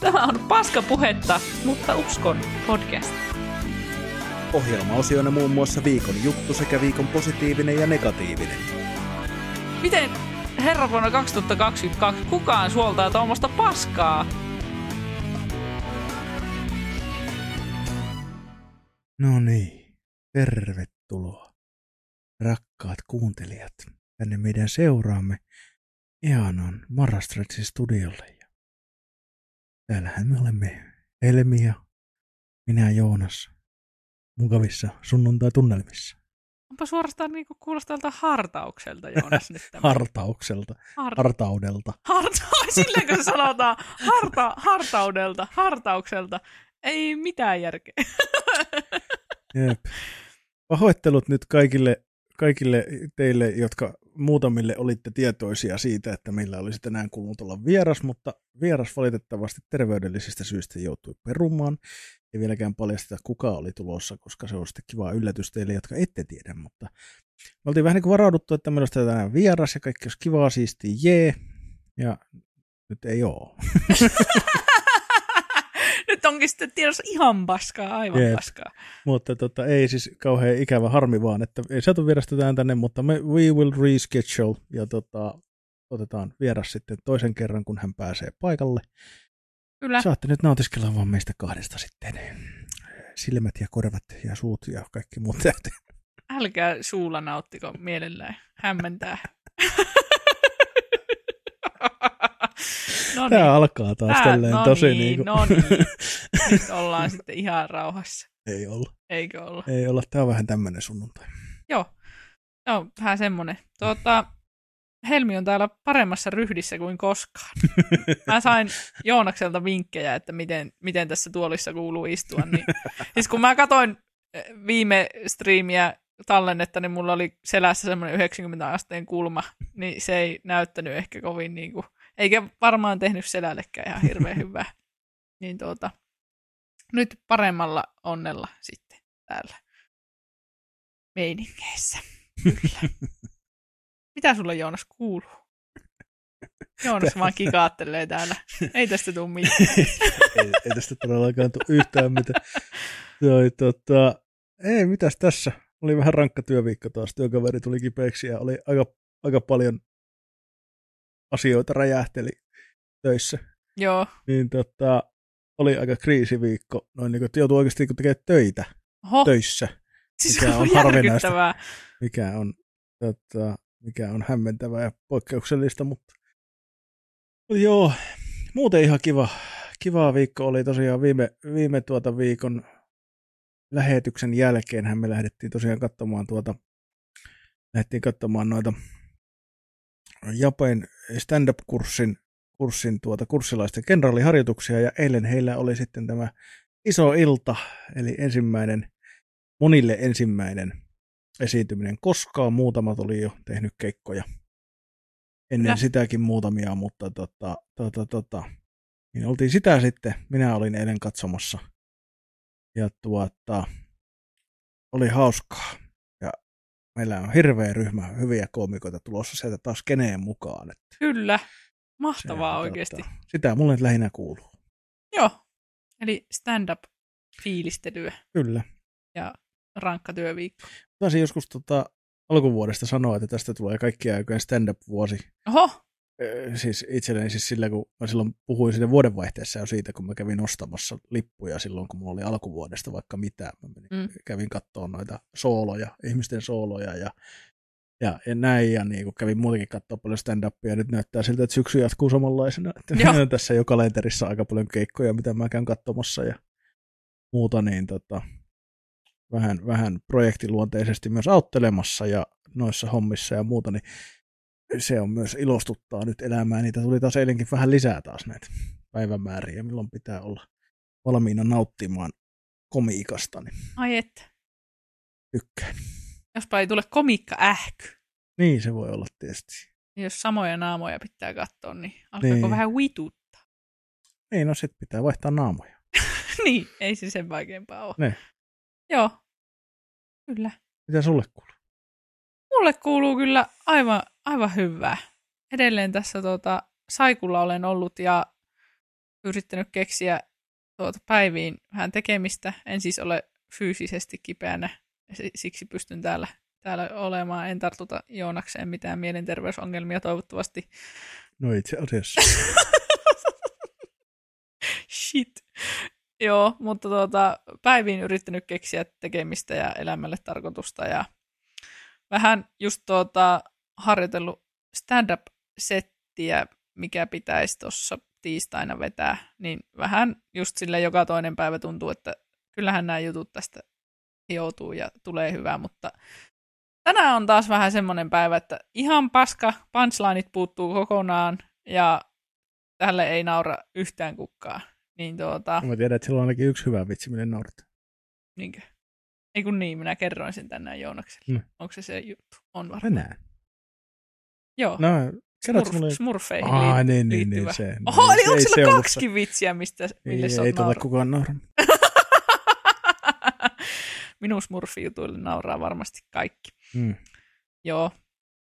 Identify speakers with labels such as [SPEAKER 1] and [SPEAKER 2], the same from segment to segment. [SPEAKER 1] Tämä on paska puhetta, mutta uskon podcast.
[SPEAKER 2] Ohjelmaosioina muun muassa viikon juttu sekä viikon positiivinen ja negatiivinen.
[SPEAKER 1] Miten herra vuonna 2022 kukaan suoltaa tuommoista paskaa?
[SPEAKER 2] No niin, tervetuloa rakkaat kuuntelijat tänne meidän seuraamme ihanan Marastretsin studiolle. Ja täällähän me olemme Helmi ja minä Joonas mukavissa sunnuntai-tunnelmissa.
[SPEAKER 1] Onpa suorastaan niin kuin kuulostaa tältä hartaukselta, Joonas, nyt tämä.
[SPEAKER 2] Hartaukselta,
[SPEAKER 1] Har-
[SPEAKER 2] hartaudelta.
[SPEAKER 1] harta, silleen kun sanotaan, harta, hartaudelta, hartaukselta. Ei mitään järkeä.
[SPEAKER 2] Jep. Pahoittelut nyt kaikille, kaikille teille, jotka muutamille olitte tietoisia siitä, että meillä olisi tänään kulunut olla vieras, mutta vieras valitettavasti terveydellisistä syistä joutui perumaan. Ei vieläkään paljasteta, kuka oli tulossa, koska se on sitten kiva yllätys teille, jotka ette tiedä, mutta me oltiin vähän niin kuin varauduttu, että meillä olisi tänään vieras ja kaikki olisi kivaa, siistiä, jee, ja nyt ei oo.
[SPEAKER 1] Nyt onkin sitten tiedossa ihan paskaa, aivan
[SPEAKER 2] Jep.
[SPEAKER 1] paskaa.
[SPEAKER 2] Mutta tota, ei siis kauhean ikävä harmi vaan, että ei saatu vierasta tähän tänne, mutta me we will reschedule ja tota, otetaan vieras sitten toisen kerran, kun hän pääsee paikalle.
[SPEAKER 1] Kyllä.
[SPEAKER 2] Saatte nyt nautiskella vaan meistä kahdesta sitten. Silmät ja korvat ja suut ja kaikki muut täyteen.
[SPEAKER 1] Älkää suulla nauttiko mielellään. Hämmentää. no
[SPEAKER 2] Tämä alkaa taas
[SPEAKER 1] Tää-
[SPEAKER 2] tälleen
[SPEAKER 1] no
[SPEAKER 2] tosi
[SPEAKER 1] niin,
[SPEAKER 2] niin kuin...
[SPEAKER 1] no niin. Nyt ollaan sitten ihan rauhassa.
[SPEAKER 2] ei olla.
[SPEAKER 1] Eikö olla?
[SPEAKER 2] Ei olla. Tämä on vähän tämmöinen sunnuntai.
[SPEAKER 1] Joo. Joo, vähän semmonen. Tuota, Helmi on täällä paremmassa ryhdissä kuin koskaan. Mä sain Joonakselta vinkkejä, että miten, miten tässä tuolissa kuuluu istua. Niin. Siis kun mä katoin eh, viime striimiä tallennetta, niin mulla oli selässä semmoinen 90 asteen kulma, niin se ei näyttänyt ehkä kovin niin kuin, eikä varmaan tehnyt selällekään ihan hirveän hyvää. Niin tuota, nyt paremmalla onnella sitten täällä meiningeissä. Kyllä. Mitä sulle Joonas kuuluu? Joonas vaan kikaattelee täällä. Ei tästä tule mitään.
[SPEAKER 2] ei, ei tästä todellakaan tule yhtään mitään. Toi, tota, ei, mitäs tässä? Oli vähän rankka työviikko taas. Työkaveri tuli kipeäksi ja oli aika, aika paljon asioita räjähteli töissä.
[SPEAKER 1] Joo.
[SPEAKER 2] Niin tota, oli aika kriisiviikko. Noin niin kuin, että joutui oikeasti niin tekemään töitä
[SPEAKER 1] Oho,
[SPEAKER 2] töissä,
[SPEAKER 1] siis
[SPEAKER 2] mikä
[SPEAKER 1] on
[SPEAKER 2] on harvinaista.
[SPEAKER 1] järkyttävää.
[SPEAKER 2] mikä on, tota, mikä on hämmentävää ja poikkeuksellista, mutta, mutta joo, muuten ihan kiva, kiva viikko oli tosiaan viime, viime tuota viikon lähetyksen jälkeen me lähdettiin tosiaan katsomaan tuota, lähdettiin katsomaan noita Japan stand-up-kurssin kurssin tuota, kurssilaisten kenraaliharjoituksia ja eilen heillä oli sitten tämä iso ilta, eli ensimmäinen, monille ensimmäinen esiintyminen koskaan. Muutamat oli jo tehnyt keikkoja ennen
[SPEAKER 1] Kyllä.
[SPEAKER 2] sitäkin muutamia, mutta tota, tota, tota, niin oltiin sitä sitten. Minä olin eilen katsomassa ja tuota, oli hauskaa. Ja meillä on hirveä ryhmä hyviä koomikoita tulossa sieltä taas keneen mukaan. Että
[SPEAKER 1] Kyllä.
[SPEAKER 2] se
[SPEAKER 1] Mahtavaa
[SPEAKER 2] on,
[SPEAKER 1] oikeasti.
[SPEAKER 2] tota, Sitä mulle nyt lähinnä kuuluu.
[SPEAKER 1] Joo. Eli stand-up fiilistelyä
[SPEAKER 2] Kyllä.
[SPEAKER 1] ja rankka työviikko.
[SPEAKER 2] Taisin joskus tota, alkuvuodesta sanoa, että tästä tulee kaikkien aikojen stand-up-vuosi.
[SPEAKER 1] Oho,
[SPEAKER 2] Öö, Siis itselleni siis sillä, kun mä silloin puhuin sinne vuodenvaihteessa jo siitä, kun mä kävin ostamassa lippuja silloin, kun mulla oli alkuvuodesta vaikka mitä. Mä menin,
[SPEAKER 1] Mm.
[SPEAKER 2] kävin katsoa noita sooloja, ihmisten sooloja ja, ja, ja näin. Ja niin, kun kävin muutenkin katsoa paljon stand-upia, nyt näyttää siltä, että syksy jatkuu samanlaisena. Että
[SPEAKER 1] Joo.
[SPEAKER 2] meillä on tässä jo kalenterissa aika paljon keikkoja, mitä mä käyn katsomassa ja muuta, niin tota, vähän, vähän projektiluonteisesti myös auttelemassa ja noissa hommissa ja muuta, niin se on myös ilostuttaa nyt elämää. Niitä tuli taas eilenkin vähän lisää taas näitä päivämääriä, milloin pitää olla valmiina nauttimaan komiikasta, niin
[SPEAKER 1] ai että.
[SPEAKER 2] tykkään.
[SPEAKER 1] Jospa ei tule komiikka ähky.
[SPEAKER 2] Niin se voi olla tietysti.
[SPEAKER 1] Niin Jos samoja naamoja pitää katsoa, niin alkaako
[SPEAKER 2] Niin.
[SPEAKER 1] vähän vitut?
[SPEAKER 2] Ei, no sit pitää vaihtaa naamoja.
[SPEAKER 1] niin, ei se sen vaikeampaa ole.
[SPEAKER 2] Ne.
[SPEAKER 1] Joo. Kyllä.
[SPEAKER 2] Mitä sulle kuuluu?
[SPEAKER 1] Mulle kuuluu kyllä aivan, aivan hyvää. Edelleen tässä tuota, saikulla olen ollut ja yrittänyt keksiä tuota päiviin vähän tekemistä. En siis ole fyysisesti kipeänä, si- siksi pystyn täällä, täällä olemaan. En tartuta Joonakseen mitään mielenterveysongelmia toivottavasti.
[SPEAKER 2] No itse asiassa.
[SPEAKER 1] Shit. Joo, mutta tuota, päiviin yrittänyt keksiä tekemistä ja elämälle tarkoitusta ja vähän just tuota, harjoitellut stand-up-settiä, mikä pitäisi tuossa tiistaina vetää, niin vähän just sille joka toinen päivä tuntuu, että kyllähän nämä jutut tästä joutuu ja tulee hyvää, mutta tänään on taas vähän semmoinen päivä, että ihan paska, punchlineit puuttuu kokonaan ja tälle ei naura yhtään kukkaa. Niin tuota,
[SPEAKER 2] Mä tiedän, että sillä on ainakin yksi hyvä vitsi, mille naurat.
[SPEAKER 1] niinkö? Ei kun niin, minä kerroin sen tänään Joonakselle.
[SPEAKER 2] Mm.
[SPEAKER 1] Onko se se juttu? On varmaan.
[SPEAKER 2] Tänään.
[SPEAKER 1] Joo.
[SPEAKER 2] No, kerrot
[SPEAKER 1] Smurf,
[SPEAKER 2] mulle.
[SPEAKER 1] smurfeihin
[SPEAKER 2] Aa,
[SPEAKER 1] lii-
[SPEAKER 2] niin, niin,
[SPEAKER 1] liittyvä.
[SPEAKER 2] niin, se.
[SPEAKER 1] Oho,
[SPEAKER 2] niin,
[SPEAKER 1] eli onko
[SPEAKER 2] ei se
[SPEAKER 1] sillä
[SPEAKER 2] ollut
[SPEAKER 1] kaksi vitsiä, mistä,
[SPEAKER 2] se-
[SPEAKER 1] mille sä
[SPEAKER 2] Ei, ei
[SPEAKER 1] oot
[SPEAKER 2] tuolle
[SPEAKER 1] nauraa?
[SPEAKER 2] kukaan nauraa.
[SPEAKER 1] Minun smurfijutuille nauraa varmasti kaikki.
[SPEAKER 2] Mm.
[SPEAKER 1] Joo,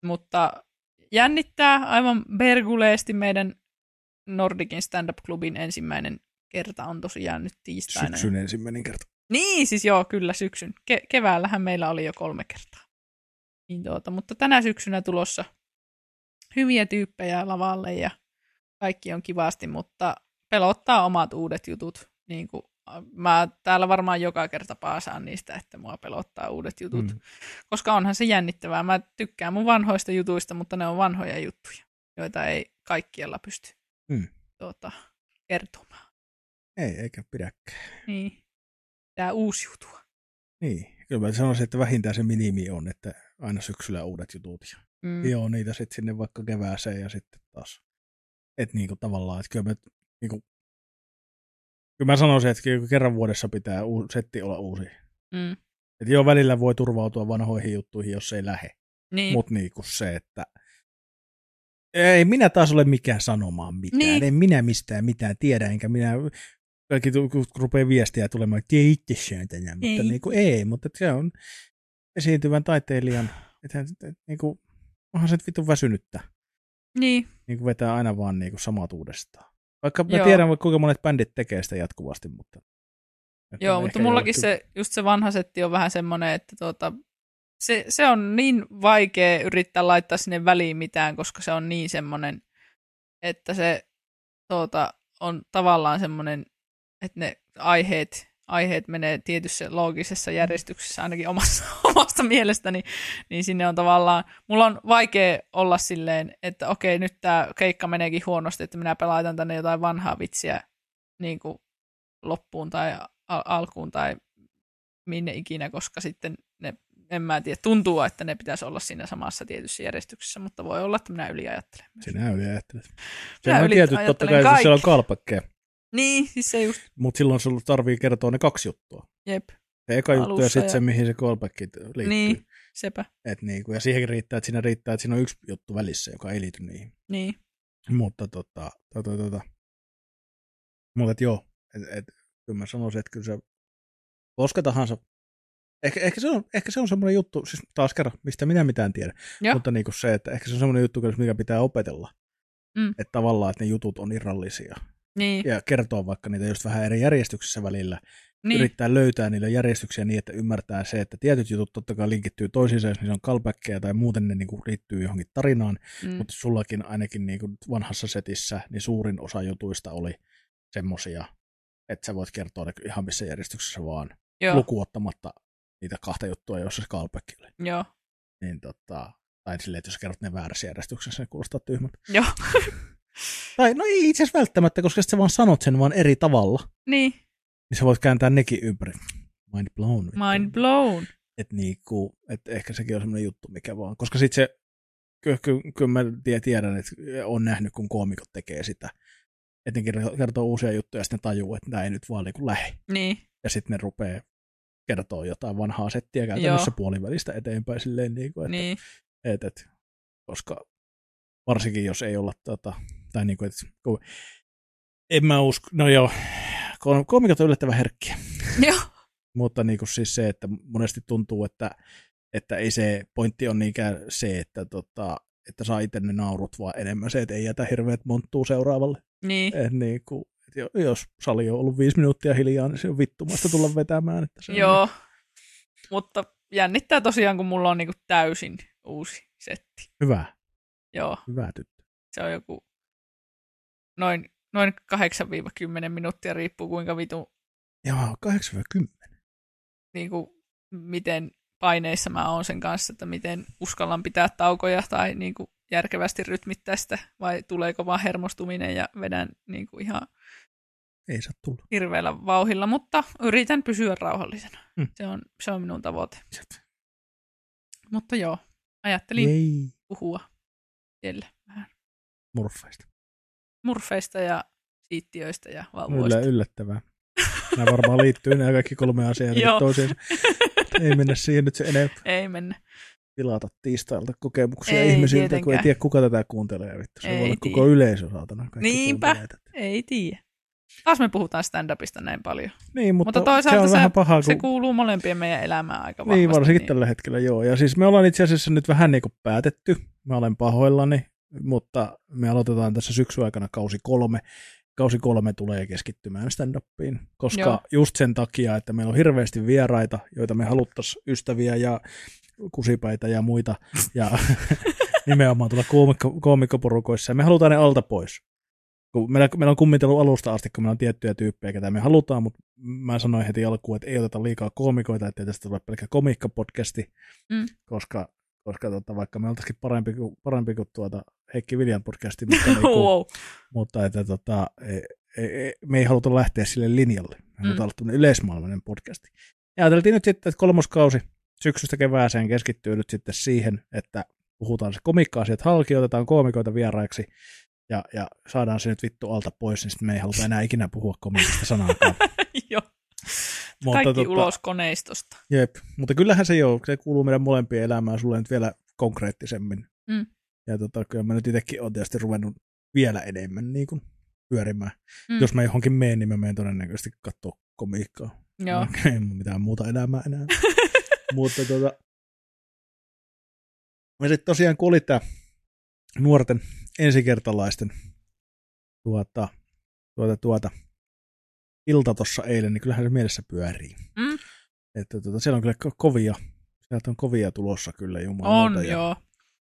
[SPEAKER 1] mutta jännittää aivan berguleesti meidän Nordikin stand-up-klubin ensimmäinen kerta on tosiaan nyt tiistaina.
[SPEAKER 2] Syksyn ensimmäinen kerta.
[SPEAKER 1] Niin, siis joo, kyllä syksyn. Ke- keväällähän meillä oli jo kolme kertaa. Niin tuota, mutta tänä syksynä tulossa hyviä tyyppejä lavalle ja kaikki on kivasti, mutta pelottaa omat uudet jutut. Niin kuin, mä täällä varmaan joka kerta paasaan niistä, että mua pelottaa uudet jutut.
[SPEAKER 2] Mm.
[SPEAKER 1] Koska onhan se jännittävää. Mä tykkään mun vanhoista jutuista, mutta ne on vanhoja juttuja, joita ei kaikkialla pysty
[SPEAKER 2] Mm.
[SPEAKER 1] tuota, kertomaan.
[SPEAKER 2] Ei, eikä pidäkään.
[SPEAKER 1] Niin. Tämä uusi jutua.
[SPEAKER 2] Niin. Kyllä mä sanoisin, että vähintään se minimi on, että aina syksyllä uudet jutut. Ja
[SPEAKER 1] Mm.
[SPEAKER 2] Joo, niitä sitten sinne vaikka kevääseen ja sitten taas. Että niinku tavallaan, että kyllä mä, niinku, kyllä mä sanoisin, että kyllä kerran vuodessa pitää uu, setti olla uusi.
[SPEAKER 1] Mm.
[SPEAKER 2] Että joo, välillä voi turvautua vanhoihin juttuihin, jos ei lähe.
[SPEAKER 1] Niin.
[SPEAKER 2] Mutta niinku se, että ei minä taas ole mikään sanomaan mitään.
[SPEAKER 1] Niin.
[SPEAKER 2] Niin. En minä mistään mitään tiedä, enkä minä kaikki tu- kun rupeaa viestiä tulemaan, että ei itse syön tänään, mutta
[SPEAKER 1] Ei.
[SPEAKER 2] ei. Niinku, ei, mutta et se on esiintyvän taiteilijan, että et, niinku, onhan se nyt vittu väsynyttä,
[SPEAKER 1] Niin,
[SPEAKER 2] niinku vetää aina vaan niinku samat uudestaan. Vaikka mä
[SPEAKER 1] Joo.
[SPEAKER 2] joo. tiedän, vaikka kuinka monet bändit tekee sitä jatkuvasti, mutta... että
[SPEAKER 1] joo,
[SPEAKER 2] ehkä
[SPEAKER 1] mutta
[SPEAKER 2] ei ole
[SPEAKER 1] mullakin
[SPEAKER 2] ky-
[SPEAKER 1] se, just se vanha setti on vähän semmoinen, että tuota, se, se on niin vaikea yrittää laittaa sinne väliin mitään, koska se on niin semmoinen, että se tuota, on tavallaan semmoinen, että ne aiheet, aiheet menee tietyssä loogisessa järjestyksessä, ainakin omassa, omasta mielestäni, niin sinne on tavallaan, mulla on vaikea olla silleen, että okei, nyt tämä keikka meneekin huonosti, että minä pelaitan tänne jotain vanhaa vitsiä niin kuin loppuun tai al- alkuun tai minne ikinä, koska sitten ne, en mä tiedä, tuntuu, että ne pitäisi olla siinä samassa tietyssä järjestyksessä, mutta voi olla, että minä yliajattelen. myös.
[SPEAKER 2] Sinä yliajattelet.
[SPEAKER 1] Minä
[SPEAKER 2] Sehän on
[SPEAKER 1] yli-
[SPEAKER 2] tietyt, totta
[SPEAKER 1] ajattelen
[SPEAKER 2] kai, kun siellä on
[SPEAKER 1] kaikkea.
[SPEAKER 2] kalpakkeja.
[SPEAKER 1] Niin, siis se just,
[SPEAKER 2] Mutta silloin sulla tarvii kertoa ne kaksi juttua.
[SPEAKER 1] jep,
[SPEAKER 2] Se eka
[SPEAKER 1] Alussa
[SPEAKER 2] juttu ja sitten
[SPEAKER 1] ja-
[SPEAKER 2] se, mihin se callback liittyy.
[SPEAKER 1] niin, sepä,
[SPEAKER 2] Et niinku, ja siihen riittää, että siinä riittää, että siinä on yksi juttu välissä, joka ei liity niihin.
[SPEAKER 1] niin,
[SPEAKER 2] Mutta tota, tota, tota. Mutta et joo, et, et, kyllä mä sanoisin, että kyllä se koska tahansa, ehkä, ehkä, se on, ehkä se on semmoinen juttu, siis taas kerran, mistä minä mitään tiedän,
[SPEAKER 1] Joo.
[SPEAKER 2] mutta niinku se, että ehkä se on semmoinen juttu, kyllä, mikä pitää opetella.
[SPEAKER 1] Mm.
[SPEAKER 2] Että tavallaan, että ne jutut on irrallisia.
[SPEAKER 1] niin,
[SPEAKER 2] Ja kertoa vaikka niitä just vähän eri järjestyksessä välillä, niin.
[SPEAKER 1] niin,
[SPEAKER 2] yrittää löytää niille järjestyksiä niin, että ymmärtää se, että tietyt jutut totta kai linkittyy toisiinsa, jos niissä on callbackkejä tai muuten ne niinku liittyy johonkin tarinaan, mm.
[SPEAKER 1] mm,
[SPEAKER 2] mutta sullakin ainakin niinku vanhassa setissä niin suurin osa jutuista oli semmosia, että sä voit kertoa ne ihan missä järjestyksessä vaan, Joo.
[SPEAKER 1] joo,
[SPEAKER 2] lukuottamatta niitä kahta juttua, joissa se callback oli.
[SPEAKER 1] joo,
[SPEAKER 2] Niin tota, tai silleen, että jos kerrot ne väärässä järjestyksessä, se kuulostaa tyhmältä.
[SPEAKER 1] joo,
[SPEAKER 2] Tai no ei itse asiassa välttämättä, koska sit sä vaan sanot sen vaan eri tavalla,
[SPEAKER 1] niin,
[SPEAKER 2] niin sä voit kääntää nekin ympäri. Mind blown. vittu.
[SPEAKER 1] mind blown,
[SPEAKER 2] Et niinku, et ehkä sekin on semmoinen juttu, mikä vaan. Koska sit se, kyllä ky, ky, mä tie- tiedän, että on nähnyt, kun koomikot tekee sitä. Että ne ker- kertoo uusia juttuja ja sitten ne tajuu, että nämä ei nyt vaan niinku lähe.
[SPEAKER 1] niin,
[SPEAKER 2] Ja sitten ne rupeaa kertoo jotain vanhaa settiä käytännössä Joo. puolivälistä eteenpäin silleen, niinku, että, niin.
[SPEAKER 1] niin,
[SPEAKER 2] et, et, koska varsinkin jos ei olla tota, tai niinku, et, kun, en mä usko, no joo, koom- koomikot on yllättävän herkkiä
[SPEAKER 1] joo,
[SPEAKER 2] mutta niin kuin siis se, että monesti tuntuu, että, että ei se pointti on niinkään se, että, tota, että saa itse ne naurut, vaan enemmän se, että ei jätä hirveät monttuu seuraavalle.
[SPEAKER 1] niin,
[SPEAKER 2] Et niin kuin, jo- jos sali on ollut viisi minuuttia hiljaa, niin se on vittumaista tulla vetämään. Että se on-
[SPEAKER 1] Joo, mutta jännittää tosiaan, kun mulla on niinku täysin uusi setti.
[SPEAKER 2] Hyvä,
[SPEAKER 1] Joo,
[SPEAKER 2] hyvä tyttö.
[SPEAKER 1] se on joku noin, noin 8-10 minuuttia, riippuu kuinka vitu,
[SPEAKER 2] Joo, 80.
[SPEAKER 1] niinku, miten paineissa mä oon sen kanssa, että miten uskallan pitää taukoja tai niinku järkevästi rytmittää sitä, vai tuleeko vaan hermostuminen ja vedän niinku ihan
[SPEAKER 2] Ei saa tulla.
[SPEAKER 1] hirveällä vauhilla, mutta yritän pysyä rauhallisena.
[SPEAKER 2] Mm.
[SPEAKER 1] Se, on, se on minun tavoite.
[SPEAKER 2] Jep.
[SPEAKER 1] Mutta joo, ajattelin
[SPEAKER 2] Ei
[SPEAKER 1] puhua siellä vähän
[SPEAKER 2] murfeista.
[SPEAKER 1] murfeista ja siittiöistä ja vauvoista.
[SPEAKER 2] Kyllä yllättävää. Nämä varmaan liittyy nämä kaikki kolme asiaa nyt
[SPEAKER 1] Joo.
[SPEAKER 2] toisiinsa. Ei mennä siihen nyt se enempää.
[SPEAKER 1] Ei mennä.
[SPEAKER 2] Pilata tiistailta kokemuksia
[SPEAKER 1] Ei
[SPEAKER 2] ihmisiltä, kun ei
[SPEAKER 1] tietenkään.
[SPEAKER 2] tiedä kuka tätä kuuntelee. Vittu. Se
[SPEAKER 1] Ei
[SPEAKER 2] voi olla koko
[SPEAKER 1] tiedä.
[SPEAKER 2] yleisö saatana. Kaikki
[SPEAKER 1] Niinpä.
[SPEAKER 2] kuuntelee tätä.
[SPEAKER 1] Ei tiedä. Taas me puhutaan stand-upista näin paljon.
[SPEAKER 2] Niin, mutta,
[SPEAKER 1] Mutta toisaalta
[SPEAKER 2] se on
[SPEAKER 1] se-
[SPEAKER 2] vähän pahaa,
[SPEAKER 1] Se
[SPEAKER 2] kun
[SPEAKER 1] kuuluu molempien meidän elämään aika vahvasti.
[SPEAKER 2] Niin, varsinkin
[SPEAKER 1] niin.
[SPEAKER 2] tällä hetkellä, joo. Ja siis me ollaan itse asiassa nyt vähän niin kuin päätetty. Mä olen pahoillani, mutta me aloitetaan tässä syksyn aikana kausi kolme. Kausi kolme tulee keskittymään stand-upiin, koska joo.
[SPEAKER 1] Joo.
[SPEAKER 2] just sen takia, että meillä on hirveästi vieraita, joita me haluttaisiin ystäviä ja kusipäitä ja muita, ja nimenomaan tuolla koomikko, koomikkoporukoissa, ja me halutaan ne alta pois. Kun meillä, meillä on kummitellut alusta asti, kun meillä on tiettyjä tyyppejä, ketä me halutaan, mutta mä sanoin heti alkuun, että ei oteta liikaa koomikoita, ettei tästä tule pelkkä komiikkapodcasti,
[SPEAKER 1] Mm.
[SPEAKER 2] koska, koska tota, vaikka me oltaisikin parempi kuin, parempi kuin tuota Heikki Viljan podcasti, mutta, niinku,
[SPEAKER 1] wow.
[SPEAKER 2] mutta että, tota, ei, ei, ei- me ei haluta lähteä sille linjalle. Me halutaan
[SPEAKER 1] Mm.
[SPEAKER 2] olla tämmöinen yleismaailmainen podcasti. Ja ajateltiin nyt sitten, että kolmoskausi syksystä kevääseen keskittyy nyt sitten siihen, että puhutaan se komiikka-asiat halki, otetaan koomikoita vieraiksi ja, ja saadaan se nyt vittu alta pois, niin sitten me ei haluta enää ikinä puhua komiikasta sanaakaan.
[SPEAKER 1] Joo.
[SPEAKER 2] Mutta
[SPEAKER 1] Kaikki
[SPEAKER 2] tota-
[SPEAKER 1] ulos koneistosta.
[SPEAKER 2] Jep, mutta kyllähän se joo, se kuuluu meidän molempien elämään sulle nyt vielä konkreettisemmin.
[SPEAKER 1] Mm.
[SPEAKER 2] Ja tota, kyllä mä nyt itsekin olen tietysti ruvennut vielä enemmän niin kuin, pyörimään.
[SPEAKER 1] Mm.
[SPEAKER 2] Jos mä johonkin menen, niin mä menen todennäköisesti katsoa komiikkaa.
[SPEAKER 1] Joo.
[SPEAKER 2] Ei mun mitään muuta elämää enää. mutta tota, ja sitten tosiaan kun oli tämä nuorten ensikertalaisten tuota, tuota, tuota, ilta tuossa eilen, niin kyllähän se mielessä pyörii.
[SPEAKER 1] Mm.
[SPEAKER 2] Että tuota, siellä on kyllä ko- kovia, sieltä on kovia tulossa kyllä jumalauta.
[SPEAKER 1] On,
[SPEAKER 2] ja,
[SPEAKER 1] joo.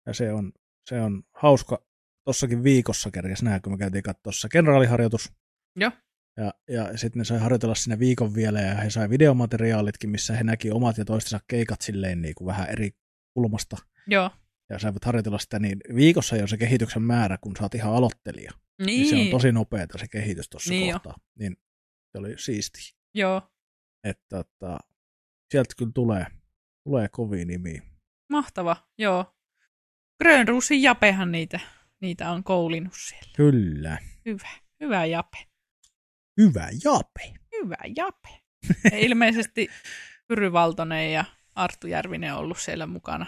[SPEAKER 2] ja se on, se on hauska. Tossakin viikossa kerkes nähdä, kun me käytiin katsoa se kenraaliharjoitus.
[SPEAKER 1] Joo.
[SPEAKER 2] Ja, ja sitten ne sai harjoitella siinä viikon vielä ja he sai videomateriaalitkin, missä he näki omat ja toistensa keikat silleen niin kuin vähän eri kulmasta.
[SPEAKER 1] Joo.
[SPEAKER 2] Ja saivat harjoitella sitä niin viikossa jo se kehityksen määrä, kun sä oot ihan aloittelija. Niin. Se on
[SPEAKER 1] Niin.
[SPEAKER 2] tosi nopeata se kehitys tuossa
[SPEAKER 1] Niin
[SPEAKER 2] niin
[SPEAKER 1] jo.
[SPEAKER 2] kohtaa. Niin se oli siistiä
[SPEAKER 1] Joo.
[SPEAKER 2] että tota, sieltä kyllä tulee, tulee kovia nimiä.
[SPEAKER 1] Mahtava. Joo. Grönruusin Japehan niitä, niitä on koulinut siellä.
[SPEAKER 2] Kyllä.
[SPEAKER 1] Hyvä. Hyvä Jape.
[SPEAKER 2] Hyvä Jaape.
[SPEAKER 1] Hyvä Jape. Ja ilmeisesti Pyry Valtonen ja Arttu Järvinen on ollut siellä mukana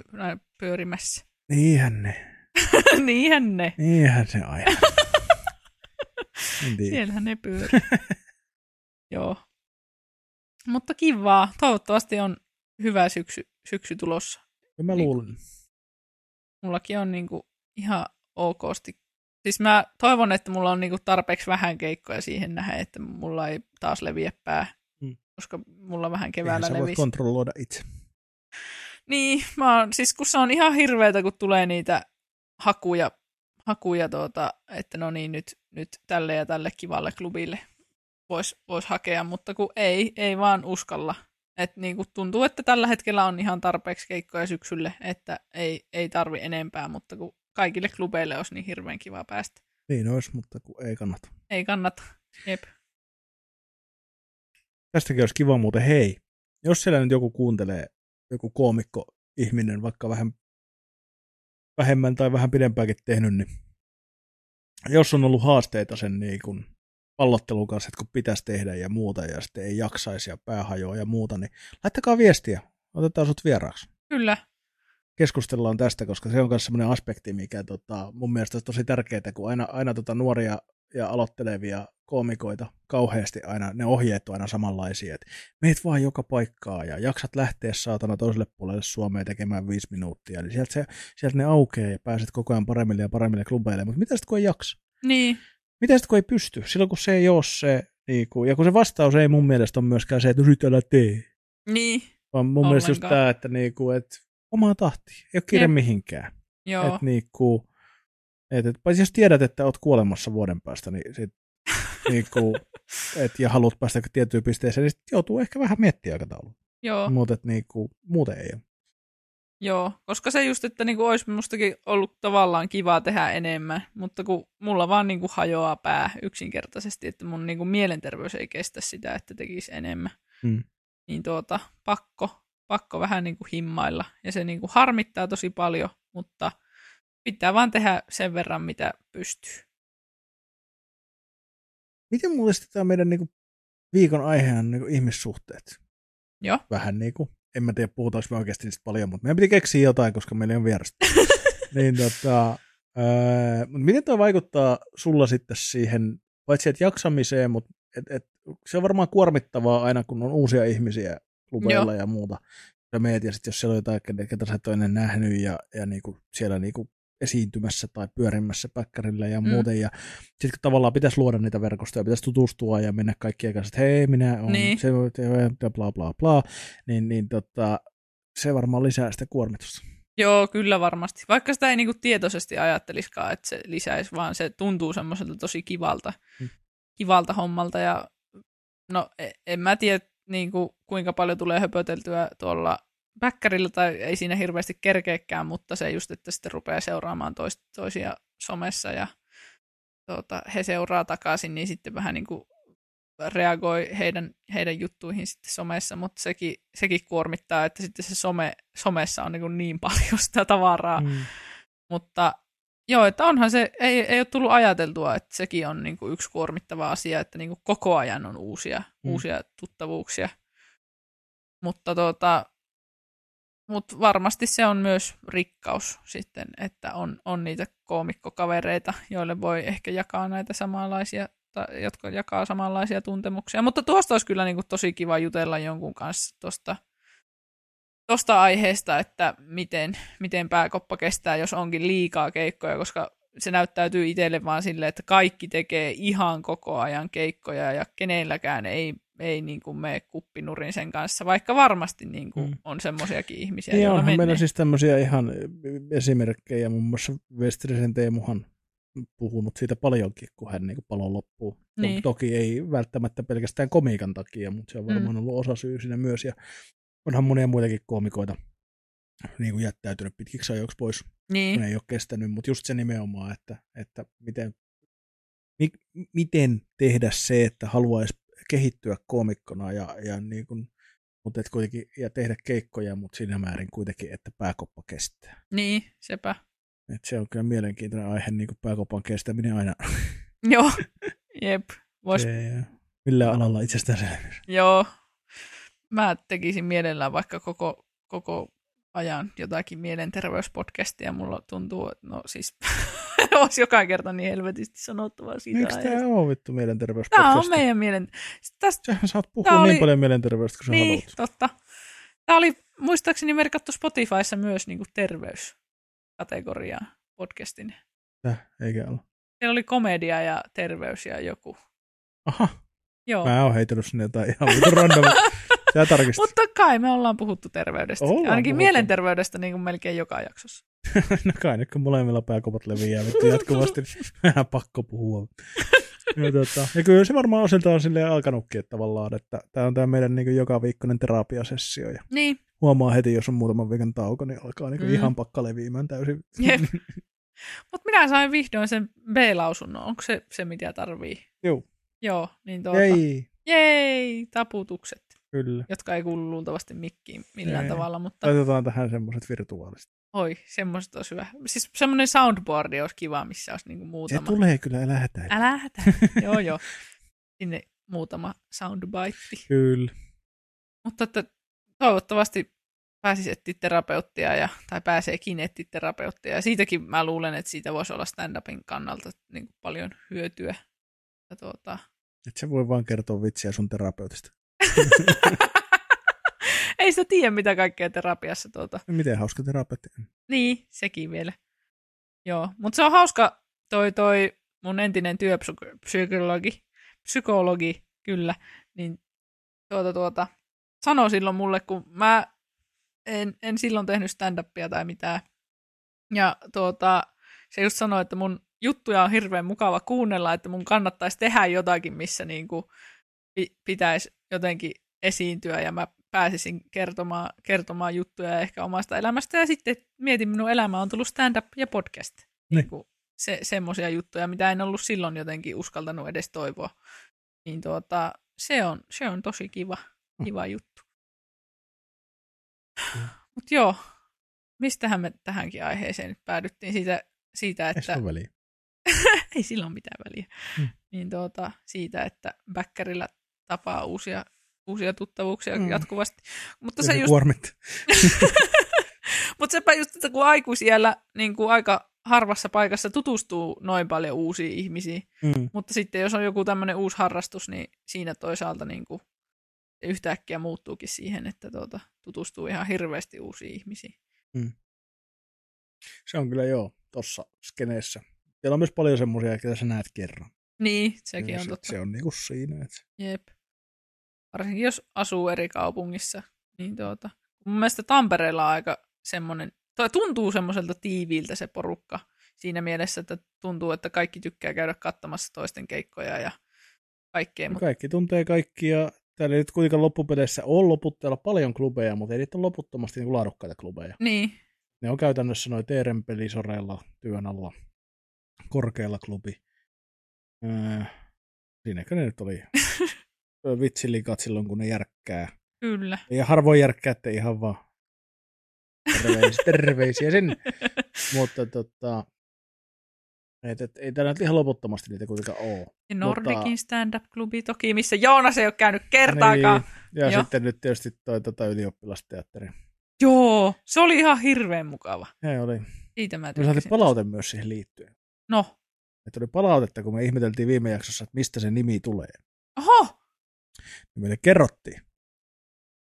[SPEAKER 1] py- näin pyörimässä.
[SPEAKER 2] Niinhän ne,
[SPEAKER 1] Niinhän ne.
[SPEAKER 2] niinhän se aina. Niin. En tiedä.
[SPEAKER 1] Siellähän ne pyörii. Joo. Mutta kivaa. Toivottavasti on hyvä syksy, syksy tulossa.
[SPEAKER 2] Mä
[SPEAKER 1] Niin.
[SPEAKER 2] luulen.
[SPEAKER 1] Mullakin on niinku ihan okosti. Siis mä toivon, että mulla on niinku tarpeeksi vähän keikkoja siihen nähdä, että mulla ei taas leviä pää.
[SPEAKER 2] Mm.
[SPEAKER 1] Koska mulla vähän
[SPEAKER 2] Eihän
[SPEAKER 1] keväällä
[SPEAKER 2] sä voit
[SPEAKER 1] levisi.
[SPEAKER 2] kontrolloida itse.
[SPEAKER 1] Niin, mä oon, siis kun se on ihan hirveetä, kun tulee niitä hakuja, hakuja tuota, että no niin, nyt, nyt tälle ja tälle kivalle klubille voisi vois hakea, mutta kun ei, ei vaan uskalla. Et niin kun tuntuu, että tällä hetkellä on ihan tarpeeksi keikkoja syksylle, että ei, ei tarvi enempää, mutta kun kaikille klubeille olisi niin hirveän kiva päästä.
[SPEAKER 2] Niin olisi, mutta kun ei kannata.
[SPEAKER 1] Ei kannata. Jep.
[SPEAKER 2] Tästäkin olisi kiva muuten, hei, jos siellä nyt joku kuuntelee, joku koomikko ihminen, vaikka vähän vähemmän tai vähän pidempäänkin tehnyt, niin jos on ollut haasteita sen niin kuin pallottelun kanssa, että kun pitäisi tehdä ja muuta ja sitten ei jaksaisi ja pää hajoaa ja muuta, niin laittakaa viestiä. Otetaan sut vieraaksi.
[SPEAKER 1] Kyllä.
[SPEAKER 2] Keskustellaan tästä, koska se on myös sellainen aspekti, mikä tota, mun mielestä olisi tosi tärkeää, kun aina, aina tota nuoria ja aloittelevia koomikoita kauheasti aina, ne ohjeet on aina samanlaisia, että meet vaan joka paikkaa ja jaksat lähteä saatana toiselle puolelle Suomea tekemään viisi minuuttia, niin sieltä, se, sieltä ne aukeaa ja pääset koko ajan paremmille ja paremmille klubeille, mutta mitä sitten kun ei jaksa?
[SPEAKER 1] Niin.
[SPEAKER 2] Mitä sitten kun ei pysty? Silloin kun se ei ole se, niin kuin, ja kun se vastaus ei mun mielestä ole myöskään se, että nyt älä tee.
[SPEAKER 1] Niin,
[SPEAKER 2] Vaan mun mielestä just
[SPEAKER 1] Ollenkaan.
[SPEAKER 2] tämä, että, niin kuin, että omaa tahti, ei ole kiire
[SPEAKER 1] Jep.
[SPEAKER 2] mihinkään.
[SPEAKER 1] joo.
[SPEAKER 2] Että niin kuin, et, et, paitsi jos tiedät, että oot kuolemassa vuoden päästä, niin sit, niin kuin, et, ja haluat päästä tiettyyn pisteeseen, niin sit joutuu ehkä vähän miettimään aikataulua.
[SPEAKER 1] joo.
[SPEAKER 2] Mutta niin kuin, muuten ei ole.
[SPEAKER 1] Joo, koska se just, että niinku olisi minustakin ollut tavallaan kivaa tehdä enemmän, mutta kun mulla vaan niinku hajoaa pää yksinkertaisesti, että mun niinku mielenterveys ei kestä sitä, että tekisi enemmän.
[SPEAKER 2] Mm.
[SPEAKER 1] Niin tuota, pakko, pakko vähän niinku himmailla. Ja se niinku harmittaa tosi paljon, mutta pitää vaan tehdä sen verran, mitä pystyy.
[SPEAKER 2] Miten mulle sitten tämä meidän niin kuin, viikon aihe on niin kuin, ihmissuhteet?
[SPEAKER 1] Joo.
[SPEAKER 2] Vähän niin kuin, en mä tiedä puhutaanko me oikeasti niistä paljon, mutta meidän piti keksiä jotain, koska meillä on vierasta. niin tota, öö, mut miten tämä vaikuttaa sulla sitten siihen, paitsi että jaksamiseen, mutta et, et, se on varmaan kuormittavaa aina, kun on uusia ihmisiä klubeilla ja muuta. Sä meet ja sitten jos siellä on jotain, ketä- ketä sä et ole ennen nähnyt ja, ja niinku siellä niinku esiintymässä tai pyörimässä päkkärillä ja
[SPEAKER 1] Mm.
[SPEAKER 2] muuten. Ja sitten kun tavallaan pitäisi luoda niitä verkostoja, pitäisi tutustua ja mennä kaikkien kanssa, että hei, minä olen
[SPEAKER 1] Niin.
[SPEAKER 2] se, ja bla bla bla, niin, niin tota, se varmaan lisää sitä kuormitusta.
[SPEAKER 1] Joo, kyllä varmasti. Vaikka sitä ei niinku tietoisesti ajatteliskaan, että se lisäisi, vaan se tuntuu semmoiselta tosi kivalta,
[SPEAKER 2] Mm.
[SPEAKER 1] kivalta hommalta. Ja no, e- en mä tiedä niinku, kuinka paljon tulee höpöteltyä tuolla väkkärillä, tai ei siinä hirveästi kerkeekään, mutta se just, että sitten rupeaa seuraamaan tois, toisia somessa ja tuota, he seuraa takaisin, niin sitten vähän niin kuin reagoi heidän, heidän juttuihin sitten somessa, mutta sekin, sekin kuormittaa, että sitten se some, somessa on niin, kuin niin paljon sitä tavaraa. Mm.
[SPEAKER 2] Mm.
[SPEAKER 1] Mutta joo, että onhan se, ei, ei ole tullut ajateltua, että sekin on niin kuin yksi kuormittava asia, että niin kuin koko ajan on uusia,
[SPEAKER 2] Mm.
[SPEAKER 1] mm. uusia tuttavuuksia. Mutta tuota, mut varmasti se on myös rikkaus sitten, että on, on niitä koomikkokavereita, joille voi ehkä jakaa näitä samanlaisia, tai jotka jakaa samanlaisia tuntemuksia. Mutta tuosta olisi kyllä niin kuin tosi kiva jutella jonkun kanssa tuosta tosta aiheesta, että miten, miten pääkoppa kestää, jos onkin liikaa keikkoja, koska se näyttäytyy itselle vaan sille, että kaikki tekee ihan koko ajan keikkoja ja kenelläkään ei, ei niin kuin mene kuppinurin sen kanssa, vaikka varmasti niin kuin
[SPEAKER 2] Mm.
[SPEAKER 1] on semmoisiakin ihmisiä,
[SPEAKER 2] Niin
[SPEAKER 1] joilla
[SPEAKER 2] onhan
[SPEAKER 1] menee.
[SPEAKER 2] meillä siis tämmöisiä ihan esimerkkejä, muun muassa Westerisen Teemuhan puhunut siitä paljonkin, kun hän niin palon loppuu.
[SPEAKER 1] Niin. Mm.
[SPEAKER 2] Toki ei välttämättä pelkästään komiikan takia, mutta se on varmaan ollut osa syy siinä myös. Ja onhan monia muitakin komikoita niin kuin jättäytynyt pitkiksi ajoiksi pois
[SPEAKER 1] Niin.
[SPEAKER 2] kun ei ole kestänyt, mutta just se nimenomaan, että, että miten, mi, miten tehdä se, että haluaisi kehittyä koomikkona ja, ja, niin kuin, mutta et kuitenkin, ja tehdä keikkoja, mutta siinä määrin kuitenkin, että pääkoppa kestää.
[SPEAKER 1] Niin, sepä.
[SPEAKER 2] Et se on kyllä mielenkiintoinen aihe, niin kuin pääkopan kestäminen aina.
[SPEAKER 1] Joo, jep. Vois,
[SPEAKER 2] Se, millä alalla itsestäänselvyys.
[SPEAKER 1] joo. Mä tekisin mielellään vaikka koko, koko ajan jotakin mielenterveyspodcastia. Mulla tuntuu, että no siis olisi joka kerta niin helvetisti sanottavaa siitä
[SPEAKER 2] Miksi tämä
[SPEAKER 1] aiheesta.
[SPEAKER 2] on vittu mielenterveyspodcast?
[SPEAKER 1] Tämä on meidän mielen... Tästä
[SPEAKER 2] Sähän saat
[SPEAKER 1] Tää
[SPEAKER 2] puhua niin
[SPEAKER 1] oli-
[SPEAKER 2] paljon mielenterveydestä kuin sä
[SPEAKER 1] niin,
[SPEAKER 2] haluat.
[SPEAKER 1] totta. Tämä oli muistaakseni merkattu Spotifyssa myös niin kuin terveyskategoriaan podcastin.
[SPEAKER 2] Täh, eikä ole.
[SPEAKER 1] Siellä oli komedia ja terveys ja joku.
[SPEAKER 2] Aha,
[SPEAKER 1] Joo.
[SPEAKER 2] mä oon heitellyt sinne jotain ihan vittu randomia. Sä tarkistat.
[SPEAKER 1] Mutta kai me ollaan puhuttu terveydestä.
[SPEAKER 2] Ollaan
[SPEAKER 1] Ollaan Ainakin
[SPEAKER 2] puhuttu.
[SPEAKER 1] puhuttu. mielenterveydestä niin kuin melkein joka jaksossa.
[SPEAKER 2] No kai nyt kun molemmilla pääkopat leviää vittu jatkuvasti, niin vähän pakko puhua. Ja, tota, ja kyllä se varmaan osiltaan on silleen alkanutkin että tavallaan, että tämä on tämä meidän niin joka viikkoinen terapiasessio. Ja
[SPEAKER 1] Niin,
[SPEAKER 2] huomaa heti, jos on muutaman viikon tauko, niin alkaa niin
[SPEAKER 1] Mm.
[SPEAKER 2] ihan pakka leviämään täysin.
[SPEAKER 1] jep. Mutta minä sain vihdoin sen B-lausunnon. Onko se se, mitä tarvii?
[SPEAKER 2] Juu.
[SPEAKER 1] Joo, niin tuota.
[SPEAKER 2] Ei,
[SPEAKER 1] Jei, taputukset,
[SPEAKER 2] kyllä.
[SPEAKER 1] jotka ei kuulu luultavasti mikkiin millään
[SPEAKER 2] Ei.
[SPEAKER 1] Jei. tavalla, mutta
[SPEAKER 2] Laitetaan tähän semmoiset virtuaaliset.
[SPEAKER 1] oi, semmoiset olisi hyvä. Siis semmoinen soundboardi olisi kiva, missä olisi niinku
[SPEAKER 2] Se
[SPEAKER 1] muutama.
[SPEAKER 2] tulee kyllä, älä hätäile.
[SPEAKER 1] Älä hätä. joo, joo. Sinne muutama soundbite.
[SPEAKER 2] Kyllä.
[SPEAKER 1] Mutta että toivottavasti pääsisi etsiä terapeuttia ja, tai pääseekin etsiä terapeuttia. Ja siitäkin mä luulen, että siitä voisi olla stand-upin kannalta niin kuin paljon hyötyä. Ja tuota...
[SPEAKER 2] Et se voi vaan kertoa vitsiä sun terapeutista.
[SPEAKER 1] Ei sitä tiedä, mitä kaikkea terapiassa tuota.
[SPEAKER 2] Miten hauska terapeutti on.
[SPEAKER 1] Niin, sekin vielä. Joo, mutta se on hauska toi, toi mun entinen työpsykologi, psykologi, kyllä, niin tuota, tuota, sanoi silloin mulle, kun mä en, en silloin tehnyt stand-upia tai mitään. Ja tuota, se just sanoi, että mun juttuja on hirveän mukava kuunnella, että mun kannattaisi tehdä jotakin, missä niin kuin pitäisi jotenkin esiintyä ja mä pääsisin kertomaan, kertomaan juttuja ehkä omasta elämästä. Ja sitten mietin, minun elämä on tullut stand-up ja podcast.
[SPEAKER 2] Niin.
[SPEAKER 1] Niin kuin se, semmoisia juttuja, mitä en ollut silloin jotenkin uskaltanut edes toivoa. Niin tuota, se, on, se on tosi kiva, kiva juttu. Mutta joo, mistähän me tähänkin aiheeseen nyt päädyttiin siitä, siitä
[SPEAKER 2] Ei se
[SPEAKER 1] että
[SPEAKER 2] ole väliä.
[SPEAKER 1] ei sillä ole mitään väliä.
[SPEAKER 2] Mm.
[SPEAKER 1] Niin tuota, siitä, että Bäkkärillä tapaa uusia, uusia tuttavuuksia
[SPEAKER 2] Mm.
[SPEAKER 1] mm. jatkuvasti. Mutta
[SPEAKER 2] Ei
[SPEAKER 1] se
[SPEAKER 2] se
[SPEAKER 1] just,
[SPEAKER 2] kuormittaa.
[SPEAKER 1] mutta sepä just, että kun aikuisiellä niin kuin aika harvassa paikassa tutustuu noin paljon uusiin ihmisiin,
[SPEAKER 2] Mm.
[SPEAKER 1] mutta sitten jos on joku tämmöinen uusi harrastus, niin siinä toisaalta niin kuin yhtäkkiä muuttuukin siihen, että tuota, tutustuu ihan hirveästi uusiin ihmisiin.
[SPEAKER 2] Se on kyllä joo, tossa skeneessä. Siellä on myös paljon semmoisia, ketä sä näet kerran.
[SPEAKER 1] Niin, sekin
[SPEAKER 2] Ja
[SPEAKER 1] on
[SPEAKER 2] se,
[SPEAKER 1] totta.
[SPEAKER 2] se on niinku siinä, että
[SPEAKER 1] Jep. Varsinkin jos asuu eri kaupungissa, niin tuota, mun mielestä Tampereella on aika semmoinen, tai tuntuu semmoiselta tiiviiltä se porukka siinä mielessä, että tuntuu, että kaikki tykkää käydä katsomassa toisten keikkoja ja kaikkea, mutta
[SPEAKER 2] kaikki tuntee kaikki ja täällä ei nyt kuitenkaan loppupeleissä ole loputtajalla paljon klubeja, mutta ei niitä ole loputtomasti niinku laadukkaita klubeja.
[SPEAKER 1] niin,
[SPEAKER 2] Ne on käytännössä noin Teeren pelisoreilla työn alla korkealla klubi. Öö, siinäkö ne nyt oli? Öö, Vitsilikat silloin, kun ne järkkää.
[SPEAKER 1] kyllä.
[SPEAKER 2] Ja harvoin järkkäätte ihan vaan. Terveisiä, terveisiä sinne. Mutta tota, et, et, ei täällä nyt ihan loputtomasti niitä kuitenkaan ole.
[SPEAKER 1] Ja Nordikin stand-up-klubi toki, missä Joonas ei ole käynyt kertaakaan. Niin.
[SPEAKER 2] Ja Joo.
[SPEAKER 1] Joo.
[SPEAKER 2] sitten nyt tietysti toi tota, ylioppilasteatteri.
[SPEAKER 1] Joo, se oli ihan hirveän mukava.
[SPEAKER 2] Hei, oli.
[SPEAKER 1] Siitä mä
[SPEAKER 2] Me saatiin
[SPEAKER 1] tykkäsin.
[SPEAKER 2] palaute myös siihen liittyen.
[SPEAKER 1] No,
[SPEAKER 2] Että oli palautetta, kun me ihmeteltiin viime jaksossa, että mistä se nimi tulee.
[SPEAKER 1] oho!
[SPEAKER 2] Ja meille kerrottiin.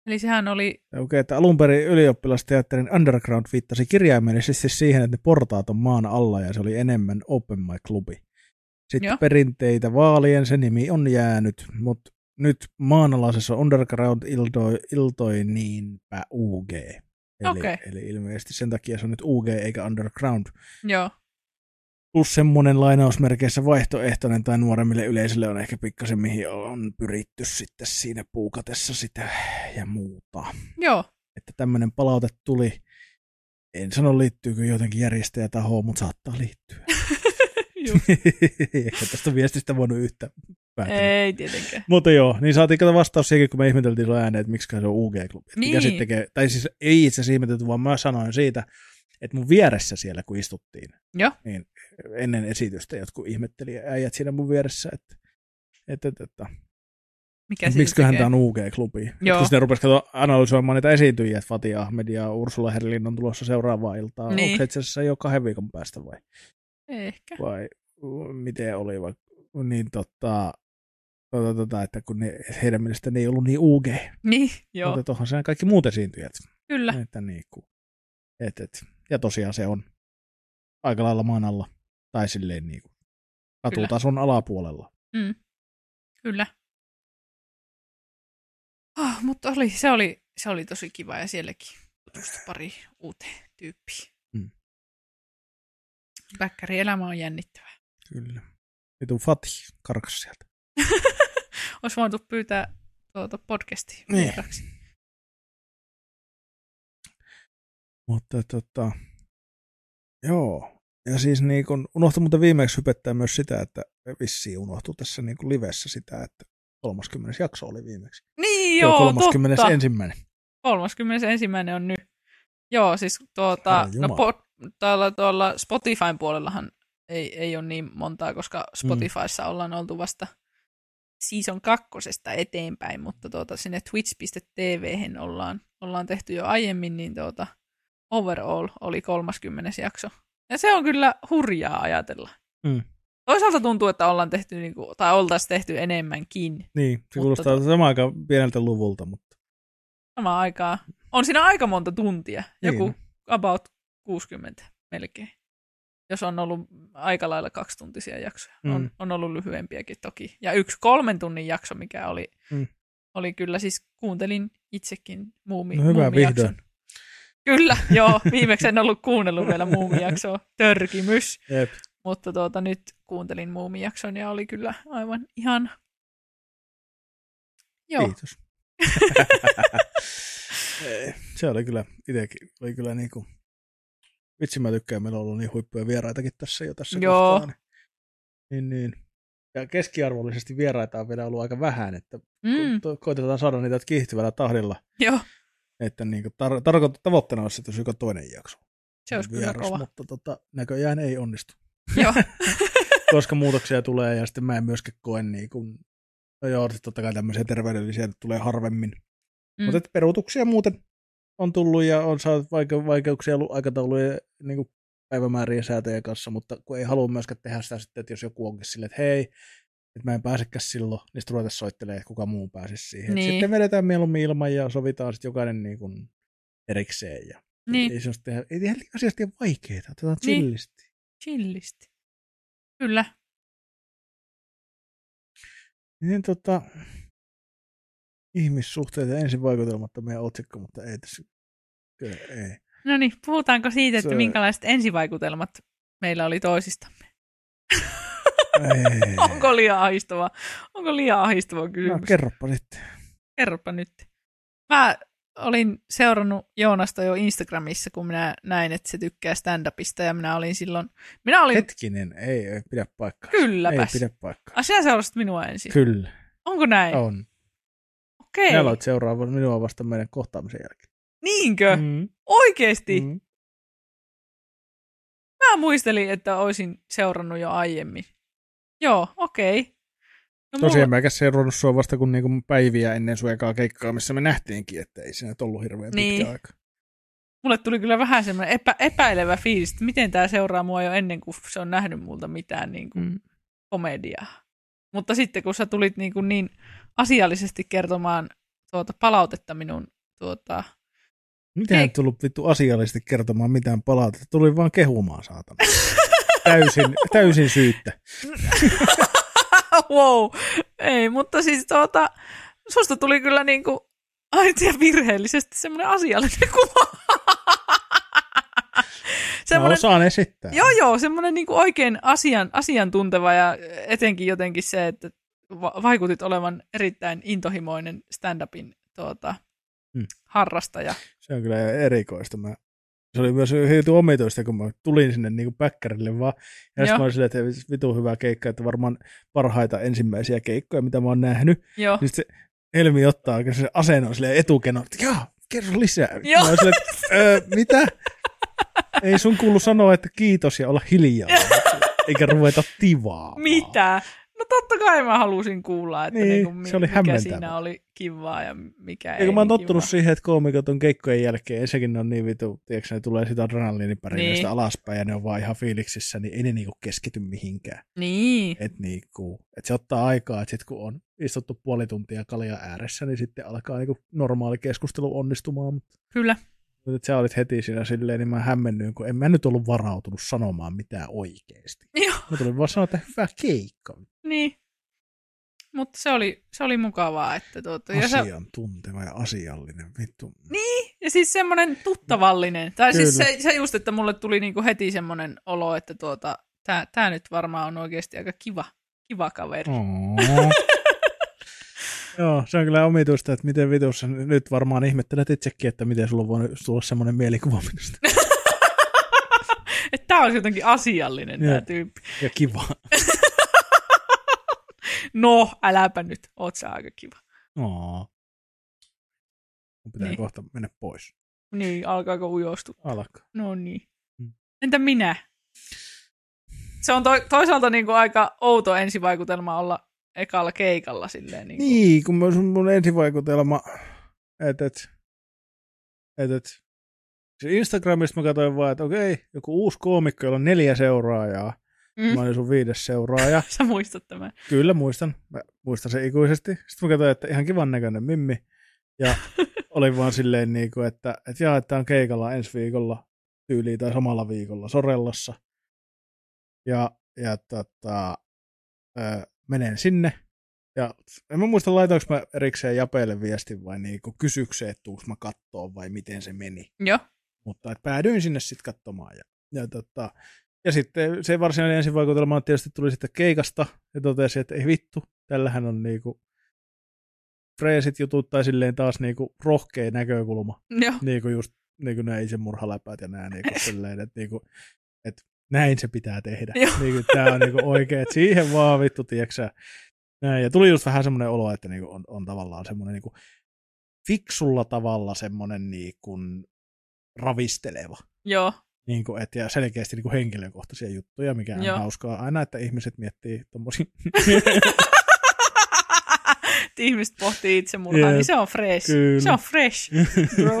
[SPEAKER 1] Eli sehän oli,
[SPEAKER 2] Ja Okei, että alun perin ylioppilasteatterin Underground viittasi kirjaimellisesti siis siihen, että ne portaat on maan alla ja se oli enemmän open mic klubi. Sitten Joo.
[SPEAKER 1] Joo.
[SPEAKER 2] perinteitä vaalien se nimi on jäänyt, mutta nyt maanalaisessa Underground iltoi, iltoi niinpä UG. Eli,
[SPEAKER 1] Okei.
[SPEAKER 2] eli ilmeisesti sen takia se on nyt UG eikä Underground.
[SPEAKER 1] joo,
[SPEAKER 2] Plus semmoinen lainausmerkeissä vaihtoehtoinen tai nuoremmille yleisölle on ehkä pikkasen mihin on pyritty sitten siinä puukatessa sitä ja muuta
[SPEAKER 1] joo,
[SPEAKER 2] että tämmöinen palaute tuli. En sano liittyykö jotenkin järjestäjätahoon, mutta saattaa liittyä.
[SPEAKER 1] Juu.
[SPEAKER 2] Ehkä tästä viestistä voinut yhtä päätellä.
[SPEAKER 1] ei tietenkään.
[SPEAKER 2] Mutta joo, niin saatiin kato vastaus siihenkin, kun me ihmeteltiin silloin ääneen, että miksi se on UG-klubi. että Mikä
[SPEAKER 1] Niin.
[SPEAKER 2] sitten tekee, tai siis ei itse asiassa ihmetelty, vaan mä sanoin siitä, että mun vieressä siellä, kun istuttiin,
[SPEAKER 1] Joo.
[SPEAKER 2] niin ennen esitystä jotkut ihmetteli äijät siinä mun vieressä, että, että, tota. että, että
[SPEAKER 1] Mikä
[SPEAKER 2] Miksi
[SPEAKER 1] siitä
[SPEAKER 2] Miksiköhän
[SPEAKER 1] tekee?
[SPEAKER 2] tämä on UG-klubi? Joo.
[SPEAKER 1] Joo.
[SPEAKER 2] Kun sitten rupesi kato analysoimaan niitä esiintyjiä, että Fatih Ahmed ja Ursula Herlin on tulossa seuraavaan iltaan. Niin.
[SPEAKER 1] Niin.
[SPEAKER 2] Onko se itse asiassa jo kahden viikon päästä vai,
[SPEAKER 1] Ehkä.
[SPEAKER 2] vai uh, miten oli? Vai, niin tota, tota, tota, että kun ne, heidän mielestään ne ei ollut niin UG.
[SPEAKER 1] Niin, joo,
[SPEAKER 2] Mutta tuohon sen kaikki muut esiintyjät.
[SPEAKER 1] kyllä.
[SPEAKER 2] Että niin kuin, et, et. Ja tosiaan se on aika lailla maan alla. Tai silleen niin kuin katutason alapuolella.
[SPEAKER 1] Mm. Kyllä. Ah, mutta oli, se, oli, se oli tosi kiva ja sielläkin tutustui pari uuteen tyyppiin.
[SPEAKER 2] Mm.
[SPEAKER 1] Väkkärielämä on jännittävää.
[SPEAKER 2] Kyllä. Vitun Fatih karkas sieltä.
[SPEAKER 1] Olisi voitu pyytää tuota podcastiin
[SPEAKER 2] Niin.
[SPEAKER 1] vieraksi.
[SPEAKER 2] Mutta tota, joo. Ja siis niin kun unohtui muuten viimeksi hypettää myös sitä, että vissiin unohtui tässä niin kun livessä sitä, että 30. jakso oli viimeksi.
[SPEAKER 1] Niin,
[SPEAKER 2] Tuo
[SPEAKER 1] joo,
[SPEAKER 2] 31.
[SPEAKER 1] totta.
[SPEAKER 2] ensimmäinen.
[SPEAKER 1] 31. on nyt. Joo, siis tuota,
[SPEAKER 2] Herra
[SPEAKER 1] no,
[SPEAKER 2] Jumala.
[SPEAKER 1] pod, tuolla, tuolla Spotifyn puolellahan ei, ei ole niin montaa, koska Spotifyssa mm. ollaan oltu vasta season kakkosesta eteenpäin, mutta tuota, sinne twitch.tv ollaan, ollaan tehty jo aiemmin, niin tuota, overall oli 30. jakso. Ja se on kyllä hurjaa ajatella.
[SPEAKER 2] Mm.
[SPEAKER 1] Toisaalta tuntuu, että ollaan tehty, niin kuin, tai oltaisiin tehty enemmänkin
[SPEAKER 2] Niin, se
[SPEAKER 1] Mutta
[SPEAKER 2] kuulostaa samaan aikaan pieneltä luvulta, mutta
[SPEAKER 1] samaan aikaan. On siinä aika monta tuntia, joku
[SPEAKER 2] Niin.
[SPEAKER 1] about 60 melkein. jos on ollut aika lailla kaksituntisia jaksoja. Mm.
[SPEAKER 2] Mm.
[SPEAKER 1] On, on ollut lyhyempiäkin toki. Ja yksi kolmen tunnin jakso, mikä oli,
[SPEAKER 2] Mm.
[SPEAKER 1] mm. oli kyllä siis, kuuntelin itsekin muumi,
[SPEAKER 2] No hyvä,
[SPEAKER 1] muumijakson.
[SPEAKER 2] vihdoin.
[SPEAKER 1] Kyllä, joo. Viimeksi en ollut kuunnellut vielä muumijaksoa. Törkimys.
[SPEAKER 2] Jep.
[SPEAKER 1] Mutta tuota, nyt kuuntelin muumijakson ja oli kyllä aivan ihan... Joo,
[SPEAKER 2] Kiitos. Ei, se oli kyllä itsekin, oli kyllä niin kuin, vitsi mä tykkään, meillä on ollut niin huippuja vieraitakin tässä jo tässä
[SPEAKER 1] Joo.
[SPEAKER 2] kohtaa, niin, niin, niin. Ja keskiarvollisesti vieraita on vielä ollut aika vähän, että
[SPEAKER 1] mm,
[SPEAKER 2] mm. koitetaan saada niitä kiihtyvällä tahdilla,
[SPEAKER 1] joo
[SPEAKER 2] että niin kuin tar- tarko- tavoitteena olisi, että olisi joka toinen jakso.
[SPEAKER 1] se olisi kyllä
[SPEAKER 2] Niin, vieras,
[SPEAKER 1] kova.
[SPEAKER 2] Mutta tota, näköjään ei onnistu,
[SPEAKER 1] Joo,
[SPEAKER 2] koska muutoksia tulee ja sitten mä en myöskään koe niin kuin, no joo, siis totta kai tämmöisiä terveydellisiä nyt tulee harvemmin,
[SPEAKER 1] mm,
[SPEAKER 2] Mutta peruutuksia muuten on tullut ja on saanut vaike- vaikeuksia ollut aikataulujen niin kuin päivämäärien säätöjen kanssa, mutta kun ei halua myöskään tehdä sitä sitten, että jos joku onkin silleen, että hei, että mä en pääsekään silloin, niin sitten ruveta soittelee, että kuka muu pääsisi siihen. Et
[SPEAKER 1] Niin.
[SPEAKER 2] Sitten vedetään mieluummin ilman ja sovitaan sitten jokainen niin kuin erikseen. Ja
[SPEAKER 1] niin.
[SPEAKER 2] ei, semmoista tehdä, ei tehdä asiasta ihan vaikeaa, otetaan
[SPEAKER 1] Niin.
[SPEAKER 2] chillisti.
[SPEAKER 1] Chillisti. Kyllä.
[SPEAKER 2] Niin. niin tota, ihmissuhteet ja ensivaikutelmat on meidän otsikko, mutta ei tässä, kyllä ei.
[SPEAKER 1] No niin, puhutaanko siitä, että
[SPEAKER 2] Se-
[SPEAKER 1] minkälaiset ensivaikutelmat meillä oli toisista?
[SPEAKER 2] ei.
[SPEAKER 1] Onko liian ahistava? Onko liian ahistava
[SPEAKER 2] No,
[SPEAKER 1] kysymys?
[SPEAKER 2] kerropa sitten.
[SPEAKER 1] Kerropa nyt. Mä olin seurannut Joonasta jo Instagramissa, kun minä näin, että se tykkää stand-upista ja minä olin silloin... Minä olin...
[SPEAKER 2] Hetkinen, ei, ei pidä paikkaa. Ei
[SPEAKER 1] Kylläpäs.
[SPEAKER 2] pidä paikkaa.
[SPEAKER 1] Ah, sinä seurasit minua ensin.
[SPEAKER 2] Kyllä,
[SPEAKER 1] Onko näin?
[SPEAKER 2] ei. on.
[SPEAKER 1] Okei.
[SPEAKER 2] Ei. Aloit seuraava minua vasta meidän kohtaamisen jälkeen.
[SPEAKER 1] Niinkö? Mm.
[SPEAKER 2] Mm.
[SPEAKER 1] Oikeesti? Mm.
[SPEAKER 2] Mm.
[SPEAKER 1] Mä muistelin, että olisin seurannut jo aiemmin. Joo, okei. No
[SPEAKER 2] Tosiaan
[SPEAKER 1] mulla-
[SPEAKER 2] mä käs seurannut sua vasta kun niinku päiviä ennen sun ekaa keikkaa, missä me nähtiinkin, että ei siinä nyt ollut hirveän
[SPEAKER 1] Niin.
[SPEAKER 2] pitkä aika.
[SPEAKER 1] mulle tuli kyllä vähän semmoinen epä, epäilevä fiilis, että miten tämä seuraa mua jo ennen kuin se on nähnyt multa mitään niin kuin
[SPEAKER 2] Mm.
[SPEAKER 1] komediaa. Mutta sitten kun sä tulit niin, kuin niin asiallisesti kertomaan tuota palautetta minun tuota,
[SPEAKER 2] Miten ei
[SPEAKER 1] Ei.
[SPEAKER 2] tullut vittu asiallisesti kertomaan mitään palautetta? Tuli vaan kehumaan, saatana. täysin, täysin syyttä.
[SPEAKER 1] wow, ei, mutta siis tuota, susta tuli kyllä niin kuin aina virheellisesti semmoinen asiallinen kuva.
[SPEAKER 2] Mä
[SPEAKER 1] Semmoinen-
[SPEAKER 2] osaan esittää.
[SPEAKER 1] Joo, joo, semmoinen niin oikein asian, asiantunteva ja etenkin jotenkin se, että va- vaikutit olevan erittäin intohimoinen stand-upin tuota,
[SPEAKER 2] Mm.
[SPEAKER 1] mm. harrastaja.
[SPEAKER 2] Se on kyllä erikoista. Mä, se oli myös hyvin omituista, kun mä tulin sinne niin kuin päkkärille vaan. Ja sitten
[SPEAKER 1] Joo.
[SPEAKER 2] mä olin silleen, että vitu hyvä keikka, että varmaan parhaita ensimmäisiä keikkoja, mitä mä oon nähnyt.
[SPEAKER 1] Joo,
[SPEAKER 2] Niin sitten se Helmi ottaa oikein se asennon silleen etukenon, että jaa, kerro lisää.
[SPEAKER 1] Joo.
[SPEAKER 2] Mä oon silleen, että, "Öö, mitä? Ei sun kuulu sanoa, että kiitos ja olla hiljaa, eikä ruveta tivaa.
[SPEAKER 1] mitä? No totta kai mä halusin kuulla, että
[SPEAKER 2] Niin,
[SPEAKER 1] niin, niin kuin,
[SPEAKER 2] se oli
[SPEAKER 1] mikä
[SPEAKER 2] hämmentävä.
[SPEAKER 1] siinä oli kivaa ja mikä ei.
[SPEAKER 2] Eikö mä oon
[SPEAKER 1] niin
[SPEAKER 2] tottunut siihen, että koomikot on keikkojen jälkeen, ensinnäkin ne on niin vitu, tiedätkö, ne tulee sitä adrenaliinipärinöistä
[SPEAKER 1] Niin.
[SPEAKER 2] alaspäin ja ne on vaan ihan fiiliksissä, niin ei ne niinku keskity mihinkään.
[SPEAKER 1] kivaa. Niin,
[SPEAKER 2] Et niinku, et se ottaa aikaa, että sit kun on istuttu puoli tuntia kalja ääressä, niin sitten alkaa niinku normaali keskustelu onnistumaan. Mutta
[SPEAKER 1] kyllä.
[SPEAKER 2] nyt sä olit heti siinä silleen, niin mä hämmennyin, kun en mä nyt ollut varautunut sanomaan mitään oikeesti.
[SPEAKER 1] Joo,
[SPEAKER 2] Mä tulin vaan sanoa, että hyvä keikka,
[SPEAKER 1] niin. Mutta se oli, se oli mukavaa, että tuota, ja, sä,
[SPEAKER 2] asiantunteva ja asiallinen, vittu.
[SPEAKER 1] Ja siis semmoinen tuttavallinen. Tai siis
[SPEAKER 2] Kyllä.
[SPEAKER 1] se, se just, että mulle tuli niinku heti semmoinen olo, että tuota, tää, tää nyt varmaan on oikeasti aika kiva, kiva kaveri. Mm.
[SPEAKER 2] Oo. Joo, se on kyllä omituista, että miten vitussa nyt varmaan ihmettelet itsekin, että miten sulla on voinut tulla semmoinen mielikuva minusta.
[SPEAKER 1] Että tää on jotenkin asiallinen
[SPEAKER 2] Joo.
[SPEAKER 1] tää tyyppi.
[SPEAKER 2] Ja kiva.
[SPEAKER 1] No, äläpä nyt, oot sä aika kiva.
[SPEAKER 2] Oo. Mun pitää niin.
[SPEAKER 1] Niin.
[SPEAKER 2] kohta mennä pois.
[SPEAKER 1] Niin, alkaako ujostu?
[SPEAKER 2] Alkaa.
[SPEAKER 1] No niin.
[SPEAKER 2] Mm.
[SPEAKER 1] Entä minä? Se on to, toisaalta niinku aika outo ensivaikutelma olla ekalla keikalla silleen. Niinku.
[SPEAKER 2] Niin, kun mun, mun ensivaikutelma, että et, et, et, siis Instagramista mä katsoin vaan, että okei, joku uusi koomikko, jolla on neljä seuraajaa. Mm. Mä
[SPEAKER 1] Mm.
[SPEAKER 2] olin sun viides seuraaja.
[SPEAKER 1] Sä muistat tämän.
[SPEAKER 2] Kyllä muistan. Mä muistan sen ikuisesti. Sitten mä katsoin, että ihan kivan näköinen mimmi. Ja oli vaan silleen, niin kuin, että, että jaa, että on keikalla ensi viikolla tyyliin tai samalla viikolla Sorellassa. ja, ja tota, ö, menen sinne. Ja en mä muista, laitoinko mä erikseen Japeelle viestin vai niinku kysykseen, että tuunko mä kattoon vai miten se meni.
[SPEAKER 1] Joo.
[SPEAKER 2] Mutta et päädyin sinne sitten katsomaan. Ja, ja, tota, ja sitten se varsinainen ensivaikutelma tietysti tuli sitten keikasta ja totesi, että ei vittu, tällähän on niinku freesit jutut tai silleen taas niinku rohkea näkökulma.
[SPEAKER 1] Joo.
[SPEAKER 2] Niinku just niinku nämä itsemurhaläpäät ja nämä niinku silleen, että niinku, et näin se pitää tehdä.
[SPEAKER 1] Joo.
[SPEAKER 2] Niinku, tää on niinku oikein, että siihen vaan vittu, tieksä. Näin. Ja tuli just vähän semmoinen olo, että niinku on, on tavallaan semmoinen niinku fiksulla tavalla semmoinen niinku ravisteleva
[SPEAKER 1] Joo.
[SPEAKER 2] niin kuin, et, ja selkeästi niin kuin henkilökohtaisia juttuja, mikä on
[SPEAKER 1] Joo.
[SPEAKER 2] Joo. hauskaa aina, että ihmiset miettii tommosia.
[SPEAKER 1] Että Ihmiset pohtii itsemurhaa, yeah.
[SPEAKER 2] Jep,
[SPEAKER 1] niin se on fresh.
[SPEAKER 2] kyllä.
[SPEAKER 1] Se on fresh, bro.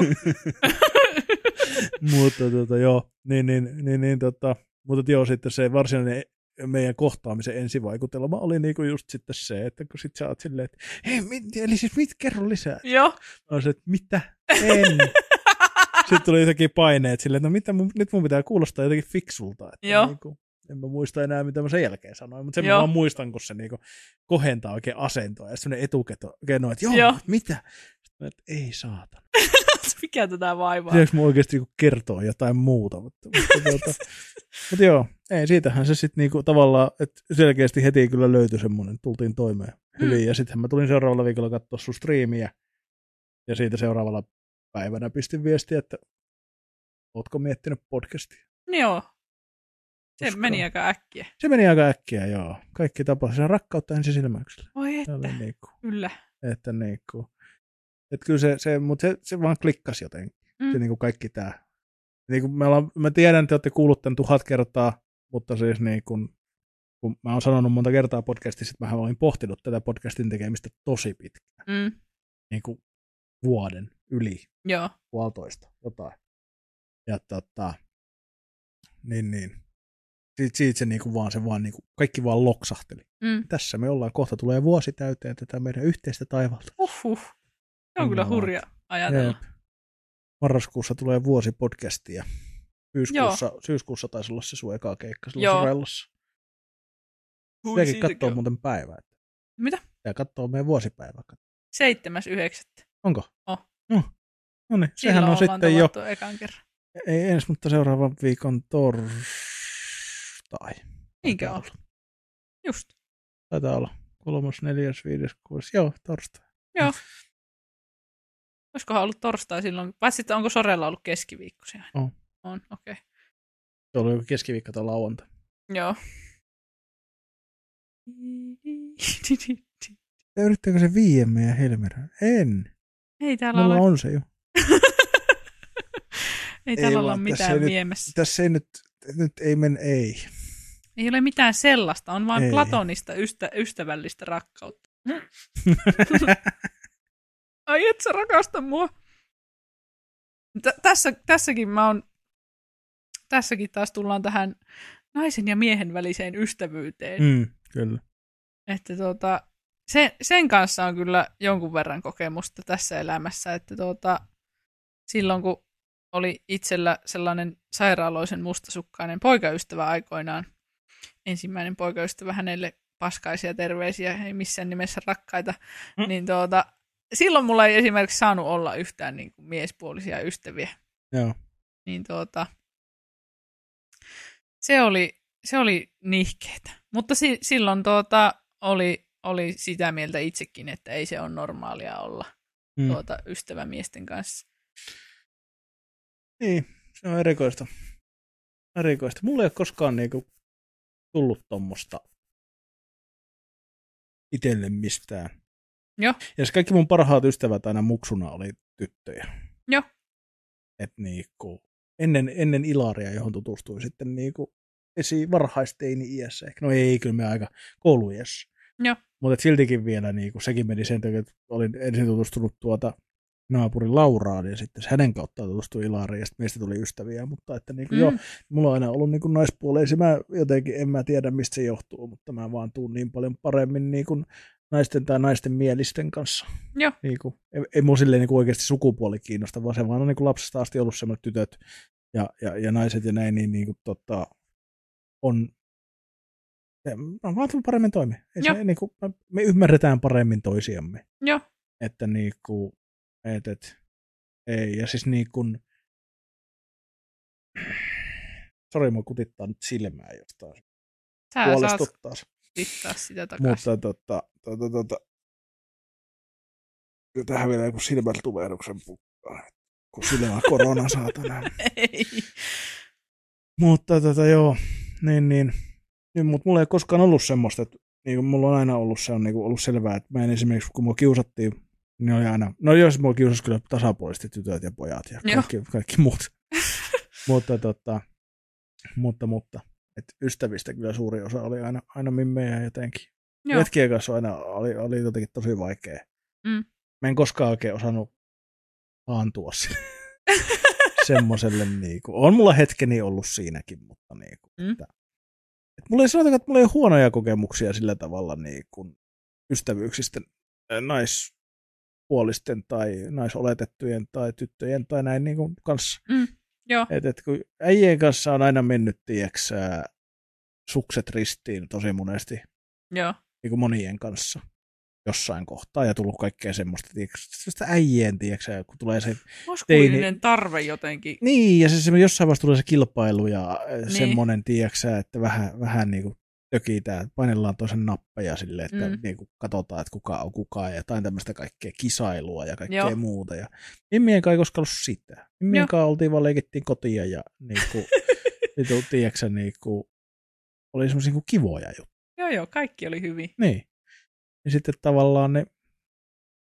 [SPEAKER 2] mutta tota, joo, niin, niin, niin, niin tota, mutta joo, sitten se varsinainen meidän kohtaamisen ensivaikutelma oli niinku just sitten se, että kun sit sä oot silleen, että hei, mit, eli siis mit, kerro lisää.
[SPEAKER 1] Joo.
[SPEAKER 2] Mä oon se, että mitä? En. sitten tuli jotenkin paineet silleen, että no mitä, mun, nyt mun pitää kuulostaa jotenkin fiksulta. Että
[SPEAKER 1] Joo.
[SPEAKER 2] Niinku, en mä muista enää, mitä mä sen jälkeen sanoin, mutta sen
[SPEAKER 1] Joo.
[SPEAKER 2] mä vaan muistan, kun se niinku kohentaa oikein asentoa ja semmoinen etuketo, keno, että joo,
[SPEAKER 1] Joo.
[SPEAKER 2] joo. mitä? Sitten mä, että ei saatana.
[SPEAKER 1] Mikä tätä vaivaa?
[SPEAKER 2] Pitäisikö mun oikeasti niinku kertoa jotain muuta? Mutta, mutta, tuota, mutta joo, ei, siitähän se sitten niinku tavallaan, että selkeästi heti kyllä löytyi semmoinen, tultiin toimeen hyvin.
[SPEAKER 1] Mm.
[SPEAKER 2] Ja sittenhän mä tulin seuraavalla viikolla katsoa sun striimiä. Ja siitä seuraavalla päivänä pistin viestiä, että ootko miettinyt podcastia.
[SPEAKER 1] Niin Joo. Se
[SPEAKER 2] Koska-
[SPEAKER 1] meni aika äkkiä.
[SPEAKER 2] Se meni aika äkkiä, joo. Kaikki tapasi sen rakkautta ensisilmäyksellä.
[SPEAKER 1] Voi
[SPEAKER 2] Se oli
[SPEAKER 1] että,
[SPEAKER 2] niinku,
[SPEAKER 1] kyllä.
[SPEAKER 2] että niinku. Että kyllä se, se, mutta se, se vaan klikkasi jotenkin. se
[SPEAKER 1] Mm.
[SPEAKER 2] niin kuin kaikki tämä. Niin kuin me ollaan, mä tiedän, että te olette kuullut tämän tuhat kertaa, mutta siis niin kuin, kun mä oon sanonut monta kertaa podcastissa, että mähän olin pohtinut tätä podcastin tekemistä tosi pitkään,
[SPEAKER 1] Mm.
[SPEAKER 2] niin kuin vuoden yli,
[SPEAKER 1] Joo.
[SPEAKER 2] puolitoista, jotain. Ja tota, niin niin. Siitä, siitä se niin kuin vaan, se vaan niin kuin, kaikki vaan loksahteli.
[SPEAKER 1] Mm.
[SPEAKER 2] Tässä me ollaan, kohta tulee vuosi täyteen tätä meidän yhteistä taivalta.
[SPEAKER 1] Uhuh. Se on kyllä
[SPEAKER 2] Jumala.
[SPEAKER 1] hurja ajatella.
[SPEAKER 2] Jep. Marraskuussa tulee vuosi podcastia. Syyskuussa, syyskuussa taisi olla se sun eka keikka
[SPEAKER 1] Joo.
[SPEAKER 2] silloin Sorellossa.
[SPEAKER 1] Ui,
[SPEAKER 2] Pitääkin
[SPEAKER 1] siitäkin
[SPEAKER 2] katsoa
[SPEAKER 1] on.
[SPEAKER 2] muuten päivää.
[SPEAKER 1] Mitä?
[SPEAKER 2] Pitää katsoa meidän vuosipäivää.
[SPEAKER 1] Seitsemäs yhdeksättä.
[SPEAKER 2] Onko?
[SPEAKER 1] On.
[SPEAKER 2] No. No niin,
[SPEAKER 1] Silloin
[SPEAKER 2] sehän on
[SPEAKER 1] ollaan
[SPEAKER 2] sitten jo,
[SPEAKER 1] tavattu ekan kerran.
[SPEAKER 2] ei ensi, mutta seuraavan viikon torstai.
[SPEAKER 1] Niinkö
[SPEAKER 2] Taitaa
[SPEAKER 1] on? Just.
[SPEAKER 2] Taitaa olla kolmas, neljäs, viides, kuudes. Joo, torstai.
[SPEAKER 1] Olisikohan ollut torstai silloin? Vai sitten onko Sorella ollut keskiviikkoisia? aina?
[SPEAKER 2] On.
[SPEAKER 1] On, okei. Okay.
[SPEAKER 2] Se oli joku keskiviikko tai lauantai.
[SPEAKER 1] Joo.
[SPEAKER 2] Ja yrittääkö se viien meidän Helmerään? En.
[SPEAKER 1] Ei täällä
[SPEAKER 2] Mulla
[SPEAKER 1] ole,
[SPEAKER 2] on se jo.
[SPEAKER 1] ei täällä
[SPEAKER 2] olla
[SPEAKER 1] olla mitään
[SPEAKER 2] tässä no, ei nyt-
[SPEAKER 1] viemässä.
[SPEAKER 2] Tässä ei nyt, nyt ei men ei.
[SPEAKER 1] Ei ole mitään sellaista, on vain
[SPEAKER 2] Ei.
[SPEAKER 1] platonista ystä, ystävällistä rakkautta. Ai et sä rakasta mua. Tä- tässä, tässäkin mä oon, tässäkin taas tullaan tähän naisen ja miehen väliseen ystävyyteen.
[SPEAKER 2] Mm, kyllä.
[SPEAKER 1] Että tuota, sen, sen kanssa on kyllä jonkun verran kokemusta tässä elämässä, että tuota, silloin kun oli itsellä sellainen sairaaloisen mustasukkainen poikaystävä aikoinaan, ensimmäinen poikaystävä hänelle paskaisia terveisiä, ei missään nimessä rakkaita,
[SPEAKER 2] Mm.
[SPEAKER 1] niin tuota, silloin mulla ei esimerkiksi saanut olla yhtään niin kuin miespuolisia ystäviä
[SPEAKER 2] Joo.
[SPEAKER 1] niin tuota, se oli, se oli nihkeetä. Mutta si, silloin tuota, oli, oli sitä mieltä itsekin, että ei se ole normaalia olla
[SPEAKER 2] Mm.
[SPEAKER 1] tuota, ystävämiesten kanssa.
[SPEAKER 2] Niin, se on erikoista. Erikoista. Mulla ei ole koskaan niinku tullut tuommoista itselle mistään.
[SPEAKER 1] Joo.
[SPEAKER 2] Ja se kaikki mun parhaat ystävät aina muksuna oli tyttöjä.
[SPEAKER 1] Joo.
[SPEAKER 2] Et niinku, ennen, ennen Ilaria, johon tutustuin sitten niinku esi varhaisteini iässä. Ehkä, no ei, kyllä me aika kouluiässä.
[SPEAKER 1] Joo.
[SPEAKER 2] Mutta siltikin vielä niinku, sekin meni sen takia, että olin ensin tutustunut tuota naapurin Lauraan ja sitten hänen kauttaan tutustui Ilariin ja sitten meistä tuli ystäviä, mutta että niin kuin, mm. joo, mulla on aina ollut niin kuin naispuoleisia, mä jotenkin en mä tiedä mistä se johtuu, mutta mä vaan tuun niin paljon paremmin niin kuin naisten tai naisten mielisten kanssa.
[SPEAKER 1] Joo.
[SPEAKER 2] Niin kuin, ei, ei mua silleen niin kuin oikeasti sukupuoli kiinnosta, vaan se vaan on niin kuin lapsesta asti ollut semmoiset tytöt ja, ja, ja naiset ja näin, niin, niin kuin, tota, niinku on Se- on vaan tullut paremmin toimeen. Ei
[SPEAKER 1] Joo.
[SPEAKER 2] se, niin kuin, me ymmärretään paremmin toisiamme.
[SPEAKER 1] Joo.
[SPEAKER 2] Että niin kuin, et, et, ei. Ja siis niin kuin, sori mua kutittaa nyt silmää jostain.
[SPEAKER 1] Sä saat
[SPEAKER 2] Huolestuttaa se.
[SPEAKER 1] tittaa sitä takaisin.
[SPEAKER 2] Mutta tota, tota, tota, tähän vielä joku silmällä tulehduksen pukkaa. Kun silmä korona saatana.
[SPEAKER 1] Ei.
[SPEAKER 2] Mutta tota, joo, niin, niin. niin mutta mulla ei koskaan ollut semmoista, että niin kuin mulla on aina ollut, se on niin kuin ollut selvää, että mä en esimerkiksi, kun mua kiusattiin, niin oli aina, no jos mua kiusas kyllä tasapuolisesti tytöt ja pojat ja
[SPEAKER 1] Joo.
[SPEAKER 2] kaikki, kaikki muut. mutta, tota, mutta, mutta, et ystävistä kyllä suuri osa oli aina, aina mimmejä jotenkin.
[SPEAKER 1] Joo.
[SPEAKER 2] Jätkien kanssa aina oli, oli jotenkin tosi vaikea.
[SPEAKER 1] Mm.
[SPEAKER 2] Mä en koskaan oikein osannut taantua se- semmoiselle. Niinku. On mulla hetkeni ollut siinäkin, mutta niinku,
[SPEAKER 1] Mm.
[SPEAKER 2] että, et mulla ei sanota, että mulla ei ole huonoja kokemuksia sillä tavalla niinku, ystävyyksistä äh, naispuolisten tai naisoletettujen tai tyttöjen tai näin niinku, kanssa.
[SPEAKER 1] Mm, Joo.
[SPEAKER 2] Et, et, kun äijien kanssa on aina mennyt, tieksää, sukset ristiin tosi monesti
[SPEAKER 1] Joo.
[SPEAKER 2] niin kuin monien kanssa jossain kohtaa ja tullut kaikkea semmoista, tiedätkö, semmoista äijien, tiedätkö, kun tulee se,
[SPEAKER 1] Maskuliininen tarve jotenkin.
[SPEAKER 2] niin, ja se, se jossain vaiheessa tulee se kilpailu ja niin.
[SPEAKER 1] Niin.
[SPEAKER 2] semmoinen, tiedätkö, että vähän, vähän niin kuin tökitään, painellaan toisen nappeja silleen, että
[SPEAKER 1] Mm.
[SPEAKER 2] mm. niin kuin katsotaan, että kuka on kuka ja jotain tämmöistä kaikkea kisailua ja kaikkea
[SPEAKER 1] Joo.
[SPEAKER 2] Joo. muuta. Ja Mimmien kanssa ei koskaan ollut sitä.
[SPEAKER 1] Joo.
[SPEAKER 2] Mimmien kanssa oltiin vaan leikittiin kotia ja niin kuin, niin, tiedätkö, niin kuin, oli semmoisia niin kuin kivoja juttuja.
[SPEAKER 1] Joo, joo, kaikki oli hyvin.
[SPEAKER 2] Niin. Ja sitten tavallaan ne,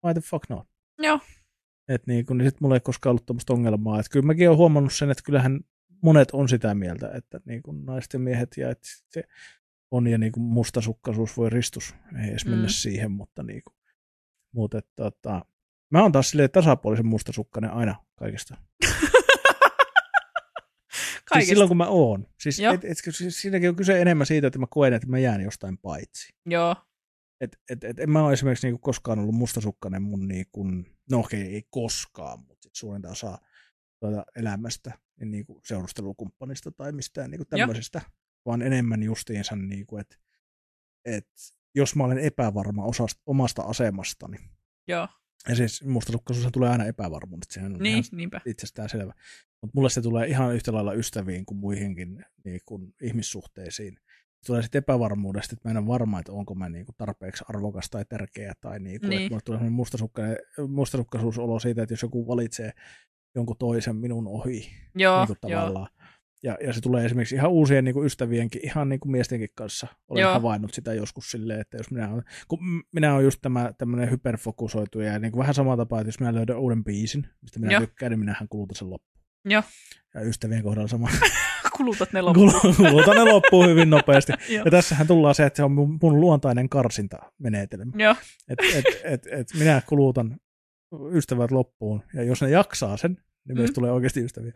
[SPEAKER 2] why the fuck not?
[SPEAKER 1] Joo.
[SPEAKER 2] Et niin kun, niin sitten mulla ei koskaan ollut tämmöistä ongelmaa. Et kyllä mäkin olen huomannut sen, että kyllähän monet on sitä mieltä, että niin kun naiset ja miehet ja että se on ja niin kun mustasukkaisuus voi ristus. Ei edes mennä
[SPEAKER 1] Mm.
[SPEAKER 2] siihen, mutta niin kun, mutta et, tota, mä oon taas silleen tasapuolisen mustasukkainen aina kaikesta.
[SPEAKER 1] Kaikesta.
[SPEAKER 2] Siis silloin kun mä oon. Siis,
[SPEAKER 1] Joo.
[SPEAKER 2] et, et, siis siinäkin on kyse enemmän siitä, että mä koen, että mä jään jostain paitsi.
[SPEAKER 1] Joo.
[SPEAKER 2] et, et, et, en mä ole esimerkiksi niinku koskaan ollut mustasukkainen mun niinku, no okei, ei koskaan, mutta sit suurinta osaa tuota elämästä, niin niinku seurustelukumppanista tai mistään niinku tämmöisestä, vaan enemmän justiinsa, niinku, että et, jos mä olen epävarma osasta, omasta asemastani,
[SPEAKER 1] Joo.
[SPEAKER 2] ja siis mustasukkaisuus tulee aina epävarmuudesta, sehän on
[SPEAKER 1] Niin,
[SPEAKER 2] ihan
[SPEAKER 1] niinpä.
[SPEAKER 2] itsestään selvä. Mutta mulle se tulee ihan yhtä lailla ystäviin kuin muihinkin niin kuin ihmissuhteisiin. Se tulee sitten epävarmuudesta, että mä en ole varma, että onko mä niin kuin tarpeeksi arvokas tai tärkeä. Tai niin kuin,
[SPEAKER 1] Niin.
[SPEAKER 2] niin. Että mulle tulee semmoinen mustasukkainen- mustasukkaisuusolo siitä, että jos joku valitsee jonkun toisen minun ohi,
[SPEAKER 1] Joo,
[SPEAKER 2] niin kuin
[SPEAKER 1] joo.
[SPEAKER 2] tavallaan. Ja, ja se tulee esimerkiksi ihan uusien niin kuin ystävienkin, ihan niin kuin miestenkin kanssa. Olen
[SPEAKER 1] Joo.
[SPEAKER 2] Joo. havainnut sitä joskus silleen, että jos minä olen, kun minä olen just tämä tämmöinen hyperfokusoitu ja niin kuin vähän sama tapa, että jos minä löydän uuden biisin, mistä minä
[SPEAKER 1] Joo.
[SPEAKER 2] Joo. tykkään, niin minähän kulutan sen loppuun.
[SPEAKER 1] Joo.
[SPEAKER 2] Ja ystävien kohdalla sama.
[SPEAKER 1] Kulutat
[SPEAKER 2] Niin
[SPEAKER 1] ne loppuun.
[SPEAKER 2] Kul- kulutan ne loppuun hyvin nopeasti.
[SPEAKER 1] Joo.
[SPEAKER 2] ja tässähän tullaan se, että se on mun, mun luontainen karsintamenetelmä.
[SPEAKER 1] Joo.
[SPEAKER 2] Et, et, et, et minä kulutan ystävät loppuun, ja jos ne jaksaa sen, niin mm. myös
[SPEAKER 1] Mm.
[SPEAKER 2] tulee oikeasti ystäviä.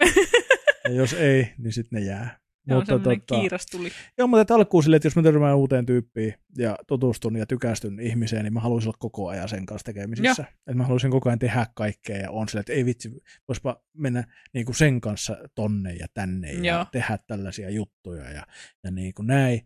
[SPEAKER 2] ja jos ei, niin sitten ne jää.
[SPEAKER 1] Ne on semmoinen
[SPEAKER 2] tota-
[SPEAKER 1] kiiras tuli.
[SPEAKER 2] joo, mutta et alkuun silleen, että jos mä törmään uuteen tyyppiin ja tutustun ja tykästyn ihmiseen, niin mä haluaisin olla koko ajan sen kanssa tekemisissä. Että mä haluaisin koko ajan tehdä kaikkea ja on silleen, että ei vitsi, voispa mennä niin kuin sen kanssa tonne ja tänne ja
[SPEAKER 1] Joo.
[SPEAKER 2] tehdä tällaisia juttuja ja, ja niin kuin näin.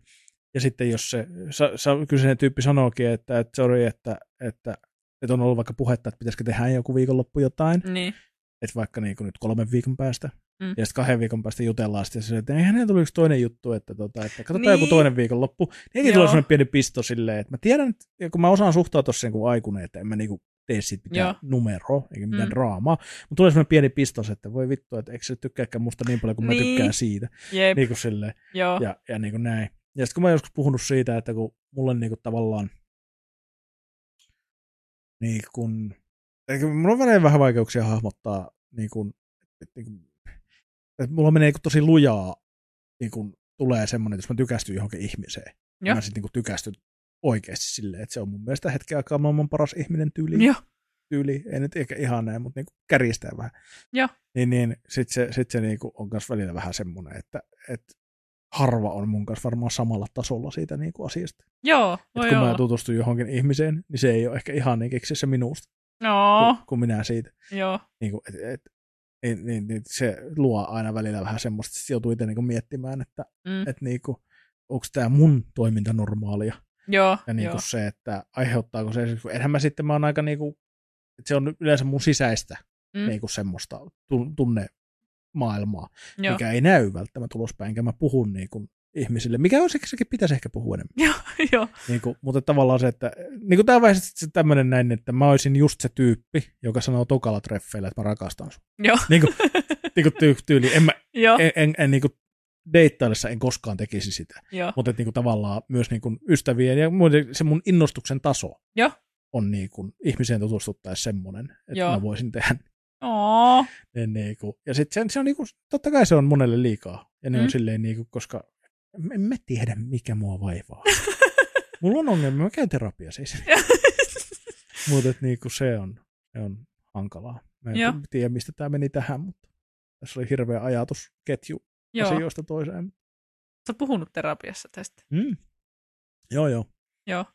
[SPEAKER 2] Ja sitten jos se sa, sa, kyseinen tyyppi sanookin, että, että sorry, että, että, että on ollut vaikka puhetta, että pitäisikö tehdä joku viikonloppu jotain,
[SPEAKER 1] Niin.
[SPEAKER 2] että vaikka niin nyt kolmen viikon päästä,
[SPEAKER 1] Mm.
[SPEAKER 2] mm. ja sitten kahden viikon päästä jutellaan sitten se, että ei hänellä tuli yksi toinen juttu, että, tota, että katsotaan niin.
[SPEAKER 1] Niin.
[SPEAKER 2] joku toinen viikonloppu. Niin
[SPEAKER 1] Joo.
[SPEAKER 2] tulee sellainen pieni pisto silleen, että mä tiedän, että- ja kun mä osaan suhtautua sen kuin aikuinen, että en mä niinku tee siitä mitään
[SPEAKER 1] Joo.
[SPEAKER 2] numeroa, eikä mitään
[SPEAKER 1] Mm.
[SPEAKER 2] mm. draamaa, mutta tulee sellainen pieni pisto, että voi vittu, että eikö se tykkääkään musta niin paljon kuin niin. mä
[SPEAKER 1] Niin.
[SPEAKER 2] tykkään siitä.
[SPEAKER 1] Jep,
[SPEAKER 2] Niin kuin silleen,
[SPEAKER 1] joo.
[SPEAKER 2] ja, ja niin kuin näin. Ja sitten kun mä oon joskus puhunut siitä, että kun mulle niin kuin tavallaan niin kuin, eikä, mulla on välillä vähän vaikeuksia hahmottaa niin kuin, että, niin kuin, että mulla menee niin kuin tosi lujaa niin kuin tulee semmoinen, että jos mä tykästyn johonkin ihmiseen,
[SPEAKER 1] Joo.
[SPEAKER 2] ja. mä sitten niin tykästyn oikeasti silleen, että se on mun mielestä hetken aikaa maailman paras ihminen tyyli
[SPEAKER 1] Joo,
[SPEAKER 2] tyyli, ei nyt ehkä ihan näin, mutta niin kärjistää vähän.
[SPEAKER 1] Joo.
[SPEAKER 2] Niin, niin sit se, sit se niin on myös välillä vähän semmoinen, että, että harva on mun kanssa varmaan samalla tasolla siitä niin kuin asiasta.
[SPEAKER 1] joo.
[SPEAKER 2] Et
[SPEAKER 1] Voi
[SPEAKER 2] kun mä
[SPEAKER 1] olla.
[SPEAKER 2] tutustun johonkin ihmiseen, niin se ei ole ehkä ihan niin keksissä minusta
[SPEAKER 1] No,
[SPEAKER 2] kuin, kuin minä siitä.
[SPEAKER 1] joo.
[SPEAKER 2] Niin, kuin, et, et, niin, niin, niin, se luo aina välillä vähän semmoista, että sit joutuu itse niin kuin niinku miettimään, että
[SPEAKER 1] Mm.
[SPEAKER 2] että niinku, onko tämä mun toiminta normaalia.
[SPEAKER 1] Joo,
[SPEAKER 2] Ja niin
[SPEAKER 1] joo.
[SPEAKER 2] kuin se, että aiheuttaako se, esimerkiksi- enhän mä sitten, mä oon aika niin kuin, että se on yleensä mun sisäistä
[SPEAKER 1] Mm.
[SPEAKER 2] mm. niin kuin semmoista tun- tunnemaailmaa,
[SPEAKER 1] joo.
[SPEAKER 2] mikä ei näy välttämättä ulospäin, enkä mä puhun niin kuin ihmisille, mikä on sekin pitäisi ehkä puhua enemmän.
[SPEAKER 1] joo, joo.
[SPEAKER 2] Niin kuin, mutta tavallaan se, että niin kuin tämä on vähän sit se tämmöinen näin, että mä olisin just se tyyppi, joka sanoo tokalla treffeillä, että mä rakastan sua.
[SPEAKER 1] Joo. Oh.
[SPEAKER 2] Niin kuin, niin kuin tyy- tyyli, en mä,
[SPEAKER 1] joo,
[SPEAKER 2] en, en, en niin kuin deittaillessa en koskaan tekisi sitä,
[SPEAKER 1] joo.
[SPEAKER 2] mutta että niin kuin tavallaan myös niin kuin ystävien ja muiden se mun innostuksen taso
[SPEAKER 1] Joo.
[SPEAKER 2] on niin kuin ihmiseen tutustuttaessa semmoinen, että
[SPEAKER 1] Joo.
[SPEAKER 2] Joo. mä voisin tehdä
[SPEAKER 1] Oo,
[SPEAKER 2] ne niin kuin. Ja sitten se on niin kuin, totta kai se on monelle liikaa. Ja ne
[SPEAKER 1] Mm.
[SPEAKER 2] on silleen niin kuin, koska en- en mä tiedä, mikä mua vaivaa. Mulla on ongelmia, mä käyn terapiaa siis. Mutta niin kuin se on, se on hankalaa. Mä en
[SPEAKER 1] Joo.
[SPEAKER 2] tiedä, mistä tämä meni tähän, mutta tässä oli hirveä ajatusketju
[SPEAKER 1] joo. Olet
[SPEAKER 2] asioista toiseen.
[SPEAKER 1] puhunut terapiassa tästä.
[SPEAKER 2] Mm. Joo, joo.
[SPEAKER 1] Joo.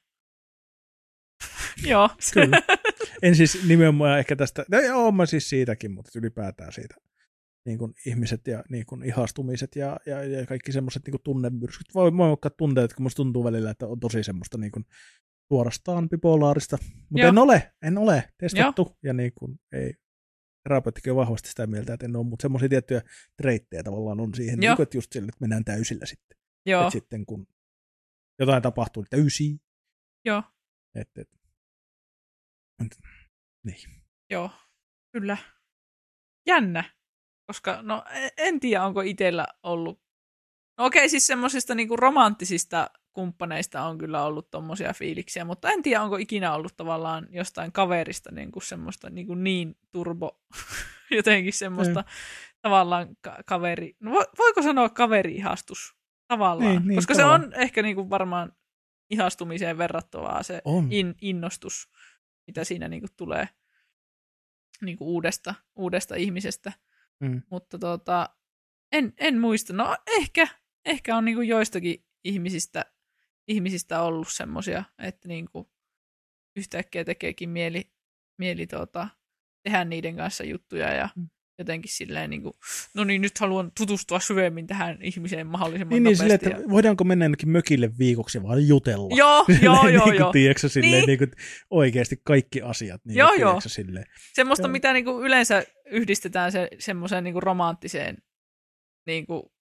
[SPEAKER 1] joo.
[SPEAKER 2] Kyllä. en siis nimenomaan ehkä tästä, no joo, mä siis siitäkin, mutta ylipäätään siitä niin kuin ihmiset ja niin kuin ihastumiset ja, ja, ja kaikki semmoiset niin kuin tunnemyrskyt. Voi voimakkaat tunteet, kun musta tuntuu välillä, että on tosi semmoista niin kuin suorastaan bipolaarista. Mutta
[SPEAKER 1] Joo.
[SPEAKER 2] en ole, en ole testattu joo. ja niin kuin ei terapeuttikin on vahvasti sitä mieltä, että en ole, mutta semmoisia tiettyjä treittejä tavallaan on siihen,
[SPEAKER 1] Joo.
[SPEAKER 2] niin kuin, että just sille, että mennään täysillä sitten.
[SPEAKER 1] joo,
[SPEAKER 2] Että sitten kun jotain tapahtuu, niin täysiä.
[SPEAKER 1] joo,
[SPEAKER 2] Et, et.
[SPEAKER 1] joo. Kyllä. Jännä. Koska, no e- en tiedä, onko itsellä ollut. No okei, siis semmoisista niinku romanttisista kumppaneista on kyllä ollut tommosia fiiliksiä, mutta en tiedä, onko ikinä ollut tavallaan jostain kaverista niinku semmoista niinku niin turbo, jotenkin semmoista
[SPEAKER 2] Niin.
[SPEAKER 1] tavallaan ka- kaveri, no vo- voiko sanoa kaveri-ihastus tavallaan,
[SPEAKER 2] Niin, niin,
[SPEAKER 1] koska se
[SPEAKER 2] tavallaan.
[SPEAKER 1] on ehkä niinku varmaan ihastumiseen verrattavaa se
[SPEAKER 2] On.
[SPEAKER 1] in, innostus, mitä siinä niinku tulee niinku uudesta, uudesta ihmisestä.
[SPEAKER 2] Mm.
[SPEAKER 1] Mutta tota, en, en muista. No ehkä, ehkä on niinku joistakin ihmisistä, ihmisistä ollut semmoisia, että niinku yhtäkkiä tekeekin mieli, mieli tota, tehdä niiden kanssa juttuja ja
[SPEAKER 2] Mm.
[SPEAKER 1] jotenkin silleen, niinku, no niin, nyt haluan tutustua syvemmin tähän ihmiseen mahdollisimman
[SPEAKER 2] Niin, niin
[SPEAKER 1] nopeasti.
[SPEAKER 2] silleen, että
[SPEAKER 1] ja...
[SPEAKER 2] voidaanko mennä jonnekin mökille viikoksi vaan jutella.
[SPEAKER 1] Joo, joo,
[SPEAKER 2] Silleen,
[SPEAKER 1] joo,
[SPEAKER 2] niin
[SPEAKER 1] joo.
[SPEAKER 2] kuin, tiedätkö, silleen,
[SPEAKER 1] Niin.
[SPEAKER 2] niin. kuin, oikeasti kaikki asiat. Niin
[SPEAKER 1] Joo,
[SPEAKER 2] kuin,
[SPEAKER 1] joo.
[SPEAKER 2] tiedätkö, silleen.
[SPEAKER 1] Semmoista,
[SPEAKER 2] Joo.
[SPEAKER 1] mitä niinku yleensä yhdistetään se, semmoiseen niinku romanttiseen niinku,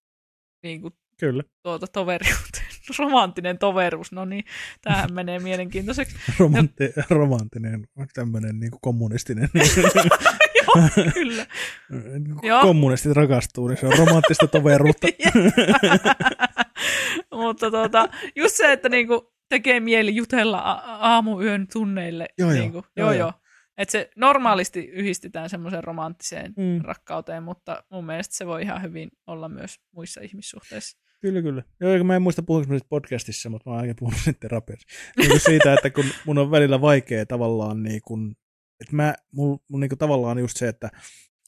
[SPEAKER 1] niinku
[SPEAKER 2] Kyllä.
[SPEAKER 1] tuota toveriuteen. Romanttinen toveruus, no niin, tämähän menee mielenkiintoiseksi.
[SPEAKER 2] Romantti, romanttinen, tämmöinen niin kuin kommunistinen.
[SPEAKER 1] Joo, kyllä.
[SPEAKER 2] Kun
[SPEAKER 1] Joo.
[SPEAKER 2] Kommunistit rakastuu, niin se on romanttista toveruutta.
[SPEAKER 1] Mutta tuota, just se, että niinku tekee mieli jutella a- aamuyön tunneille.
[SPEAKER 2] Joo, joo.
[SPEAKER 1] niinku. joo,
[SPEAKER 2] Joo,
[SPEAKER 1] joo.
[SPEAKER 2] joo.
[SPEAKER 1] Että se normaalisti yhdistetään semmoiseen romanttiseen
[SPEAKER 2] Mm,
[SPEAKER 1] rakkauteen, mutta mun mielestä se voi ihan hyvin olla myös muissa ihmissuhteissa.
[SPEAKER 2] kyllä, kyllä. Joo, eikä mä en muista puhuinko mä siitä podcastissa, mutta mä oon ainakin puhunut sitten terapiassa. Niin kuin siitä, että kun mun on välillä vaikea tavallaan niin kuin, että mä, mun, mun niin kuin tavallaan just se, että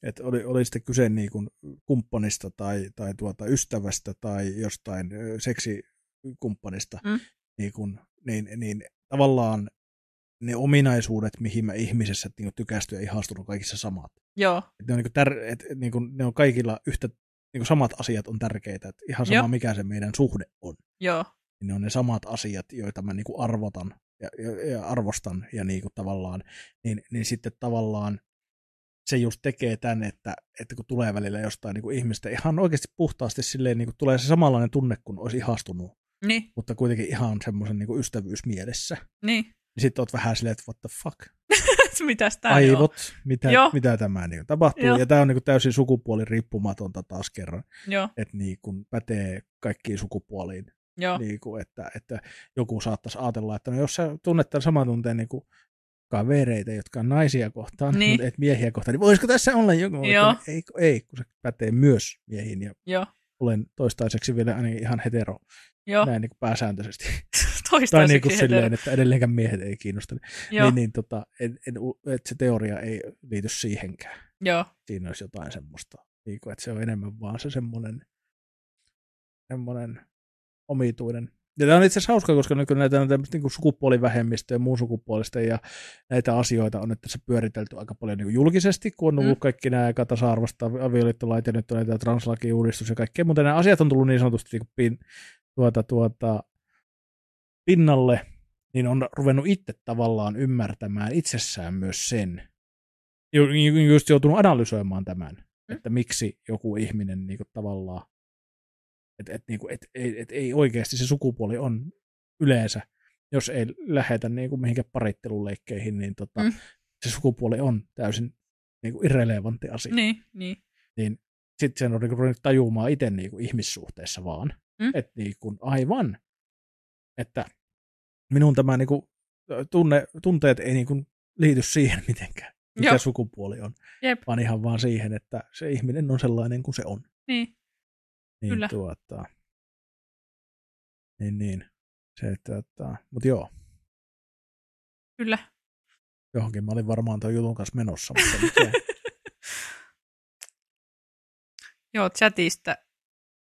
[SPEAKER 2] Et oli, oli sitten kyse niin kuin kumppanista tai, tai tuota ystävästä tai jostain ö, seksikumppanista,
[SPEAKER 1] Mm.
[SPEAKER 2] mm. niin, kuin, niin, niin tavallaan ne ominaisuudet, mihin mä ihmisessä niin kuin tykästyn ja ihastun, on kaikissa samat.
[SPEAKER 1] Joo,
[SPEAKER 2] Et ne, on niin kuin tär, et, et niin kuin, ne on kaikilla yhtä, niin kuin samat asiat on tärkeitä. Et ihan sama,
[SPEAKER 1] Joo.
[SPEAKER 2] Joo. mikä se meidän suhde on.
[SPEAKER 1] joo,
[SPEAKER 2] Niin ne on ne samat asiat, joita mä niin kuin arvotan ja, ja, ja arvostan ja niin kuin tavallaan, niin, niin sitten tavallaan se just tekee tämän, että, että kun tulee välillä jostain niin kuin ihmistä ihan oikeasti puhtaasti silleen, niin kuin tulee se samanlainen tunne, kun olisi ihastunut,
[SPEAKER 1] niin,
[SPEAKER 2] mutta kuitenkin ihan semmoisen niin kuin ystävyys mielessä.
[SPEAKER 1] niin.
[SPEAKER 2] Niin sitten oot vähän silleen, että what the fuck,
[SPEAKER 1] Mitäs tää nyt on?
[SPEAKER 2] aivot, mitä,
[SPEAKER 1] Joo.
[SPEAKER 2] mitä tämä niin kuin tapahtuu.
[SPEAKER 1] Joo.
[SPEAKER 2] Ja tämä on niin kuin täysin sukupuoliriippumatonta taas kerran,
[SPEAKER 1] Joo,
[SPEAKER 2] että niin kuin pätee kaikkiin sukupuoliin
[SPEAKER 1] joo,
[SPEAKER 2] niin kuin, että, että joku saattaisi ajatella, että no jos sä tunnet tämän saman tunteen niin kuin kavereita, jotka on naisia kohtaan,
[SPEAKER 1] Niin.
[SPEAKER 2] niin. mutta et miehiä kohtaan, niin voisiko tässä olla joku? Että
[SPEAKER 1] Joo.
[SPEAKER 2] Ei, kun- ei, kun se pätee myös miehiin ja
[SPEAKER 1] joo,
[SPEAKER 2] olen toistaiseksi vielä ainakin ihan hetero,
[SPEAKER 1] joo.
[SPEAKER 2] näin niin kuin pääsääntöisesti. tai
[SPEAKER 1] Toistaiseksi
[SPEAKER 2] niin kuin
[SPEAKER 1] hetero.
[SPEAKER 2] silleen, että edelleenkään miehet ei kiinnosta.
[SPEAKER 1] Joo,
[SPEAKER 2] Niin, niin tota, en, en, että se teoria ei liity siihenkään.
[SPEAKER 1] joo,
[SPEAKER 2] Siinä olisi jotain semmoista, niin kuin, että se on enemmän vaan se semmoinen, semmoinen omituinen. Ja tämä on itse asiassa hauskaa, koska nykyään näitä on tämmöistä niin sukupuolivähemmistöä ja muun sukupuolista ja näitä asioita on nyt tässä pyöritelty aika paljon niin julkisesti, kun on ollut
[SPEAKER 1] Mm.
[SPEAKER 2] mm. kaikki nämä eka tasa-arvosta avioliittolait ja nyt on näitä translakiuudistus ja kaikkea, mutta nämä asiat on tullut niin sanotusti niin kuin pin, tuota, tuota, pinnalle, niin on ruvennut itse tavallaan ymmärtämään itsessään myös sen, Ju- ju- just joutunut analysoimaan tämän, mm. että miksi joku ihminen niin kuin tavallaan, että et, niin et, et, et, ei oikeasti se sukupuoli on yleensä, jos ei lähetä niin kuin mihinkään paritteluleikkeihin, niin tota,
[SPEAKER 1] Mm.
[SPEAKER 2] mm. se sukupuoli on täysin niin kuin irrelevantti asia
[SPEAKER 1] Niin, niin.
[SPEAKER 2] niin sitten sen on niinku ruvennut tajumaan itse niinku ihmissuhteessa vaan.
[SPEAKER 1] Mm.
[SPEAKER 2] Mm. Että niinku, aivan, että minun tämä niinku, tunne, tunteet ei niinku liity siihen mitenkään, mikä
[SPEAKER 1] Joo.
[SPEAKER 2] sukupuoli on,
[SPEAKER 1] Jep,
[SPEAKER 2] vaan ihan vaan siihen, että se ihminen on sellainen kuin se on.
[SPEAKER 1] niin.
[SPEAKER 2] Niin,
[SPEAKER 1] Kyllä.
[SPEAKER 2] Tuota, niin, niin. Se, että, että, mutta joo,
[SPEAKER 1] Kyllä.
[SPEAKER 2] johonkin mä olin varmaan tuon jutun kanssa menossa, mutta nyt
[SPEAKER 1] Niin
[SPEAKER 2] jäi.
[SPEAKER 1] Joo, chatista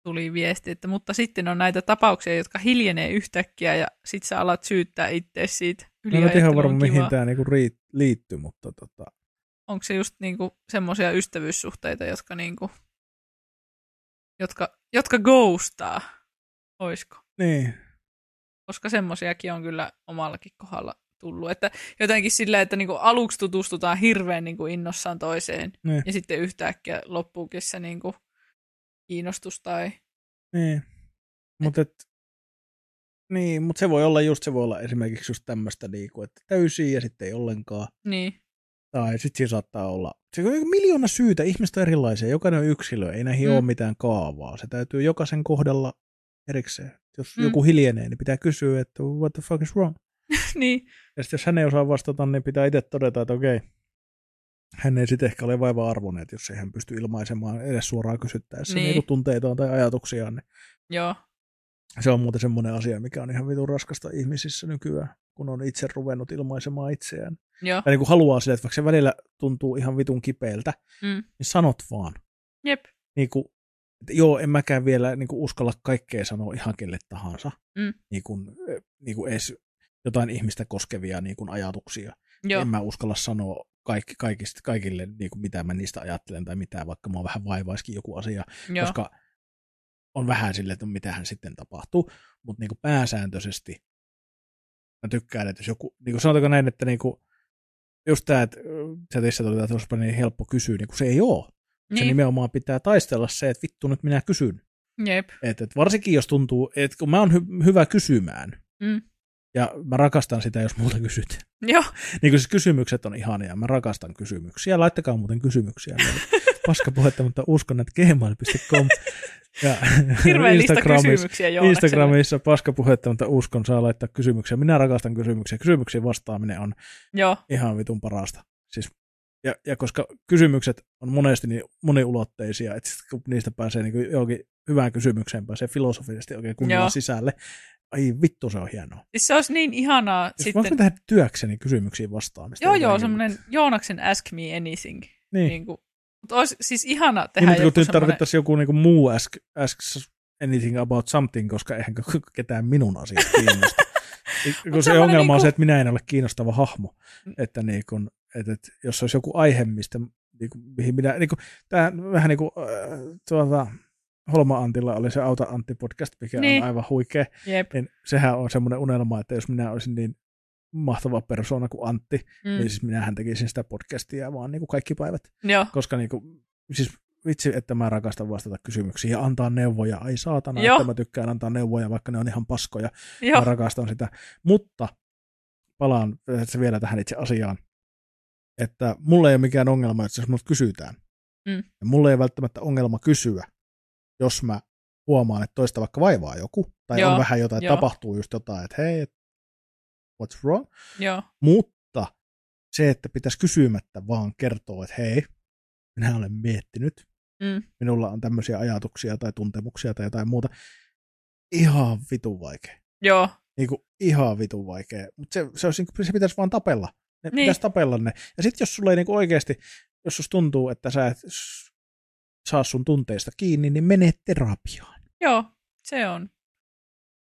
[SPEAKER 1] tuli viesti, että mutta sitten on näitä tapauksia, jotka hiljenee yhtäkkiä ja sit sä alat syyttää itseäsi siitä.
[SPEAKER 2] mä en nyt ihan
[SPEAKER 1] Yliajattelu on
[SPEAKER 2] varma, mihin
[SPEAKER 1] kivaa.
[SPEAKER 2] tämä niinku riit, liittyy, mutta tota,
[SPEAKER 1] Onko se just niinku semmoisia ystävyyssuhteita, jotka, niinku, jotka, jotka ghostaa? Oisko?
[SPEAKER 2] niin,
[SPEAKER 1] koska semmoisiakin on kyllä omallakin kohdalla tullut. Että jotenkin sillä, että niinku aluksi tutustutaan hirveän niinku innossaan toiseen,
[SPEAKER 2] Niin.
[SPEAKER 1] ja sitten yhtäkkiä loppuukin se niinku kiinnostus tai...
[SPEAKER 2] Niin. Mut et, niin, mutta se voi olla just, se voi olla esimerkiksi just tämmöistä, niinku, että täysiä ja sitten ei ollenkaan.
[SPEAKER 1] Niin,
[SPEAKER 2] Tai sitten siinä saattaa olla, se on niinku miljoona syytä, ihmistä on erilaisia, jokainen on yksilö, ei näihin
[SPEAKER 1] Mm.
[SPEAKER 2] mm. ole mitään kaavaa. Se täytyy jokaisen kohdella erikseen. Jos
[SPEAKER 1] Mm.
[SPEAKER 2] mm. joku hiljenee, niin pitää kysyä, että what the fuck is wrong?
[SPEAKER 1] niin,
[SPEAKER 2] Ja sitten jos hän ei osaa vastata, niin pitää itse todeta, että okei, hän ei sitten ehkä ole vaiva arvoinen, että jos ei hän pysty ilmaisemaan edes suoraan kysyttäessä
[SPEAKER 1] Niin.
[SPEAKER 2] niin. Niin tunteitaan tai ajatuksiaan, niin
[SPEAKER 1] joo,
[SPEAKER 2] se on muuten semmoinen asia, mikä on ihan vitun raskasta ihmisissä nykyään, kun on itse ruvennut ilmaisemaan itseään.
[SPEAKER 1] joo,
[SPEAKER 2] Ja niin kuin haluaa sille, että vaikka se välillä tuntuu ihan vitun kipeältä,
[SPEAKER 1] mm,
[SPEAKER 2] niin sanot vaan.
[SPEAKER 1] jep,
[SPEAKER 2] Niin kuin, että joo, en mäkään vielä niin kuin uskalla kaikkea sanoa ihan kelle tahansa.
[SPEAKER 1] Mm.
[SPEAKER 2] Niin kuin, eh, niin kuin edes jotain ihmistä koskevia niin kuin ajatuksia.
[SPEAKER 1] joo,
[SPEAKER 2] En mä uskalla sanoa kaikki, kaikista, kaikille, niin kuin mitä mä niistä ajattelen tai mitä, vaikka mä vähän vaivaiskin joku asia
[SPEAKER 1] joo,
[SPEAKER 2] koska on vähän sille, että no, mitähän sitten tapahtuu, mutta niin pääsääntöisesti mä tykkään, että jos joku, niin kuin sanotaanko näin, että niin kuin, just tämä, että ö, chatissa tuli, että olisipa niin helppo kysyä, niin kun se ei ole. Se
[SPEAKER 1] niin,
[SPEAKER 2] nimenomaan pitää taistella se, että vittu nyt minä kysyn.
[SPEAKER 1] jep,
[SPEAKER 2] Et, et varsinkin jos tuntuu, että kun mä oon hy- hyvä kysymään,
[SPEAKER 1] mm,
[SPEAKER 2] ja mä rakastan sitä, jos multa kysyt.
[SPEAKER 1] joo,
[SPEAKER 2] Niin kuin siis kysymykset on ihania, mä rakastan kysymyksiä. Laittakaa muuten kysymyksiä meille. Paskapuhetta, mutta uskon, että gmail.com. Ja
[SPEAKER 1] hirveän lista
[SPEAKER 2] Instagramissa,
[SPEAKER 1] kysymyksiä Joonakselle.
[SPEAKER 2] Instagramissa paskapuhetta, mutta uskon saa laittaa kysymyksiä. Minä rakastan kysymyksiä. Kysymyksiin vastaaminen on
[SPEAKER 1] Joo,
[SPEAKER 2] ihan vitun parasta. Siis, ja, ja, koska kysymykset on monesti niin moniulotteisia, että sit kun niistä pääsee niin johonkin hyvään kysymykseen, pääsee filosofisesti oikein
[SPEAKER 1] Joo.
[SPEAKER 2] kunnolla sisälle. Ai vittu, se on hienoa.
[SPEAKER 1] siis se olisi niin ihanaa
[SPEAKER 2] Jos Sitten...
[SPEAKER 1] sitten...
[SPEAKER 2] voinko mä tehdä työkseni kysymyksiin vastaamista?
[SPEAKER 1] Joo, joo,
[SPEAKER 2] Jotenkin-
[SPEAKER 1] semmoinen Joonaksen Ask Me Anything.
[SPEAKER 2] Niin.
[SPEAKER 1] Niin kuin, mutta olisi siis ihana
[SPEAKER 2] Niin,
[SPEAKER 1] tehdä
[SPEAKER 2] mutta
[SPEAKER 1] joku
[SPEAKER 2] kun nyt
[SPEAKER 1] semmoinen...
[SPEAKER 2] tarvittaisiin joku niinku muu ask, asks anything about something, koska eihän k- k- ketään minun asiat kiinnosta. kun se
[SPEAKER 1] semmoinen
[SPEAKER 2] ongelma on
[SPEAKER 1] niinku- Mm.
[SPEAKER 2] se, että minä en ole kiinnostava hahmo. Että niin kun, et, et, jos olisi joku aihe, mistä niin kun, mihin minä... Niin kun, tää vähän niin kuin äh, tuota, Holma Antilla oli se Auta Antti podcast, mikä
[SPEAKER 1] Niin.
[SPEAKER 2] niin. on aivan huikea.
[SPEAKER 1] Jep,
[SPEAKER 2] Niin sehän on semmoinen unelma, että jos minä olisin niin mahtava persoona kuin Antti,
[SPEAKER 1] mm,
[SPEAKER 2] mm. niin siis minähän tekisin sitä podcastia vaan niin kuin kaikki päivät
[SPEAKER 1] joo.
[SPEAKER 2] koska niinku, siis vitsi, että mä rakastan vastata kysymyksiin ja antaa neuvoja. Ai saatana,
[SPEAKER 1] Joo.
[SPEAKER 2] Joo. että mä tykkään antaa neuvoja, vaikka ne on ihan paskoja.
[SPEAKER 1] Joo,
[SPEAKER 2] Mä rakastan sitä. Mutta palaan äh, se vielä tähän itse asiaan, että mulle ei ole mikään ongelma, että jos mut kysytään.
[SPEAKER 1] Mm.
[SPEAKER 2] Ja mulle ei välttämättä ongelma kysyä, jos mä huomaan, että toista vaikka vaivaa joku, tai
[SPEAKER 1] Joo,
[SPEAKER 2] on vähän jotain,
[SPEAKER 1] joo.
[SPEAKER 2] tapahtuu just jotain, että hei, et what's wrong?
[SPEAKER 1] joo,
[SPEAKER 2] Mutta se, että pitäisi kysymättä vaan kertoa, että hei, minä olen miettinyt,
[SPEAKER 1] mm,
[SPEAKER 2] minulla on tämmöisiä ajatuksia tai tuntemuksia tai jotain muuta. Ihan vitun vaikea.
[SPEAKER 1] joo,
[SPEAKER 2] Niin kuin ihan vitun vaikea. Mutta se, se, olisi, niinku, se pitäisi vaan tapella. Ne
[SPEAKER 1] Niin.
[SPEAKER 2] niin. pitäisi tapella ne. Ja sitten jos sulle ei niin oikeasti, jos sus tuntuu, että sä et s- saa sun tunteista kiinni, niin mene terapiaan.
[SPEAKER 1] joo, se on.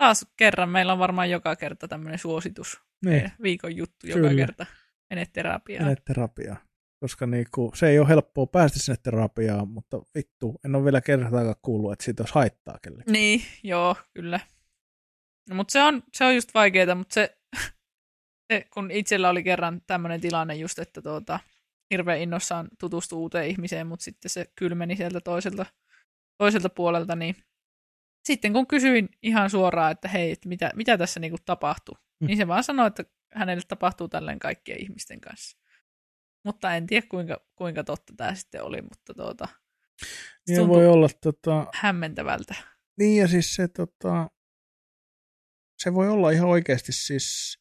[SPEAKER 1] Taas kerran, meillä on varmaan joka kerta tämmöinen suositus,
[SPEAKER 2] Niin,
[SPEAKER 1] viikon juttu joka
[SPEAKER 2] Kyllä.
[SPEAKER 1] kerta. Mene terapiaan.
[SPEAKER 2] mene terapiaan. Koska niinku, se ei ole helppoa päästä sinne terapiaan, mutta vittu, en ole vielä kertaakaan kuullut, että siitä olisi haittaa kellekään.
[SPEAKER 1] Niin, joo, kyllä. No, mutta se on, se on just vaikeaa, mutta se, se, kun itsellä oli kerran tämmöinen tilanne just, että tuota, hirveän innossaan tutustui uuteen ihmiseen, mutta sitten se kylmeni sieltä toiselta, toiselta puolelta, niin sitten kun kysyin ihan suoraan, että hei, että mitä, mitä tässä niinku tapahtuu,
[SPEAKER 2] Mm.
[SPEAKER 1] mm. niin se vaan sanoi, että hänelle tapahtuu tälleen kaikkien ihmisten kanssa. Mutta en tiedä, kuinka, kuinka totta tämä sitten oli, mutta tuota, se
[SPEAKER 2] Niin
[SPEAKER 1] tuntuu
[SPEAKER 2] voi olla tota,
[SPEAKER 1] hämmentävältä.
[SPEAKER 2] Niin ja siis se, tota, se voi olla ihan oikeasti siis,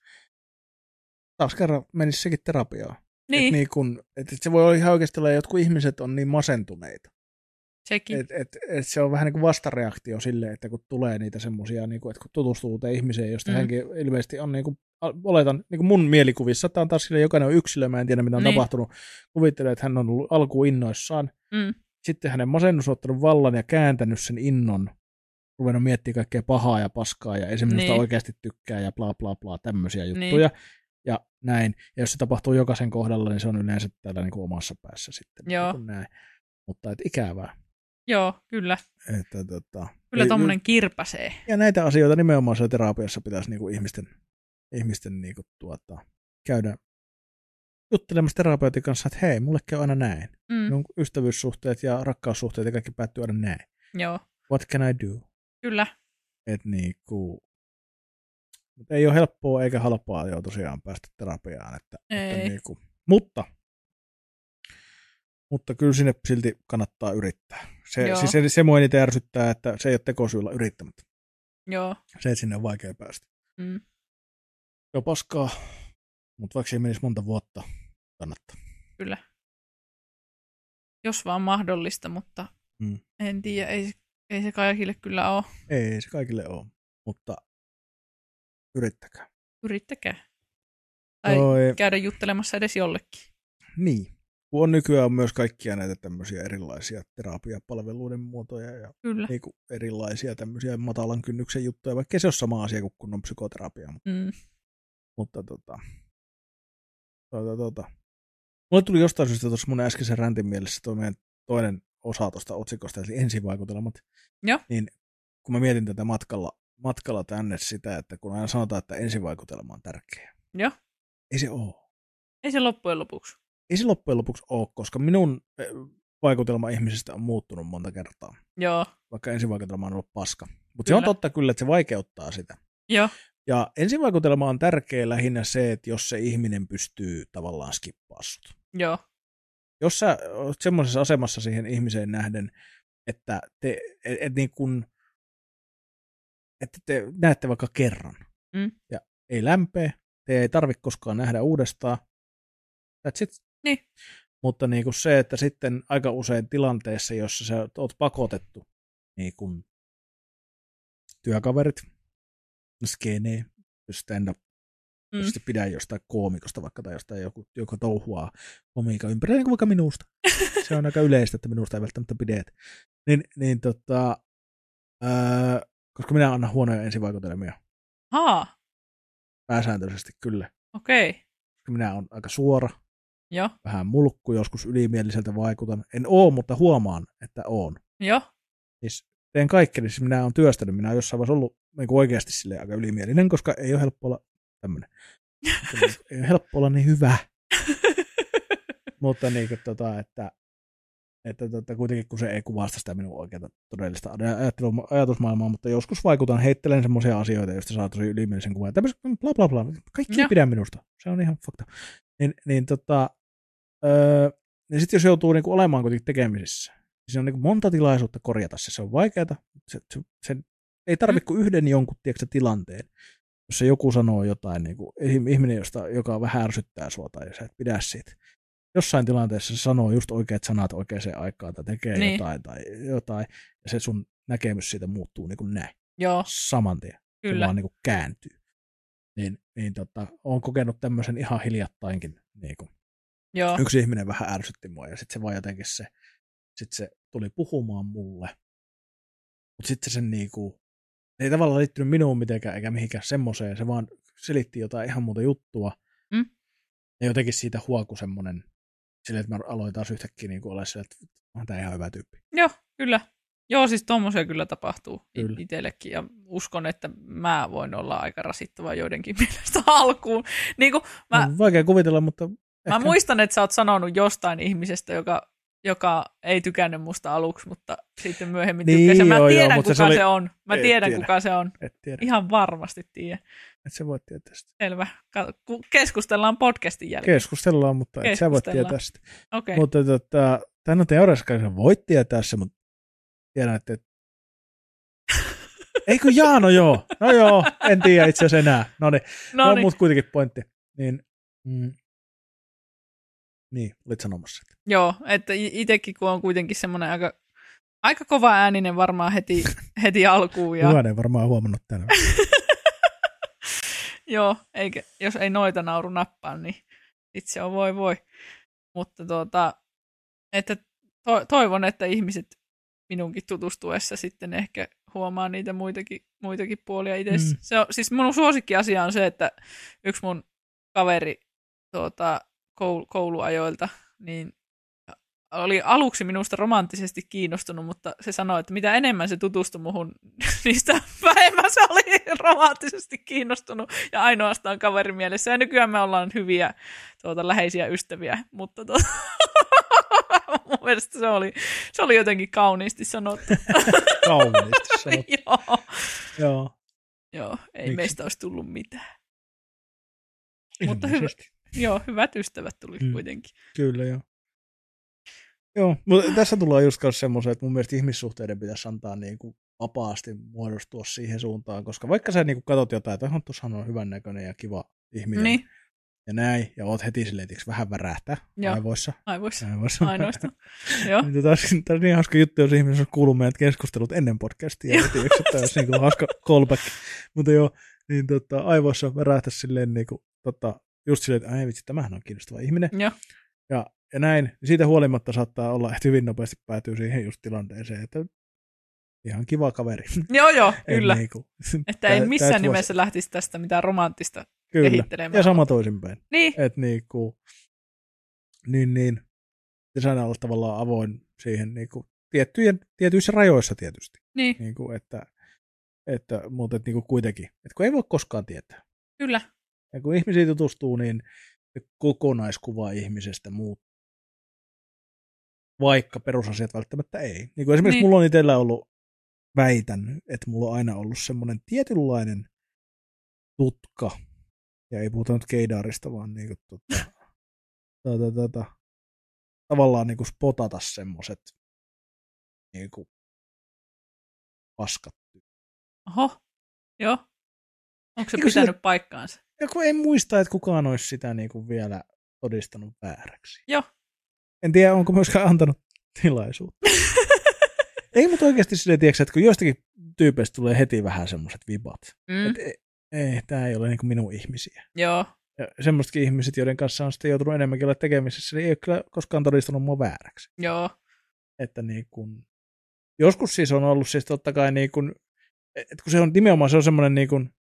[SPEAKER 2] taas kerran menisi sekin terapiaan. Et
[SPEAKER 1] Niin, niin.
[SPEAKER 2] niin kun, et, et se voi olla ihan oikeasti olla, että jotkut ihmiset on niin masentuneita.
[SPEAKER 1] sekin.
[SPEAKER 2] Et, et, et se on vähän niin kuin vastareaktio sille, että kun tulee niitä semmoisia, niin kun, että kun tutustuu uuteen ihmiseen, josta mm.
[SPEAKER 1] Mm.
[SPEAKER 2] hänkin ilmeisesti on niin kuin, oletan, niin kuin mun mielikuvissa, tämä on taas sille, jokainen on yksilö, mä en tiedä mitä on niin.
[SPEAKER 1] Niin.
[SPEAKER 2] tapahtunut, kuvittelee, että hän on ollut alkuun innoissaan,
[SPEAKER 1] Mm,
[SPEAKER 2] sitten hänen masennus on ottanut vallan ja kääntänyt sen innon, ruvennut miettimään kaikkea pahaa ja paskaa ja esimerkiksi niin.
[SPEAKER 1] Niin.
[SPEAKER 2] oikeasti tykkää ja bla bla bla, tämmöisiä juttuja. Niin. Ja näin. Ja jos se tapahtuu jokaisen kohdalla, niin se on yleensä täällä niin kuin omassa päässä sitten.
[SPEAKER 1] Joo.
[SPEAKER 2] Niin kuin näin. Mutta et ikävää.
[SPEAKER 1] joo, kyllä.
[SPEAKER 2] Että, tota,
[SPEAKER 1] Kyllä
[SPEAKER 2] ei-
[SPEAKER 1] tuommoinen kirpäsee.
[SPEAKER 2] Ja näitä asioita nimenomaan siellä terapiassa pitäisi niin kuin ihmisten, ihmisten niin kuin tuota, käydä juttelemassa terapeutin kanssa, että hei, mulle käy aina näin.
[SPEAKER 1] Mm,
[SPEAKER 2] Minun ystävyyssuhteet ja rakkaussuhteet ja kaikki päättyy aina näin.
[SPEAKER 1] Joo,
[SPEAKER 2] What can I do?
[SPEAKER 1] kyllä.
[SPEAKER 2] Et niinku, mut ei ole helppoa eikä halpaa jo tosiaan päästä terapiaan. Että, että
[SPEAKER 1] Ei.
[SPEAKER 2] niinku, mutta, mutta kyllä sinne silti kannattaa yrittää. Se,
[SPEAKER 1] Joo.
[SPEAKER 2] siis se, se mua eniten ärsyttää, että se ei ole tekosyyllä yrittämättä.
[SPEAKER 1] Joo.
[SPEAKER 2] Se, että sinne on vaikea päästä.
[SPEAKER 1] Mm.
[SPEAKER 2] Joo, paskaa, mutta vaikka se menisi monta vuotta, kannattaa.
[SPEAKER 1] Jos vaan mahdollista, mutta
[SPEAKER 2] Mm.
[SPEAKER 1] mm. en tiedä, ei, se- ei se kaikille kyllä ole.
[SPEAKER 2] Ei se kaikille ole, mutta yrittäkää.
[SPEAKER 1] Yrittäkää. Tai
[SPEAKER 2] Toi-
[SPEAKER 1] käydä juttelemassa edes jollekin.
[SPEAKER 2] Niin. Kun on nykyään myös kaikkia näitä tämmöisiä erilaisia terapiapalveluiden muotoja ja
[SPEAKER 1] Kyllä.
[SPEAKER 2] niin kuin erilaisia tämmöisiä matalan kynnyksen juttuja, vaikka se on sama asia kuin kunnon psykoterapia, mutta,
[SPEAKER 1] Mm.
[SPEAKER 2] mutta tota, tota, tota. Mulle tuli jostain syystä tuossa mun äskeisen räntin mielessä toi meidän toinen osa tuosta otsikosta, eli ensivaikutelmat.
[SPEAKER 1] Joo.
[SPEAKER 2] Niin kun mä mietin tätä matkalla, matkalla tänne sitä, että kun aina sanotaan, että ensivaikutelma on tärkeä.
[SPEAKER 1] Joo.
[SPEAKER 2] Ei se ole.
[SPEAKER 1] Ei se loppujen lopuksi.
[SPEAKER 2] ei se loppujen lopuksi ole, koska minun eh, vaikutelma ihmisistä on muuttunut monta kertaa,
[SPEAKER 1] Joo.
[SPEAKER 2] vaikka ensivaikutelma on ollut paska. Mutta se on
[SPEAKER 1] Kyllä.
[SPEAKER 2] totta kyllä, että se vaikeuttaa sitä.
[SPEAKER 1] Joo.
[SPEAKER 2] Ja ensivaikutelma on tärkeä lähinnä se, että jos se ihminen pystyy tavallaan skippaa sut.
[SPEAKER 1] Joo.
[SPEAKER 2] Jos sä oot semmoisessa asemassa siihen ihmiseen nähden, että te, et, et niin kun, että te näette vaikka kerran
[SPEAKER 1] Mm.
[SPEAKER 2] ja ei lämpee, te ei tarvitse koskaan nähdä uudestaan, that's it.
[SPEAKER 1] Niin.
[SPEAKER 2] Mutta niin kuin se, että sitten aika usein tilanteessa, jossa sä oot pakotettu, niin kuin työkaverit, skene, stand-up, mm.
[SPEAKER 1] Mm.
[SPEAKER 2] jos pidä jostain koomikosta vaikka tai jostain joku, joku touhuaa komiikan ympärillä, niin kuin vaikka minusta. Se on aika yleistä, että minusta ei välttämättä pidetä. Niin, niin tota, öö, koska minä annan huonoja ensivaikutelmia,
[SPEAKER 1] Haa.
[SPEAKER 2] pääsääntöisesti kyllä.
[SPEAKER 1] Okei. Okay.
[SPEAKER 2] Koska Minä olen aika suora,
[SPEAKER 1] Joo.
[SPEAKER 2] vähän mulkku, joskus ylimieliseltä vaikutan. En oo, mutta huomaan, että oon.
[SPEAKER 1] Joo.
[SPEAKER 2] Siis teen kaikkeni, siis minä olen työstänyt, minä olen jossain vaiheessa ollut niin kuin oikeasti sille aika ylimielinen, koska ei ole helppo olla tämmöinen. ei ole helppo olla niin hyvä. mutta niin kuin, tota, että, että tota, kuitenkin kun se ei kuvasta sitä minun oikeata todellista ajattelu- ajatusmaailmaa, mutta joskus vaikutan, heittelen semmoisia asioita, joista saa tosi ylimielisen kuvan. Tämmöiset bla bla bla, kaikki ei
[SPEAKER 1] Joo.
[SPEAKER 2] pidä minusta. Se on ihan fakta. Niin, niin tota, öö, ja sitten jos joutuu niinku olemaan kuitenkin tekemisissä, niin siinä on niinku monta tilaisuutta korjata se. Se on vaikeaa. Se, se, se ei tarvitse kuin yhden jonkun tiedätkö, tilanteen, jossa joku sanoo jotain, niinku, ihm- ihminen, josta, joka vähän ärsyttää sua tai sä et pidä siitä. Jossain tilanteessa se sanoo just oikeat sanat oikeaan aikaan tai tekee niin.
[SPEAKER 1] Niin.
[SPEAKER 2] jotain tai jotain, ja se sun näkemys siitä muuttuu niin kuin näin,
[SPEAKER 1] Joo.
[SPEAKER 2] saman tien se
[SPEAKER 1] Kyllä.
[SPEAKER 2] vaan niin kuin kääntyy. Niin, niin tota, olen kokenut tämmöisen ihan hiljattainkin. Niin kuin.
[SPEAKER 1] Joo.
[SPEAKER 2] Yksi ihminen vähän ärsytti mua ja sitten se vaan jotenkin se, sit se tuli puhumaan mulle. Mutta sitten sen niin kuin, ei tavallaan liittynyt minuun mitenkään eikä mihinkään semmoiseen. Se vaan selitti jotain ihan muuta juttua.
[SPEAKER 1] Mm.
[SPEAKER 2] Ja jotenkin siitä huoku niinku semmoinen, silleen, että mä aloin taas yhtäkkiä niin kuin olla sillä, että tämä ihan hyvä tyyppi.
[SPEAKER 1] Joo. Kyllä. Joo, siis tuommoisia kyllä tapahtuu
[SPEAKER 2] Kyllä.
[SPEAKER 1] kyllä. itsellekin ja uskon, että mä voin olla aika rasittava joidenkin mielestä alkuun. Niin kuin mä,
[SPEAKER 2] Mä... Vaikea kuvitella, mutta
[SPEAKER 1] mä
[SPEAKER 2] ehkä-
[SPEAKER 1] muistan, että sä oot sanonut jostain ihmisestä, joka, joka ei tykännyt musta aluksi, mutta sitten myöhemmin
[SPEAKER 2] Niin,
[SPEAKER 1] tykkäsi. Mä
[SPEAKER 2] joo, joo,
[SPEAKER 1] tiedän,
[SPEAKER 2] mutta
[SPEAKER 1] kuka
[SPEAKER 2] se
[SPEAKER 1] se,
[SPEAKER 2] oli-
[SPEAKER 1] on. Mä
[SPEAKER 2] Ei
[SPEAKER 1] tiedän,
[SPEAKER 2] tiedä.
[SPEAKER 1] kuka se on.
[SPEAKER 2] Et tiedä,
[SPEAKER 1] Ihan varmasti tiedän.
[SPEAKER 2] et sä voi tietää sitä.
[SPEAKER 1] Selvä. Ka- ku- Keskustellaan podcastin jälkeen.
[SPEAKER 2] Keskustellaan, mutta et sä voi
[SPEAKER 1] Keskustellaan.
[SPEAKER 2] tietää sitä.
[SPEAKER 1] Okei. Okay.
[SPEAKER 2] Mutta tota, tämän teoriassa voit tietää se, mutta tiedän, että Eikö jaa, no joo. No joo, en tiedä itse asiassa enää. No niin,
[SPEAKER 1] No niin.
[SPEAKER 2] mutta kuitenkin pointti. Niin, mm, niin olit sanomassa.
[SPEAKER 1] Joo, että itsekin kun on kuitenkin semmoinen aika, aika kova ääninen varmaan heti, heti alkuun. Ja,
[SPEAKER 2] Kukaan ei varmaan huomannut tänään.
[SPEAKER 1] Joo, eikä, jos ei noita nauru nappaa, niin itse on voi voi. Mutta tuota, että to, toivon, että ihmiset minunkin tutustuessa sitten ehkä huomaa niitä muitakin, muitakin puolia itse.
[SPEAKER 2] Mm.
[SPEAKER 1] Mm. Se on, siis mun suosikkiasia on se, että yksi mun kaveri tuota, koul, kouluajoilta, niin oli aluksi minusta romanttisesti kiinnostunut, mutta se sanoi, että mitä enemmän se tutustui muhun, niin sitä vähemmän se oli romanttisesti kiinnostunut ja ainoastaan kaverin mielessä. Ja nykyään me ollaan hyviä tuota, läheisiä ystäviä, mutta tuota, mun mielestä se oli, se oli jotenkin kauniisti sanottu.
[SPEAKER 2] Kauniisti
[SPEAKER 1] Niin.
[SPEAKER 2] sanottu.
[SPEAKER 1] joo,
[SPEAKER 2] Joo.
[SPEAKER 1] joo, ei
[SPEAKER 2] Miksi?
[SPEAKER 1] Miksi? meistä olisi tullut mitään. Mutta hyvä.
[SPEAKER 2] Ilmeisesti.
[SPEAKER 1] Joo, hyvät ystävät tuli
[SPEAKER 2] Mm.
[SPEAKER 1] mm. kuitenkin.
[SPEAKER 2] Kyllä, joo. Joo, mutta tässä tullaan just kanssa semmoiseen, että mun mielestä ihmissuhteiden pitäisi antaa niin kuin vapaasti muodostua siihen suuntaan, koska vaikka sä niin kuin katot jotain, että "Oho, tuossahan on hyvän näköinen ja kiva ihminen niin.
[SPEAKER 1] Niin,
[SPEAKER 2] ja näin, ja oot heti silleen, että vähän värähtää
[SPEAKER 1] Joo.
[SPEAKER 2] aivoissa.
[SPEAKER 1] aivoissa.
[SPEAKER 2] aivoissa.
[SPEAKER 1] Ainoastaan. Joo,
[SPEAKER 2] Niin Tämä on, tämä on niin hauska juttu, jos ihmiset olisi kuullut meidät keskustelut ennen podcastia.
[SPEAKER 1] Joo.
[SPEAKER 2] Joo. Tiedätkö, tämä olisi niin kuin hauska callback. Mutta joo, niin tota, aivoissa värähtä silleen niin kuin, tota, just silleen, että ai vitsi, tämähän on kiinnostava ihminen.
[SPEAKER 1] Joo.
[SPEAKER 2] Ja, ja näin, niin siitä huolimatta saattaa olla, että hyvin nopeasti päätyy siihen just tilanteeseen, että ihan kiva kaveri.
[SPEAKER 1] joo, joo kyllä.
[SPEAKER 2] Ei, niin kuin,
[SPEAKER 1] Että ei
[SPEAKER 2] Tää-
[SPEAKER 1] missään
[SPEAKER 2] täältä voisi-
[SPEAKER 1] nimessä lähtisi tästä mitään romanttista
[SPEAKER 2] kyllä.
[SPEAKER 1] kehittelemään.
[SPEAKER 2] Ja sama toisinpäin.
[SPEAKER 1] Niin,
[SPEAKER 2] Että niin kuin, niin, niin, pitäisi aina olla tavallaan avoin siihen niin kuin, tiettyjen, tietyissä rajoissa tietysti.
[SPEAKER 1] niin,
[SPEAKER 2] niin kuin, että, että, mutta että, niin kuin kuitenkin, että kun ei voi koskaan tietää.
[SPEAKER 1] kyllä.
[SPEAKER 2] Ja kun ihmisiin tutustuu, niin se kokonaiskuva ihmisestä muut vaikka perusasiat välttämättä ei. Niin kuin esimerkiksi niin.
[SPEAKER 1] Niin.
[SPEAKER 2] mulla on itsellä ollut, väitän, että mulla on aina ollut semmoinen tietynlainen tutka, ja ei puhuta nyt keidaarista, vaan niin kuin, tuota, tuota, tuota, tavallaan niin kuin spotata semmoiset niin kuin paskat
[SPEAKER 1] Oho, joo. Onko se
[SPEAKER 2] Eikö sillä-
[SPEAKER 1] pitänyt paikkaansa?
[SPEAKER 2] Ja kun en muista, että kukaan olisi sitä niin kuin vielä todistanut vääräksi.
[SPEAKER 1] Joo.
[SPEAKER 2] En tiedä, onko myöskään antanut tilaisuutta. Ei, mutta oikeasti silleen, tiedätkö, että kun joistakin tyypeistä tulee heti vähän semmoiset vibat.
[SPEAKER 1] Mm,
[SPEAKER 2] Mm. Et, ei, tämä ei ole niin kuin minun ihmisiä.
[SPEAKER 1] joo,
[SPEAKER 2] Ja semmoisetkin ihmiset, joiden kanssa on sitten joutunut enemmänkin olla tekemisissä, niin ei ole kyllä koskaan todistanut mua vääräksi
[SPEAKER 1] joo,
[SPEAKER 2] että niin kun, joskus siis on ollut siis totta kai niin kun, et kun se on nimenomaan se on semmoinen niin kun,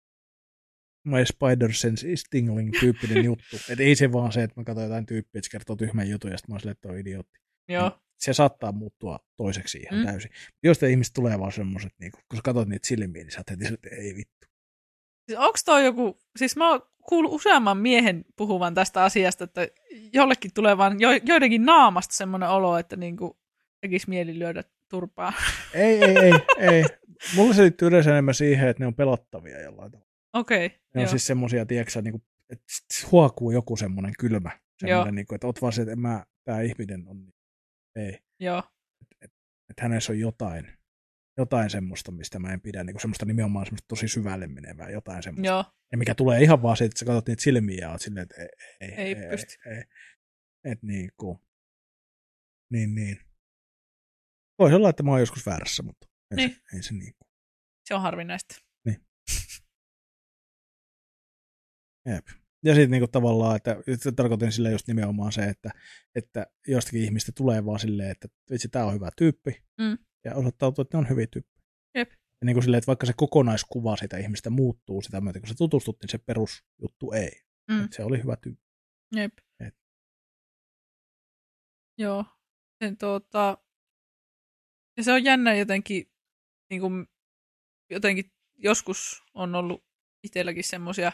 [SPEAKER 2] my spider sense is tingling tyyppinen juttu. Et ei se vaan se, että mä katson jotain tyyppiä, että se kertoo tyhmän jutun ja sitten mä oon silleen, että on idiootti.
[SPEAKER 1] joo,
[SPEAKER 2] Se saattaa muuttua toiseksi ihan mm.
[SPEAKER 1] Mm.
[SPEAKER 2] täysin. Jos te ihmiset tulee vaan semmoiset, niin kun, kun sä katsot niitä silmiin, niin sä oot heti silleen, että ei vittu.
[SPEAKER 1] Siis onko toi joku, siis mä oon kuullut useamman miehen puhuvan tästä asiasta, että jollekin tulee vaan jo, joidenkin naamasta semmoinen olo, että niinku tekisi mieli lyödä turpaa.
[SPEAKER 2] Ei, ei, ei, ei. Mulla se liittyy yleensä enemmän siihen, että ne on pelottavia jollain tavalla.
[SPEAKER 1] Okei,
[SPEAKER 2] Ne
[SPEAKER 1] okay, joo,
[SPEAKER 2] on
[SPEAKER 1] siis...
[SPEAKER 2] siis semmoisia, tiedätkö niin että huokuu joku semmoinen kylmä. Semmoinen, niin kuin, että oot vaan se, että en mä, tämä ihminen on, niin, ei,
[SPEAKER 1] joo,
[SPEAKER 2] että hänessä on jotain, jotain semmoista, mistä mä en pidä, niin kuin semmoista nimenomaan semmoista tosi syvälle menevää, jotain semmoista.
[SPEAKER 1] joo,
[SPEAKER 2] Ja mikä tulee ihan vaan siitä, että sä katsot niitä silmiä ja oot silleen, että ei, ei,
[SPEAKER 1] Ei pysty.
[SPEAKER 2] Ei, ei. Et niin kuin, niin, niin. Voisi olla, että mä oon joskus väärässä, mutta ei, niin.
[SPEAKER 1] Niin.
[SPEAKER 2] se, ei se niin kuin.
[SPEAKER 1] se on harvinaista.
[SPEAKER 2] Ja sitten niinku tavallaan, että että tarkoitin sillä just nimenomaan se, että, että jostakin ihmistä tulee vaan silleen, että vitsi, tämä on hyvä tyyppi.
[SPEAKER 1] Mm.
[SPEAKER 2] Ja osoittautuu, että ne on hyviä tyyppi.
[SPEAKER 1] Jep.
[SPEAKER 2] Ja niin kuin silleen, että vaikka se kokonaiskuva sitä ihmistä muuttuu sitä myötä, kun sä tutustut, niin se perusjuttu ei.
[SPEAKER 1] Mm.
[SPEAKER 2] Että se oli hyvä tyyppi.
[SPEAKER 1] Jep.
[SPEAKER 2] Et.
[SPEAKER 1] Joo. Sen tuota, Ja se on jännä jotenkin, niin kuin, jotenkin joskus on ollut itselläkin semmoisia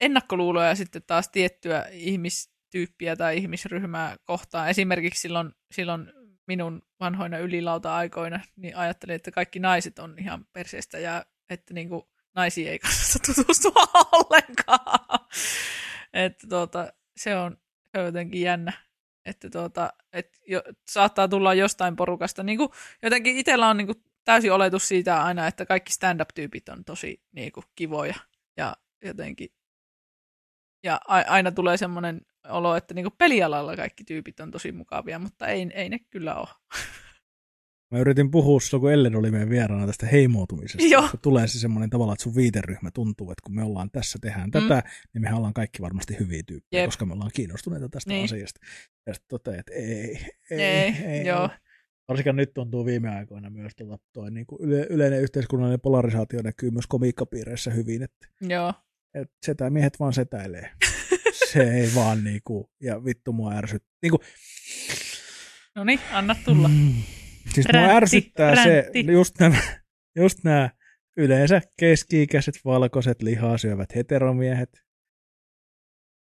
[SPEAKER 1] ennakkoluuloja ja sitten taas tiettyä ihmistyyppiä tai ihmisryhmää kohtaan. Esimerkiksi silloin, silloin minun vanhoina ylilauta-aikoina niin ajattelin, että kaikki naiset on ihan perseestä ja että niin kuin, naisiin ei kannata tutustua ollenkaan. Että tuota, se on se on jotenkin jännä. Että tuota, et jo, saattaa tulla jostain porukasta. Niin kuin, jotenkin itsellä on niin kuin, täysin oletus siitä aina, että kaikki stand-up-tyypit on tosi niin kuin, kivoja. Ja jotenkin ja a, aina tulee semmoinen olo, että niin kuin, pelialalla kaikki tyypit on tosi mukavia, mutta ei, ei ne kyllä ole.
[SPEAKER 2] Mä yritin puhua silloin, kun Ellen oli meidän vieraana tästä heimoutumisesta.
[SPEAKER 1] Joo.
[SPEAKER 2] Kun tulee se semmoinen tavalla, että sun viiteryhmä tuntuu, että kun me ollaan tässä, tehdään tätä, niin mehän ollaan kaikki varmasti hyviä tyyppejä,
[SPEAKER 1] Mm. Jep.
[SPEAKER 2] koska me ollaan kiinnostuneita tästä
[SPEAKER 1] Niin.
[SPEAKER 2] asiasta. Ja sitten toteaa, että ei, ei,
[SPEAKER 1] Ei, joo.
[SPEAKER 2] Varsinkin nyt tuntuu viime aikoina myös tuota, toi niin kuin yle, yleinen yhteiskunnallinen polarisaatio näkyy myös komiikkapiireissä hyvin, että,
[SPEAKER 1] Joo,
[SPEAKER 2] että setä miehet vaan setäilee. se ei vaan niin kuin, ja vittu mua ärsyttää. Niin kuin,
[SPEAKER 1] no niin, anna tulla.
[SPEAKER 2] Mm. Siis mua
[SPEAKER 1] Räntti,
[SPEAKER 2] ärsyttää se,
[SPEAKER 1] räntti.
[SPEAKER 2] just nämä, just nämä yleensä keski-ikäiset, valkoiset, lihaa syövät heteromiehet.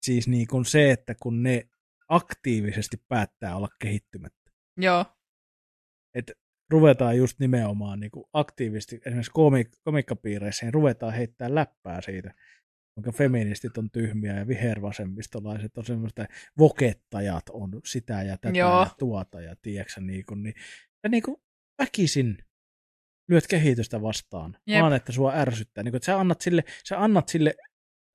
[SPEAKER 2] Siis niin kuin se, että kun ne aktiivisesti päättää olla kehittymättä.
[SPEAKER 1] Joo,
[SPEAKER 2] Ruvetaan just nimenomaan niin kuin aktiivisesti, esimerkiksi komik- komikkapiireissä, niin ruvetaan heittää läppää siitä, kuinka feministit on tyhmiä ja vihervasemmistolaiset on semmoista, vokettajat on sitä ja tätä
[SPEAKER 1] Joo.
[SPEAKER 2] ja tuota ja tiedätkö niin kuin, niin, ja niin kuin väkisin lyöt kehitystä vastaan,
[SPEAKER 1] Jep.
[SPEAKER 2] vaan että sua ärsyttää. Niin kuin, että sä annat sille, sä annat sille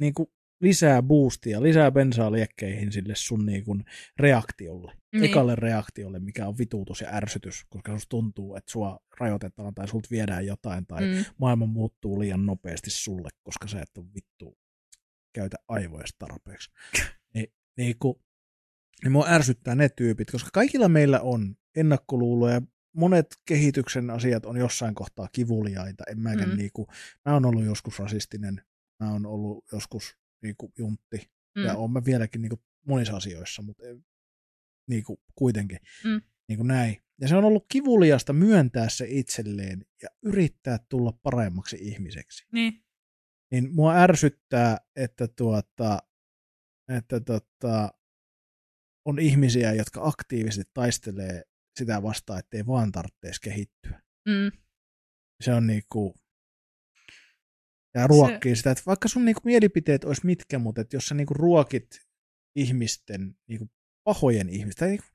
[SPEAKER 2] niin kuin lisää boostia, lisää bensaa liekkeihin sille sun niin kuin reaktiolle,
[SPEAKER 1] Niin.
[SPEAKER 2] niin. ekalle reaktiolle, mikä on vituutus ja ärsytys, koska susta tuntuu, että sua rajoitetaan tai sulta viedään jotain tai
[SPEAKER 1] mm,
[SPEAKER 2] maailma muuttuu liian nopeasti sulle, koska sä et ole vittu käytä aivoja tarpeeksi. Ni, niin, kun, niin mua ärsyttää ne tyypit, koska kaikilla meillä on ennakkoluuloja, monet kehityksen asiat on jossain kohtaa kivuliaita. En mä, mm.
[SPEAKER 1] Mm.
[SPEAKER 2] niinku, mä oon ollut joskus rasistinen, mä oon ollut joskus niinku, juntti,
[SPEAKER 1] mm,
[SPEAKER 2] ja oon mä vieläkin niin kuin monissa asioissa, mutta niin kuin kuitenkin
[SPEAKER 1] Mm.
[SPEAKER 2] niin kuin näin. Ja se on ollut kivuliasta myöntää se itselleen ja yrittää tulla paremmaksi ihmiseksi.
[SPEAKER 1] niin,
[SPEAKER 2] Niin mua ärsyttää, että, tuota, että tota, on ihmisiä, jotka aktiivisesti taistelee sitä vastaan, ettei vaan tarvitse kehittyä.
[SPEAKER 1] mm,
[SPEAKER 2] Se on niinku, ja ruokkii sitä, että vaikka sun niinku mielipiteet olisi mitkä, mutta et jos sä niinku ruokit ihmisten, niinku pahojen ihmisten, tai niinku,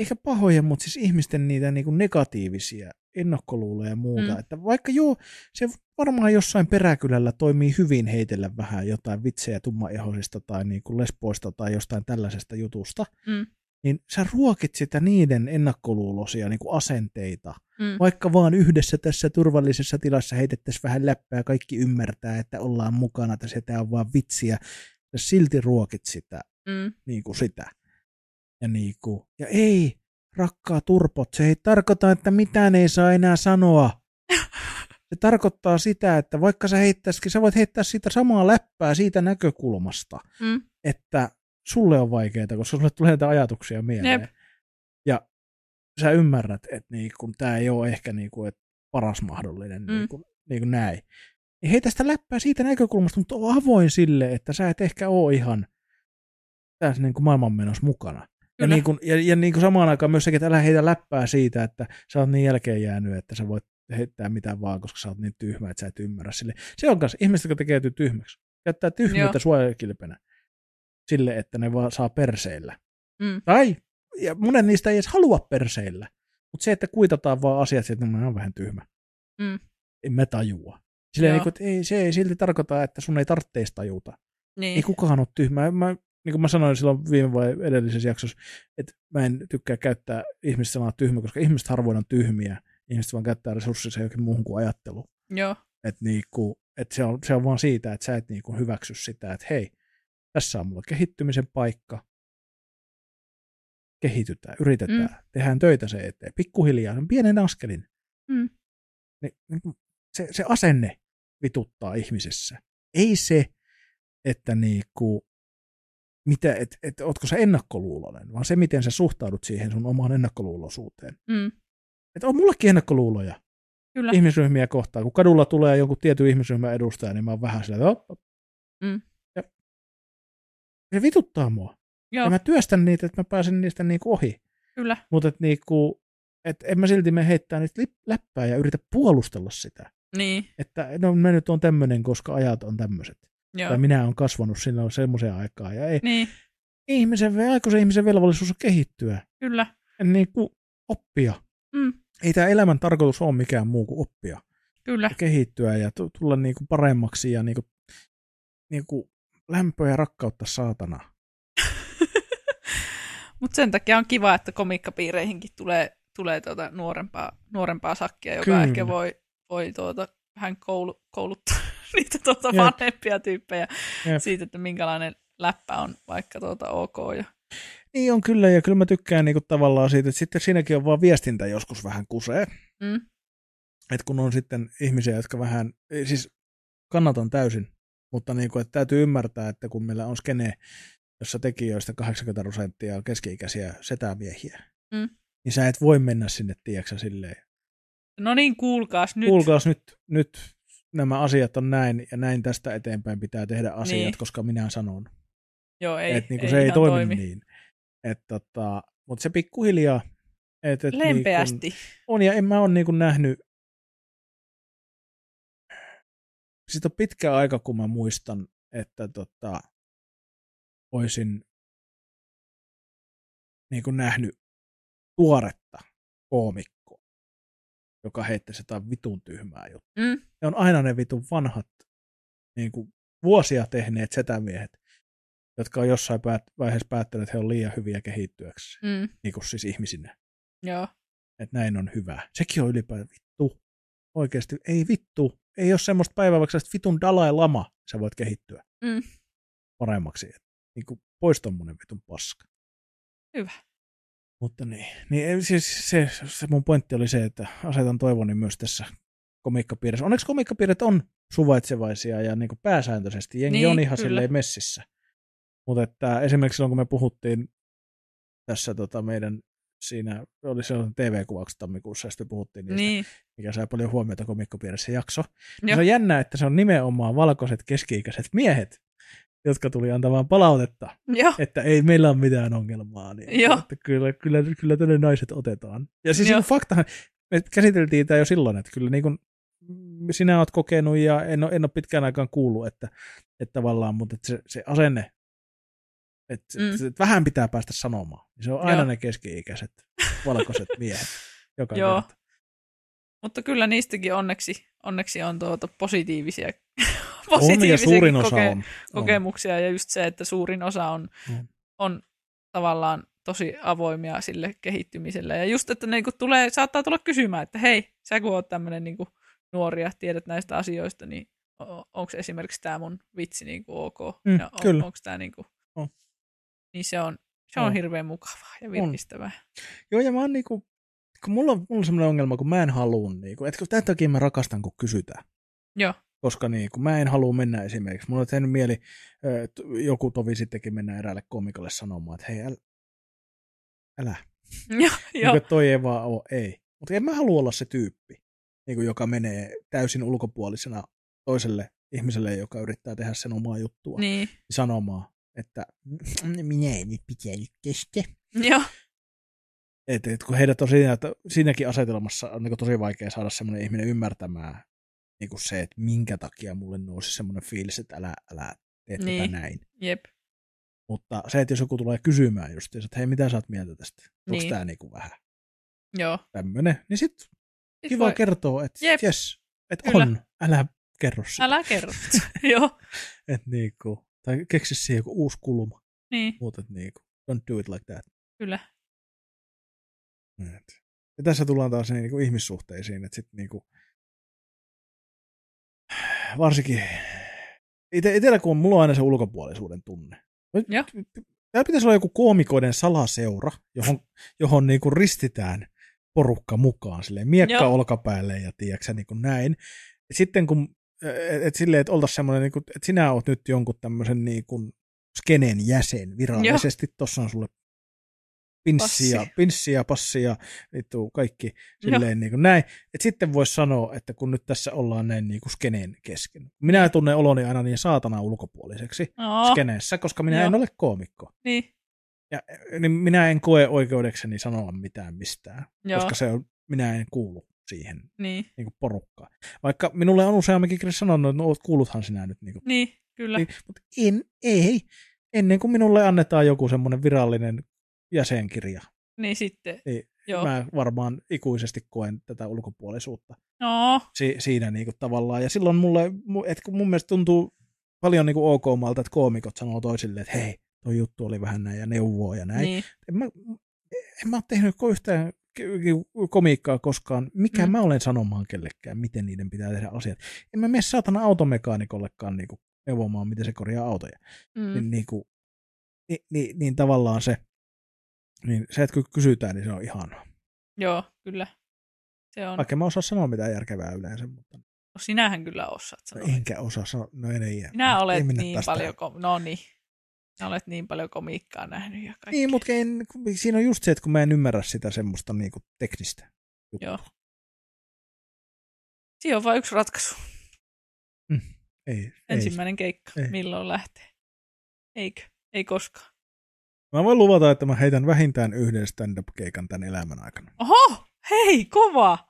[SPEAKER 2] eikä pahojen, mutta siis ihmisten niitä niinku negatiivisia ennakkoluuloja ja muuta,
[SPEAKER 1] Mm.
[SPEAKER 2] mm. että vaikka joo, se varmaan jossain peräkylällä toimii hyvin heitellä vähän jotain vitsejä tummaihosista tai niinku lesboista tai jostain tällaisesta jutusta,
[SPEAKER 1] mm,
[SPEAKER 2] niin sä ruokit sitä niiden ennakkoluuloisia niinku asenteita
[SPEAKER 1] mm,
[SPEAKER 2] vaikka vaan yhdessä tässä turvallisessa tilassa heitettäisiin vähän läppää, kaikki ymmärtää, että ollaan mukana, että se tää on vaan vitsiä, ja silti ruokit sitä,
[SPEAKER 1] mm,
[SPEAKER 2] niin kuin sitä. Ja, niin kuin, ja ei, rakkaa turpot, se ei tarkoita, että mitään ei saa enää sanoa. Se tarkoittaa sitä, että vaikka sä heittäisikin, sä voit heittää sitä samaa läppää siitä näkökulmasta,
[SPEAKER 1] mm,
[SPEAKER 2] että sulle on vaikeaa, koska sulle tulee näitä ajatuksia mieleen.
[SPEAKER 1] Jep.
[SPEAKER 2] Ja sä ymmärrät, että niin kun tämä ei ole ehkä niin kun, että paras mahdollinen mm. niin kun, niin kun näin. Niin heitä sitä läppää siitä näkökulmasta, mutta on avoin sille, että sä et ehkä ole ihan tässä niin kun maailmanmenossa mukana. Ja,
[SPEAKER 1] Kyllä.
[SPEAKER 2] niin kun, ja, ja niin kun samaan aikaan myös sekin, että älä heitä läppää siitä, että sä oot niin jälkeen jäänyt, että sä voit heittää mitään vaan, koska sä oot niin tyhmä, että sä et ymmärrä sille. Se on kanssa ihmiset, jotka tekeytyy tyhmäksi. Jättää tyhmyyttä suojakilpenä sille, että ne vaan saa perseillä.
[SPEAKER 1] mm,
[SPEAKER 2] Tai, ja monet niistä ei edes halua perseillä. Mutta se, että kuitataan vaan asiat, että mä oon vähän tyhmä.
[SPEAKER 1] Mm.
[SPEAKER 2] En mä tajua. Silleen,
[SPEAKER 1] Joo.
[SPEAKER 2] niin kuin, että ei, se ei silti tarkoita, että sun ei tarvitse tajuta. Ei,
[SPEAKER 1] niin,
[SPEAKER 2] kukaan ole tyhmä. Mä, niin kuin mä sanoin silloin viime vai edellisessä jaksossa, että mä en tykkää käyttää ihmistä sanaa tyhmä, koska ihmiset harvoin on tyhmiä. Ihmiset vaan käyttää resursseja johonkin muuhun kuin ajatteluun.
[SPEAKER 1] joo,
[SPEAKER 2] Et niinku, et se, on, se on vaan siitä, että sä et niinku hyväksy sitä, että hei, tässä on mulla kehittymisen paikka. Kehitytään, yritetään, mm. tehdään töitä se eteen. Pikkuhiljaa, sen pienen askelin.
[SPEAKER 1] Mm.
[SPEAKER 2] Ni, niinku, se, se asenne vituttaa ihmisessä. Ei se, että niinku, mitä, et, et, ootko sä ennakkoluulonen, vaan se, miten sä suhtaudut siihen sun omaan ennakkoluuloisuuteen
[SPEAKER 1] mm,
[SPEAKER 2] Että on mullakin ennakkoluuloja
[SPEAKER 1] Kyllä.
[SPEAKER 2] ihmisryhmiä kohtaan. Kun kadulla tulee joku tietty ihmisryhmä edustaja, niin mä oon vähän sillä, että op, op.
[SPEAKER 1] Mm.
[SPEAKER 2] Ja se vituttaa mua.
[SPEAKER 1] Joo,
[SPEAKER 2] Ja mä työstän niitä, että mä pääsen niistä niinku ohi.
[SPEAKER 1] kyllä.
[SPEAKER 2] Mutta et niinku, et en mä silti me heittää niitä lip- läppää ja yritä puolustella sitä.
[SPEAKER 1] Niin,
[SPEAKER 2] Että no mä nyt on tämmöinen, koska ajat on tämmöiset.
[SPEAKER 1] joo.
[SPEAKER 2] Tai minä olen kasvanut silloin semmoiseen aikaan. Ja ei,
[SPEAKER 1] Niin,
[SPEAKER 2] ihmisen, aikuisen ihmisen velvollisuus on kehittyä.
[SPEAKER 1] kyllä.
[SPEAKER 2] Niin kuin oppia.
[SPEAKER 1] Mm,
[SPEAKER 2] Ei tämä elämän tarkoitus ole mikään muu kuin oppia.
[SPEAKER 1] kyllä,
[SPEAKER 2] Ja kehittyä ja tu- tulla niin kuin paremmaksi ja niin kuin, niin kuin lämpöä ja rakkautta saatana.
[SPEAKER 1] mutta sen takia on kiva, että komiikkapiireihinkin tulee, tulee tuota nuorempaa, nuorempaa sakkia, joka
[SPEAKER 2] Kyllä.
[SPEAKER 1] ehkä voi, voi tuota, vähän koulu, kouluttaa niitä tuota
[SPEAKER 2] Jep.
[SPEAKER 1] vanhempia tyyppejä
[SPEAKER 2] Jep.
[SPEAKER 1] siitä, että minkälainen läppä on vaikka tuota ok. Ja,
[SPEAKER 2] Niin on kyllä, ja kyllä mä tykkään niin kuin tavallaan siitä, että sitten siinäkin on vaan viestintä joskus vähän kusee.
[SPEAKER 1] mm,
[SPEAKER 2] että kun on sitten ihmisiä, jotka vähän, ei siis kannatan täysin, mutta niin kuin, että täytyy ymmärtää, että kun meillä on skene, jossa tekijöistä 80 prosenttia on keski-ikäisiä setämiehiä,
[SPEAKER 1] Mm.
[SPEAKER 2] niin sä et voi mennä sinne, tiedäksä, silleen.
[SPEAKER 1] no niin, kuulkaas nyt.
[SPEAKER 2] Nyt. Kuulkaas nyt, nyt nämä asiat on näin, ja näin tästä eteenpäin pitää tehdä asiat,
[SPEAKER 1] Niin.
[SPEAKER 2] koska minä sanon.
[SPEAKER 1] Joo, ei,
[SPEAKER 2] Että niin
[SPEAKER 1] ei
[SPEAKER 2] kuin se ei
[SPEAKER 1] ihan
[SPEAKER 2] toimi,
[SPEAKER 1] toimi.
[SPEAKER 2] niin. Et tota, mutta se pikkuhiljaa. Et, et Niin
[SPEAKER 1] Lempeästi.
[SPEAKER 2] on, ja en mä ole niin nähnyt, siitä on pitkä aika, kun mä muistan, että tota, olisin niin kuin nähnyt tuoretta koomikkoa, joka heittäisi jotain vitun tyhmää juttua.
[SPEAKER 1] Mm,
[SPEAKER 2] Ne on aina ne vitun vanhat, niin kuin vuosia tehneet setämiehet, jotka on jossain päät- vaiheessa päättänyt, että he on liian hyviä kehittyäksi,
[SPEAKER 1] mm,
[SPEAKER 2] niin kuin siis ihmisinä
[SPEAKER 1] joo,
[SPEAKER 2] että näin on hyvä. Sekin on ylipäätään vittu. Oikeasti, ei vittu. Ei ole semmoista päivää, vaikka sä olisit vitun Dalai Lama, niin sä voit kehittyä
[SPEAKER 1] Mm.
[SPEAKER 2] paremmaksi. Et, niin kuin, pois tommonen vitun paska.
[SPEAKER 1] Hyvä.
[SPEAKER 2] Mutta niin, niin ei, siis se, se, mun pointti oli se, että asetan toivoni myös tässä komiikkapiirissä. Onneksi komiikkapiirit on suvaitsevaisia ja niin kuin pääsääntöisesti jengi
[SPEAKER 1] Niin,
[SPEAKER 2] on ihan
[SPEAKER 1] kyllä.
[SPEAKER 2] silleen messissä. Mutta että esimerkiksi silloin, kun me puhuttiin tässä tota meidän siinä oli sellainen TV-kuvaukset tammikuussa, ja sitten puhuttiin niistä, niin.
[SPEAKER 1] niin,
[SPEAKER 2] mikä sai paljon huomiota komikkopiirissä jakso. Ja.
[SPEAKER 1] Joo.
[SPEAKER 2] Se on jännä, että se on nimenomaan valkoiset keski-ikäiset miehet, jotka tuli antamaan palautetta,
[SPEAKER 1] Niin. joo,
[SPEAKER 2] että ei meillä ole mitään ongelmaa. Niin,
[SPEAKER 1] Joo.
[SPEAKER 2] Että kyllä, kyllä, kyllä tänne naiset otetaan. Ja siis
[SPEAKER 1] Joo.
[SPEAKER 2] on faktahan, me käsiteltiin tämä jo silloin, että kyllä niin kuin sinä olet kokenut ja en ole, en ole pitkään aikaan kuullut, että, että tavallaan, mutta että se, se asenne, että,
[SPEAKER 1] Mm.
[SPEAKER 2] mm. että vähän pitää päästä sanomaan. Se on aina
[SPEAKER 1] Joo.
[SPEAKER 2] Joo. ne keski-ikäiset valkoiset miehet. Joka
[SPEAKER 1] Joo.
[SPEAKER 2] kerta.
[SPEAKER 1] mutta kyllä niistäkin onneksi, onneksi on tuota positiivisia,
[SPEAKER 2] On ja
[SPEAKER 1] positiivisiakin
[SPEAKER 2] suurin osa
[SPEAKER 1] koke-
[SPEAKER 2] on. on.
[SPEAKER 1] kokemuksia ja just se, että suurin osa on,
[SPEAKER 2] Mm.
[SPEAKER 1] on tavallaan tosi avoimia sille kehittymiselle. Ja just, että ne niinku tulee, saattaa tulla kysymään, että hei, sä kun oot tämmöinen niinku nuori ja tiedät näistä asioista, niin onko esimerkiksi tämä mun vitsi niinku ok?
[SPEAKER 2] Mm,
[SPEAKER 1] ja on,
[SPEAKER 2] kyllä.
[SPEAKER 1] Onko tämä niinku...
[SPEAKER 2] On.
[SPEAKER 1] Niin se on, se on,
[SPEAKER 2] On.
[SPEAKER 1] hirveän mukavaa ja virkistävää.
[SPEAKER 2] Joo, ja mä oon niinku, kun mulla, on- mulla on semmoinen ongelma, kun mä en halua, niinku, että kun tämän takia mä rakastan, kun kysytään.
[SPEAKER 1] Joo.
[SPEAKER 2] Koska niinku, mä en halua mennä esimerkiksi. Mulla on tehnyt mieli, ö, t- joku tovi sittenkin mennä eräälle komikalle sanomaan, että hei, äl, älä.
[SPEAKER 1] Joo,
[SPEAKER 2] Niinku,
[SPEAKER 1] joo,
[SPEAKER 2] että toi ei vaan ole, ei. Mutta en mä halua olla se tyyppi, niinku, joka menee täysin ulkopuolisena toiselle ihmiselle, joka yrittää tehdä sen omaa juttua, niin.
[SPEAKER 1] niin,
[SPEAKER 2] sanomaan, että minä en nyt pitänyt tästä.
[SPEAKER 1] joo,
[SPEAKER 2] Et, et kun heidät on siinä, että siinäkin asetelmassa on niin tosi vaikea saada semmoinen ihminen ymmärtämään niin se, että minkä takia mulle nousi semmoinen fiilis, että älä, älä tee niin.
[SPEAKER 1] Niin.
[SPEAKER 2] tätä näin.
[SPEAKER 1] jep,
[SPEAKER 2] Mutta se, että jos joku tulee kysymään just, että hei, mitä sä oot mieltä tästä? Onko
[SPEAKER 1] Niin.
[SPEAKER 2] niin. tämä niinku vähän
[SPEAKER 1] joo.
[SPEAKER 2] tämmöinen? Niin sit
[SPEAKER 1] Sit
[SPEAKER 2] kiva
[SPEAKER 1] Siis voi-
[SPEAKER 2] kertoa, että
[SPEAKER 1] Jep.
[SPEAKER 2] jes, että
[SPEAKER 1] Kyllä.
[SPEAKER 2] on, älä kerro sitä.
[SPEAKER 1] Älä kerro. joo,
[SPEAKER 2] Et niinku, tai keksi siihen joku uusi kulma,
[SPEAKER 1] niin,
[SPEAKER 2] mutta et niinku, don't do it like that.
[SPEAKER 1] kyllä.
[SPEAKER 2] Et. Ja tässä tullaan taas niin, niin ihmissuhteisiin, että sitten niin kuin, varsinkin ite, itellä kun on, mulla on aina se ulkopuolisuuden tunne.
[SPEAKER 1] Joo.
[SPEAKER 2] Tämä pitäisi olla joku koomikoiden salaseura, johon, johon niin kuin ristitään porukka mukaan, silleen miekka
[SPEAKER 1] Joo.
[SPEAKER 2] Joo. olkapäälle ja tiedätkö niin kuin näin. Ja sitten kun, e-, et, et silleen, että oltaisiin semmoinen, niin että sinä oot nyt niinku jonkun tämmöisen niin kuin skenen jäsen virallisesti, tuossa on sulle pinssiä,
[SPEAKER 1] Passi.
[SPEAKER 2] pinssiä, passia, vittu, kaikki silleen niin kuin näin. Et sitten voisi sanoa, että kun nyt tässä ollaan näin niin kuin skeneen kesken. Minä tunnen oloni aina niin saatana ulkopuoliseksi
[SPEAKER 1] No,
[SPEAKER 2] skeneessä, koska minä
[SPEAKER 1] Joo.
[SPEAKER 2] en ole koomikko.
[SPEAKER 1] niin,
[SPEAKER 2] Ja, niin minä en koe oikeudekseni sanoa mitään mistään,
[SPEAKER 1] joo,
[SPEAKER 2] koska se on, minä en kuulu siihen
[SPEAKER 1] niin,
[SPEAKER 2] niin kuin porukkaan. Vaikka minulle on useamminkin kyllä sanonut, että no, oot- kuuluthan sinä nyt. Niin kuin,
[SPEAKER 1] niin, kyllä.
[SPEAKER 2] niin, mutta en, ei, ennen kuin minulle annetaan joku semmoinen virallinen jäsenkirja,
[SPEAKER 1] Niin sitten,
[SPEAKER 2] Niin,
[SPEAKER 1] joo.
[SPEAKER 2] mä varmaan ikuisesti koen tätä ulkopuolisuutta
[SPEAKER 1] No,
[SPEAKER 2] si- siinä niin kuin tavallaan. Ja silloin mulle, mu- et kun mun mielestä tuntuu paljon niin kuin ok-malta, että koomikot sanoo toisille, että hei, tuo juttu oli vähän näin ja neuvoo ja näin.
[SPEAKER 1] niin,
[SPEAKER 2] en mä, en mä ole tehnyt ko- yhtään k- komiikkaa koskaan. Mikä
[SPEAKER 1] Mm.
[SPEAKER 2] mm. mä olen sanomaan kellekään, miten niiden pitää tehdä asiat. En mä mene saatana automekaanikollekaan niinku neuvomaan, miten se korjaa autoja. Mm.
[SPEAKER 1] mm,
[SPEAKER 2] Niin, niinku, ni, ni, niin tavallaan se, niin se, että kun kysytään, niin se on ihanaa.
[SPEAKER 1] joo, kyllä. Se on,
[SPEAKER 2] Vaikka en mä osaa sanoa mitään järkevää yleensä, mutta
[SPEAKER 1] no, sinähän kyllä osaat sanoa.
[SPEAKER 2] enkä osaa sanoa. No en, ei,
[SPEAKER 1] Minä
[SPEAKER 2] ei
[SPEAKER 1] olet
[SPEAKER 2] mennä
[SPEAKER 1] niin
[SPEAKER 2] tästä.
[SPEAKER 1] paljon, kom- no niin, Sinä olet niin paljon komiikkaa nähnyt ja kaikkea.
[SPEAKER 2] Niin, mutta en, kun- siinä on just se, että kun mä en ymmärrä sitä semmoista niinku teknistä. juttua.
[SPEAKER 1] Joo. Siinä on vain yksi ratkaisu.
[SPEAKER 2] Ei, ei,
[SPEAKER 1] Ensimmäinen keikka.
[SPEAKER 2] Ei.
[SPEAKER 1] Milloin lähtee? Eikö? Ei koskaan.
[SPEAKER 2] Mä voin luvata, että mä heitän vähintään yhden stand-up-keikan tämän elämän aikana.
[SPEAKER 1] Oho! Hei, kova!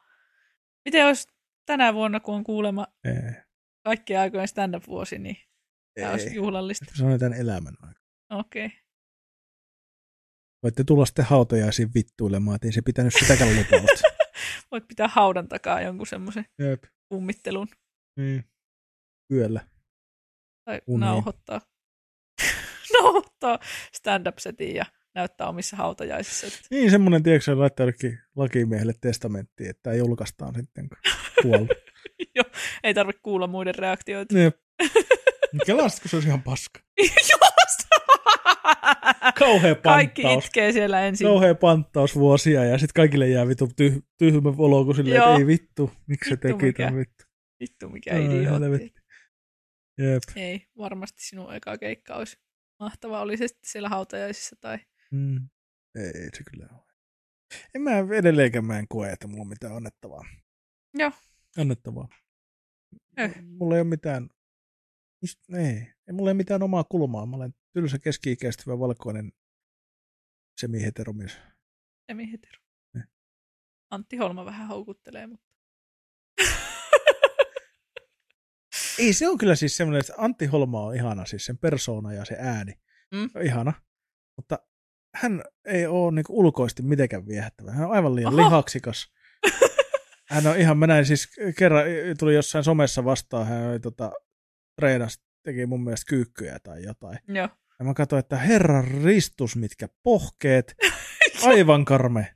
[SPEAKER 1] Miten olisi tänä vuonna, kun on kuulemma
[SPEAKER 2] Ei,
[SPEAKER 1] kaikkien aikojen stand-up-vuosi, niin tämä olisi
[SPEAKER 2] ei.
[SPEAKER 1] juhlallista.
[SPEAKER 2] Sanoin tämän elämän aikana.
[SPEAKER 1] Okei. Okay.
[SPEAKER 2] Voitte tulla sitten hautajaisiin vittuilemaan, että ei se pitänyt sitäkään lupausta.
[SPEAKER 1] Voit pitää haudan takaa jonkun semmoisen
[SPEAKER 2] Jep,
[SPEAKER 1] kummittelun
[SPEAKER 2] niin. Yöllä.
[SPEAKER 1] tai
[SPEAKER 2] Uni.
[SPEAKER 1] nauhoittaa. nauhoittaa stand-up-setin ja näyttää omissa hautajaisissa. että
[SPEAKER 2] Niin, semmoinen, tiedätkö, laittaa jollekin lakimiehelle testamenttiin, että tämä julkaistaan sitten, kun kuollut.
[SPEAKER 1] Ei tarvitse kuulla muiden reaktioita.
[SPEAKER 2] Jep. Kelasit, kun Niin. se olisi ihan paska.
[SPEAKER 1] Just!
[SPEAKER 2] Kauhea
[SPEAKER 1] Kaikki
[SPEAKER 2] panttaus.
[SPEAKER 1] itkee siellä ensin.
[SPEAKER 2] Kauhea panttaus vuosia ja sitten kaikille jää vitu tyh- tyhmä olo, kun silleen,
[SPEAKER 1] Joo.
[SPEAKER 2] että ei vittu, miksi se
[SPEAKER 1] Vittu
[SPEAKER 2] teki
[SPEAKER 1] mikä.
[SPEAKER 2] tämän vittu.
[SPEAKER 1] Vittu mikä
[SPEAKER 2] Ai,
[SPEAKER 1] idiootti.
[SPEAKER 2] helvetti. Jep.
[SPEAKER 1] Ei, varmasti sinun eka keikka olisi mahtava. Oli se sitten siellä hautajaisissa tai...
[SPEAKER 2] Mm. Ei, ei se kyllä ole. En mä edelleenkään mä en koe, että mulla on mitään annettavaa.
[SPEAKER 1] Joo.
[SPEAKER 2] Annettavaa.
[SPEAKER 1] Eh.
[SPEAKER 2] Mulla ei ole mitään, just, ei, ei mulla ei mitään omaa kulmaa. Mä olen tylsä keski-ikäistyvä valkoinen semiheteromies.
[SPEAKER 1] Semi hetero.
[SPEAKER 2] Eh.
[SPEAKER 1] Antti Holma vähän houkuttelee, mutta...
[SPEAKER 2] Ei, se on kyllä siis semmoinen, että Antti Holma on ihana, siis sen persoona ja se ääni.
[SPEAKER 1] Mm.
[SPEAKER 2] On ihana. Mutta hän ei ole niin ulkoisesti mitenkään viehättävä. Hän on aivan liian
[SPEAKER 1] Oho.
[SPEAKER 2] lihaksikas. Hän on ihan, mä näin siis kerran, tuli jossain somessa vastaan, hän oli tota, treenas, teki mun mielestä kyykkyjä tai jotain.
[SPEAKER 1] Joo.
[SPEAKER 2] Ja mä katsoin, että herran ristus, mitkä pohkeet. Aivan karme.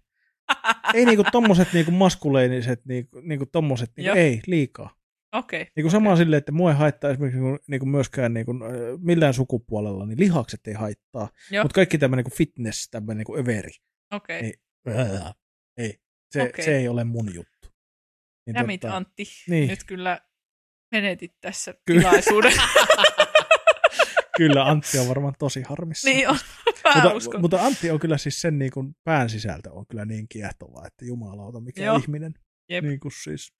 [SPEAKER 2] Ei niinku tommoset niinku maskuleiniset, niinku, niinku tommoset, niinku,
[SPEAKER 1] Joo.
[SPEAKER 2] ei liikaa.
[SPEAKER 1] Okei. Okay.
[SPEAKER 2] Niin kuin sama silleen, että mua ei haittaa esimerkiksi niin kuin, niin kuin myöskään niin kuin, äh, millään sukupuolella, niin lihakset ei haittaa.
[SPEAKER 1] Joo.
[SPEAKER 2] Mutta kaikki tämmöinen niin fitness, tämmöinen niin kuin överi,
[SPEAKER 1] Okei.
[SPEAKER 2] Ei, ää, ei. Se,
[SPEAKER 1] Okei.
[SPEAKER 2] okay. se ei ole mun juttu. Niin,
[SPEAKER 1] Rämit Antti.
[SPEAKER 2] niin.
[SPEAKER 1] Nyt kyllä menetit tässä
[SPEAKER 2] Kyllä.
[SPEAKER 1] tilaisuuden.
[SPEAKER 2] kyllä Antti on varmaan tosi harmissa.
[SPEAKER 1] niin on. Vähän mutta,
[SPEAKER 2] mutta,
[SPEAKER 1] uskon.
[SPEAKER 2] mutta Antti on kyllä siis sen niin kuin pään sisältö on kyllä niin kiehtova, että jumalauta, mikä
[SPEAKER 1] Joo.
[SPEAKER 2] Joo. ihminen.
[SPEAKER 1] Jep.
[SPEAKER 2] Niin kuin siis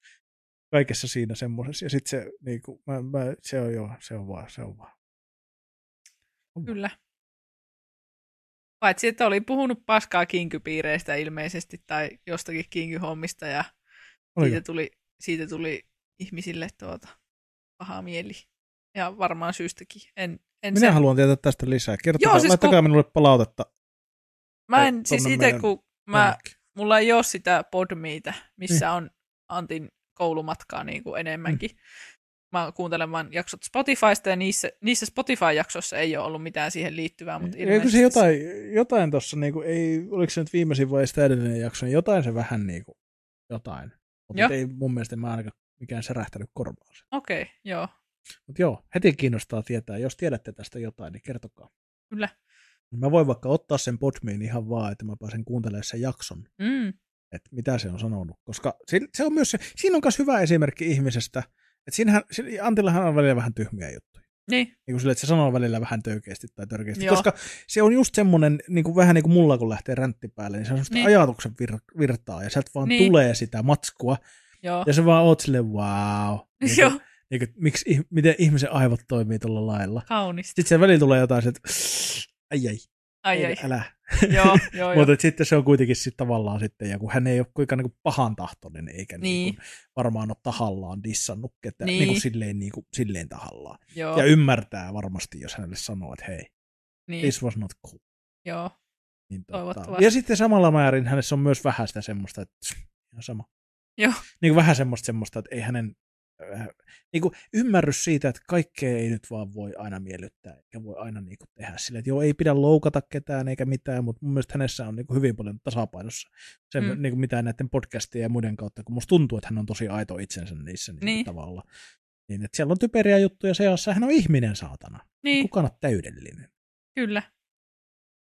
[SPEAKER 2] kaikessa siinä semmoisessa. Ja sitten se, niin kuin, mä, mä, se on jo, se on vaan, se on vaan.
[SPEAKER 1] Kyllä. Paitsi, että oli puhunut paskaa kinkypiireistä ilmeisesti tai jostakin kinkyhommista ja
[SPEAKER 2] Oliko?
[SPEAKER 1] siitä tuli, siitä tuli ihmisille tuota, paha mieli. Ja varmaan syystäkin. En, en
[SPEAKER 2] Minä
[SPEAKER 1] sen-
[SPEAKER 2] haluan tietää tästä lisää. Kertokaa,
[SPEAKER 1] Joo,
[SPEAKER 2] Joo,
[SPEAKER 1] siis
[SPEAKER 2] siis laittakaa minulle palautetta.
[SPEAKER 1] Mä en
[SPEAKER 2] Tuonne
[SPEAKER 1] siis itse,
[SPEAKER 2] meidän-
[SPEAKER 1] kun mä, mulla ei ole sitä podmiita, missä
[SPEAKER 2] Niin.
[SPEAKER 1] on Antin koulumatkaa niin kuin enemmänkin.
[SPEAKER 2] Mm.
[SPEAKER 1] Mä kuuntelen vaan jaksot Spotifysta ja niissä, niissä Spotify-jaksoissa ei ole ollut mitään siihen liittyvää, mutta
[SPEAKER 2] Eikö
[SPEAKER 1] ilmeisesti... siis-
[SPEAKER 2] se jotain, jotain tuossa, niinku, ei, oliko se nyt viimeisin vai sitä edellinen jakso, niin jotain se vähän niin kuin, jotain.
[SPEAKER 1] Joo.
[SPEAKER 2] Mutta ei mun mielestä mä ainakaan mikään särähtänyt korvaan.
[SPEAKER 1] Okei, okay, joo.
[SPEAKER 2] Mutta joo, heti kiinnostaa tietää. Jos tiedätte tästä jotain, niin kertokaa.
[SPEAKER 1] Kyllä.
[SPEAKER 2] Mä voin vaikka ottaa sen podmiin ihan vaan, että mä pääsen kuuntelemaan sen jakson,
[SPEAKER 1] Mm,
[SPEAKER 2] että mitä se on sanonut. Koska se, se on myös, se- siinä on myös hyvä esimerkki ihmisestä, että siinähän, si- Antillahan on välillä vähän tyhmiä juttuja.
[SPEAKER 1] Niin,
[SPEAKER 2] Niin kuin sille, että se sanoo välillä vähän töykeästi tai törkeästi.
[SPEAKER 1] Joo.
[SPEAKER 2] Koska se on just semmoinen, niin kuin, vähän niin kuin mulla kun lähtee räntti päälle, niin se on semmoista
[SPEAKER 1] Niin.
[SPEAKER 2] niin. ajatuksen vir- virtaa ja sieltä vaan
[SPEAKER 1] Niin.
[SPEAKER 2] niin. tulee sitä matskua.
[SPEAKER 1] joo.
[SPEAKER 2] Ja se vaan oot silleen, wow. Niin
[SPEAKER 1] joo,
[SPEAKER 2] kuin, niin kuin, miksi, ih- miten ihmisen aivot toimii tuolla lailla.
[SPEAKER 1] kaunista.
[SPEAKER 2] Sitten se välillä tulee jotain, sieltä, ai ai,
[SPEAKER 1] Ai,
[SPEAKER 2] Siis- ei,
[SPEAKER 1] ai.
[SPEAKER 2] älä.
[SPEAKER 1] joo, joo, joo.
[SPEAKER 2] Mutta et sitten se on kuitenkin sit tavallaan sitten, ja kun hän ei ole kuinkaan niin pahantahtoinen, eikä niin.
[SPEAKER 1] Niin.
[SPEAKER 2] Niin varmaan ole tahallaan dissannut ketään,
[SPEAKER 1] Niin.
[SPEAKER 2] niin. kuin silleen, niin kuin, silleen tahallaan.
[SPEAKER 1] joo,
[SPEAKER 2] Oh. Ja ymmärtää varmasti, jos hänelle sanoo, että hei,
[SPEAKER 1] niin,
[SPEAKER 2] this was not cool.
[SPEAKER 1] joo,
[SPEAKER 2] Niin,
[SPEAKER 1] Toivottavasti.
[SPEAKER 2] Ja sitten samalla määrin hänessä on myös vähän sitä semmoista, että tsk, ihan sama.
[SPEAKER 1] Joo.
[SPEAKER 2] Niin kuin vähän semmoista, semmoista, että ei hänen äh, niin kuin ymmärrys siitä, että kaikkea ei nyt vaan voi aina miellyttää, eikä voi aina niin kuin tehdä sillä, että joo, ei pidä loukata ketään eikä mitään, mutta mun mielestä hänessä on niin kuin hyvin paljon tasapainossa se,
[SPEAKER 1] Mm.
[SPEAKER 2] mm. niin kuin mitään näiden podcastien ja muiden kautta, kun musta tuntuu, että hän on tosi aito itsensä niissä niin
[SPEAKER 1] Niin.
[SPEAKER 2] niin. tavalla. Niin, että siellä on typeriä juttuja seassa, hän on ihminen saatana,
[SPEAKER 1] niin,
[SPEAKER 2] kukaan on täydellinen.
[SPEAKER 1] kyllä.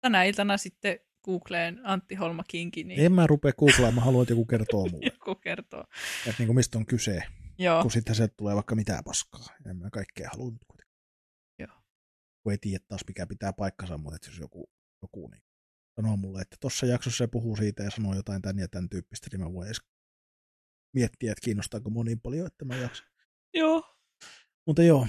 [SPEAKER 1] Tänä iltana sitten googleen Antti Holma Kinki, niin
[SPEAKER 2] En mä rupea googlaamaan, mä haluan, että joku kertoo mulle.
[SPEAKER 1] joku kertoo.
[SPEAKER 2] että niin kuin mistä on kyse,
[SPEAKER 1] Joo,
[SPEAKER 2] kun sitten se tulee vaikka mitään paskaa. En mä kaikkea halua nyt kuitenkaan.
[SPEAKER 1] Joo.
[SPEAKER 2] Kun ei tiedä taas mikä pitää paikkansa, mutta että jos joku, joku niin sanoo mulle, että tuossa jaksossa se puhuu siitä ja sanoo jotain tän ja tämän tyyppistä, niin mä voin edes miettiä, että kiinnostaako mua niin paljon, että mä jaksan.
[SPEAKER 1] joo,
[SPEAKER 2] Mutta joo.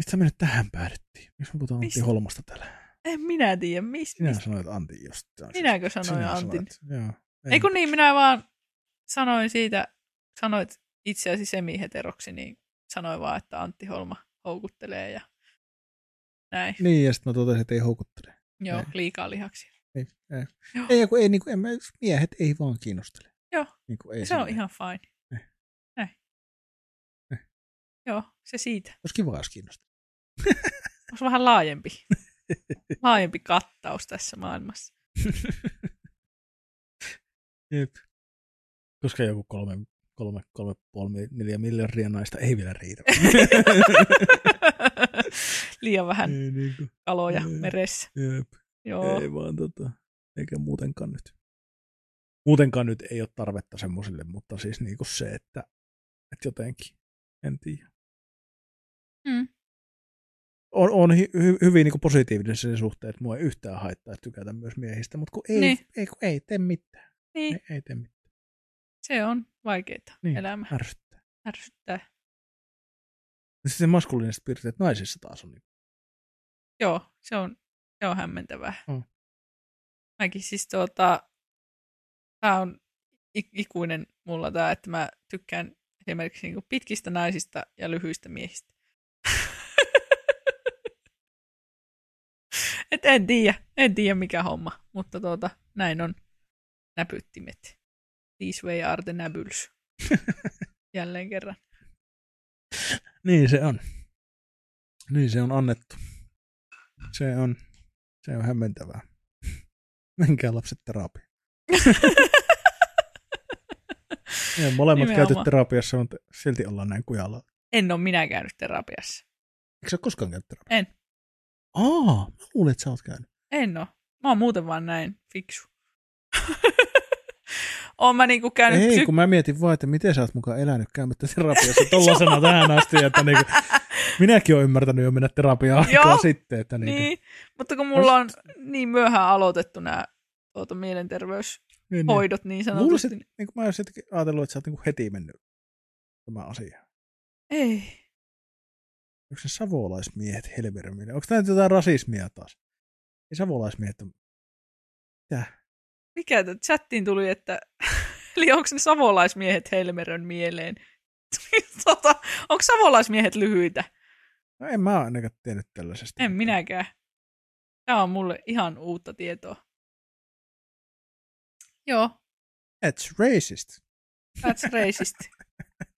[SPEAKER 2] Mistä me nyt tähän päädyttiin? Miksi me puhutaan Antti
[SPEAKER 1] Mistä?
[SPEAKER 2] Holmasta täällä?
[SPEAKER 1] en minä tiedä, mis,
[SPEAKER 2] Sinä
[SPEAKER 1] mis,
[SPEAKER 2] sanoit Antti just.
[SPEAKER 1] minäkö sanoin
[SPEAKER 2] Sinä
[SPEAKER 1] Antin?
[SPEAKER 2] sanoit, Joo.
[SPEAKER 1] Ei kun niin, minä vaan sanoin siitä, sanoit itseäsi semiheteroksi, niin sanoin vaan, että Antti Holma houkuttelee ja näin.
[SPEAKER 2] Niin, ja sitten mä totesin, että ei houkuttele.
[SPEAKER 1] Joo,
[SPEAKER 2] Näin.
[SPEAKER 1] liikaa lihaksia.
[SPEAKER 2] Ei, ei.
[SPEAKER 1] Joo.
[SPEAKER 2] ei, kun ei, niin kuin, en mä, miehet ei vaan kiinnostele.
[SPEAKER 1] Joo.
[SPEAKER 2] Niin kuin, ei
[SPEAKER 1] se on
[SPEAKER 2] silleen.
[SPEAKER 1] ihan fine.
[SPEAKER 2] Eh.
[SPEAKER 1] Näin.
[SPEAKER 2] Eh.
[SPEAKER 1] Joo, se siitä.
[SPEAKER 2] Olisi kiva, jos kiinnostaa.
[SPEAKER 1] Olisi vähän laajempi. laajempi kattaus tässä maailmassa.
[SPEAKER 2] Jep. Koska joku kolme, kolme, kolme, puoli, neljä miljardia naista ei vielä riitä.
[SPEAKER 1] Liian vähän
[SPEAKER 2] ei, niin kuin,
[SPEAKER 1] kaloja
[SPEAKER 2] Ei.
[SPEAKER 1] meressä.
[SPEAKER 2] jep,
[SPEAKER 1] Joo,
[SPEAKER 2] ei vaan tota, eikä muutenkaan nyt. Muutenkaan nyt ei ole tarvetta semmoiselle, mutta siis niin kuin se, että, että jotenkin, en tiedä.
[SPEAKER 1] Mm.
[SPEAKER 2] On, on hy, hy, hyvin niin kuin positiivinen sen suhteen, että mua ei yhtään haittaa että tykätä myös miehistä, mutta kun ei,
[SPEAKER 1] Niin.
[SPEAKER 2] ei, kun ei tee mitään.
[SPEAKER 1] niin,
[SPEAKER 2] Ei, ei tee mitään.
[SPEAKER 1] se on vaikeaa
[SPEAKER 2] Niin.
[SPEAKER 1] elämä.
[SPEAKER 2] Ärsyttää.
[SPEAKER 1] Ärsyttää.
[SPEAKER 2] Sitten se maskuliiniset piirteet naisissa taas on niin
[SPEAKER 1] Joo, se on, se on hämmentävää.
[SPEAKER 2] Mm.
[SPEAKER 1] Mäkin siis tuota, tämä on ik- ikuinen mulla tämä, että mä tykkään esimerkiksi niinku pitkistä naisista ja lyhyistä miehistä. Et en tiedä, en tiedä mikä homma, mutta tuota, näin on näpyttimet. These way are the näbyls. Jälleen kerran.
[SPEAKER 2] Niin se on. Niin se on annettu. Se on, se on hämmentävää. Menkää lapset terapiaan. Ja molemmat
[SPEAKER 1] Nimenomaan.
[SPEAKER 2] käyty terapiassa, mutta silti ollaan näin kujalla.
[SPEAKER 1] En ole minä käynyt terapiassa.
[SPEAKER 2] Eikö sä ole koskaan käynyt terapiassa?
[SPEAKER 1] En.
[SPEAKER 2] Aa, mä luulen, että sä oot käynyt.
[SPEAKER 1] En oo. Mä oon muuten vaan näin fiksu. oon mä niinku käynyt
[SPEAKER 2] Ei,
[SPEAKER 1] psyk-
[SPEAKER 2] kun mä mietin vaan, että miten sä oot mukaan elänyt käymättä terapiassa tollasena tähän asti, että niinku, minäkin oon ymmärtänyt jo mennä terapiaan
[SPEAKER 1] Joo.
[SPEAKER 2] aikaa sitten. Että niinku,
[SPEAKER 1] niin, mutta kun mulla on niin myöhään aloitettu nämä tuota, mielenterveyshoidot
[SPEAKER 2] niin,
[SPEAKER 1] niin
[SPEAKER 2] niin. Luulisin,
[SPEAKER 1] sanotusti.
[SPEAKER 2] että niin mä olisin jotenkin ajatellut, että sä oot niinku heti mennyt tämä asia.
[SPEAKER 1] Ei.
[SPEAKER 2] Onko ne savolaismiehet helvermille? Onko tämä nyt jotain rasismia taas? Ei savolaismiehet on...
[SPEAKER 1] Mikä t- chattiin tuli, että eli onko ne savolaismiehet Helmerön mieleen? tota, onko savolaismiehet lyhyitä?
[SPEAKER 2] No en mä ainakaan tiennyt tällaisesta.
[SPEAKER 1] En minäkään. Tämä on mulle ihan uutta tietoa. Joo,
[SPEAKER 2] That's racist.
[SPEAKER 1] That's racist.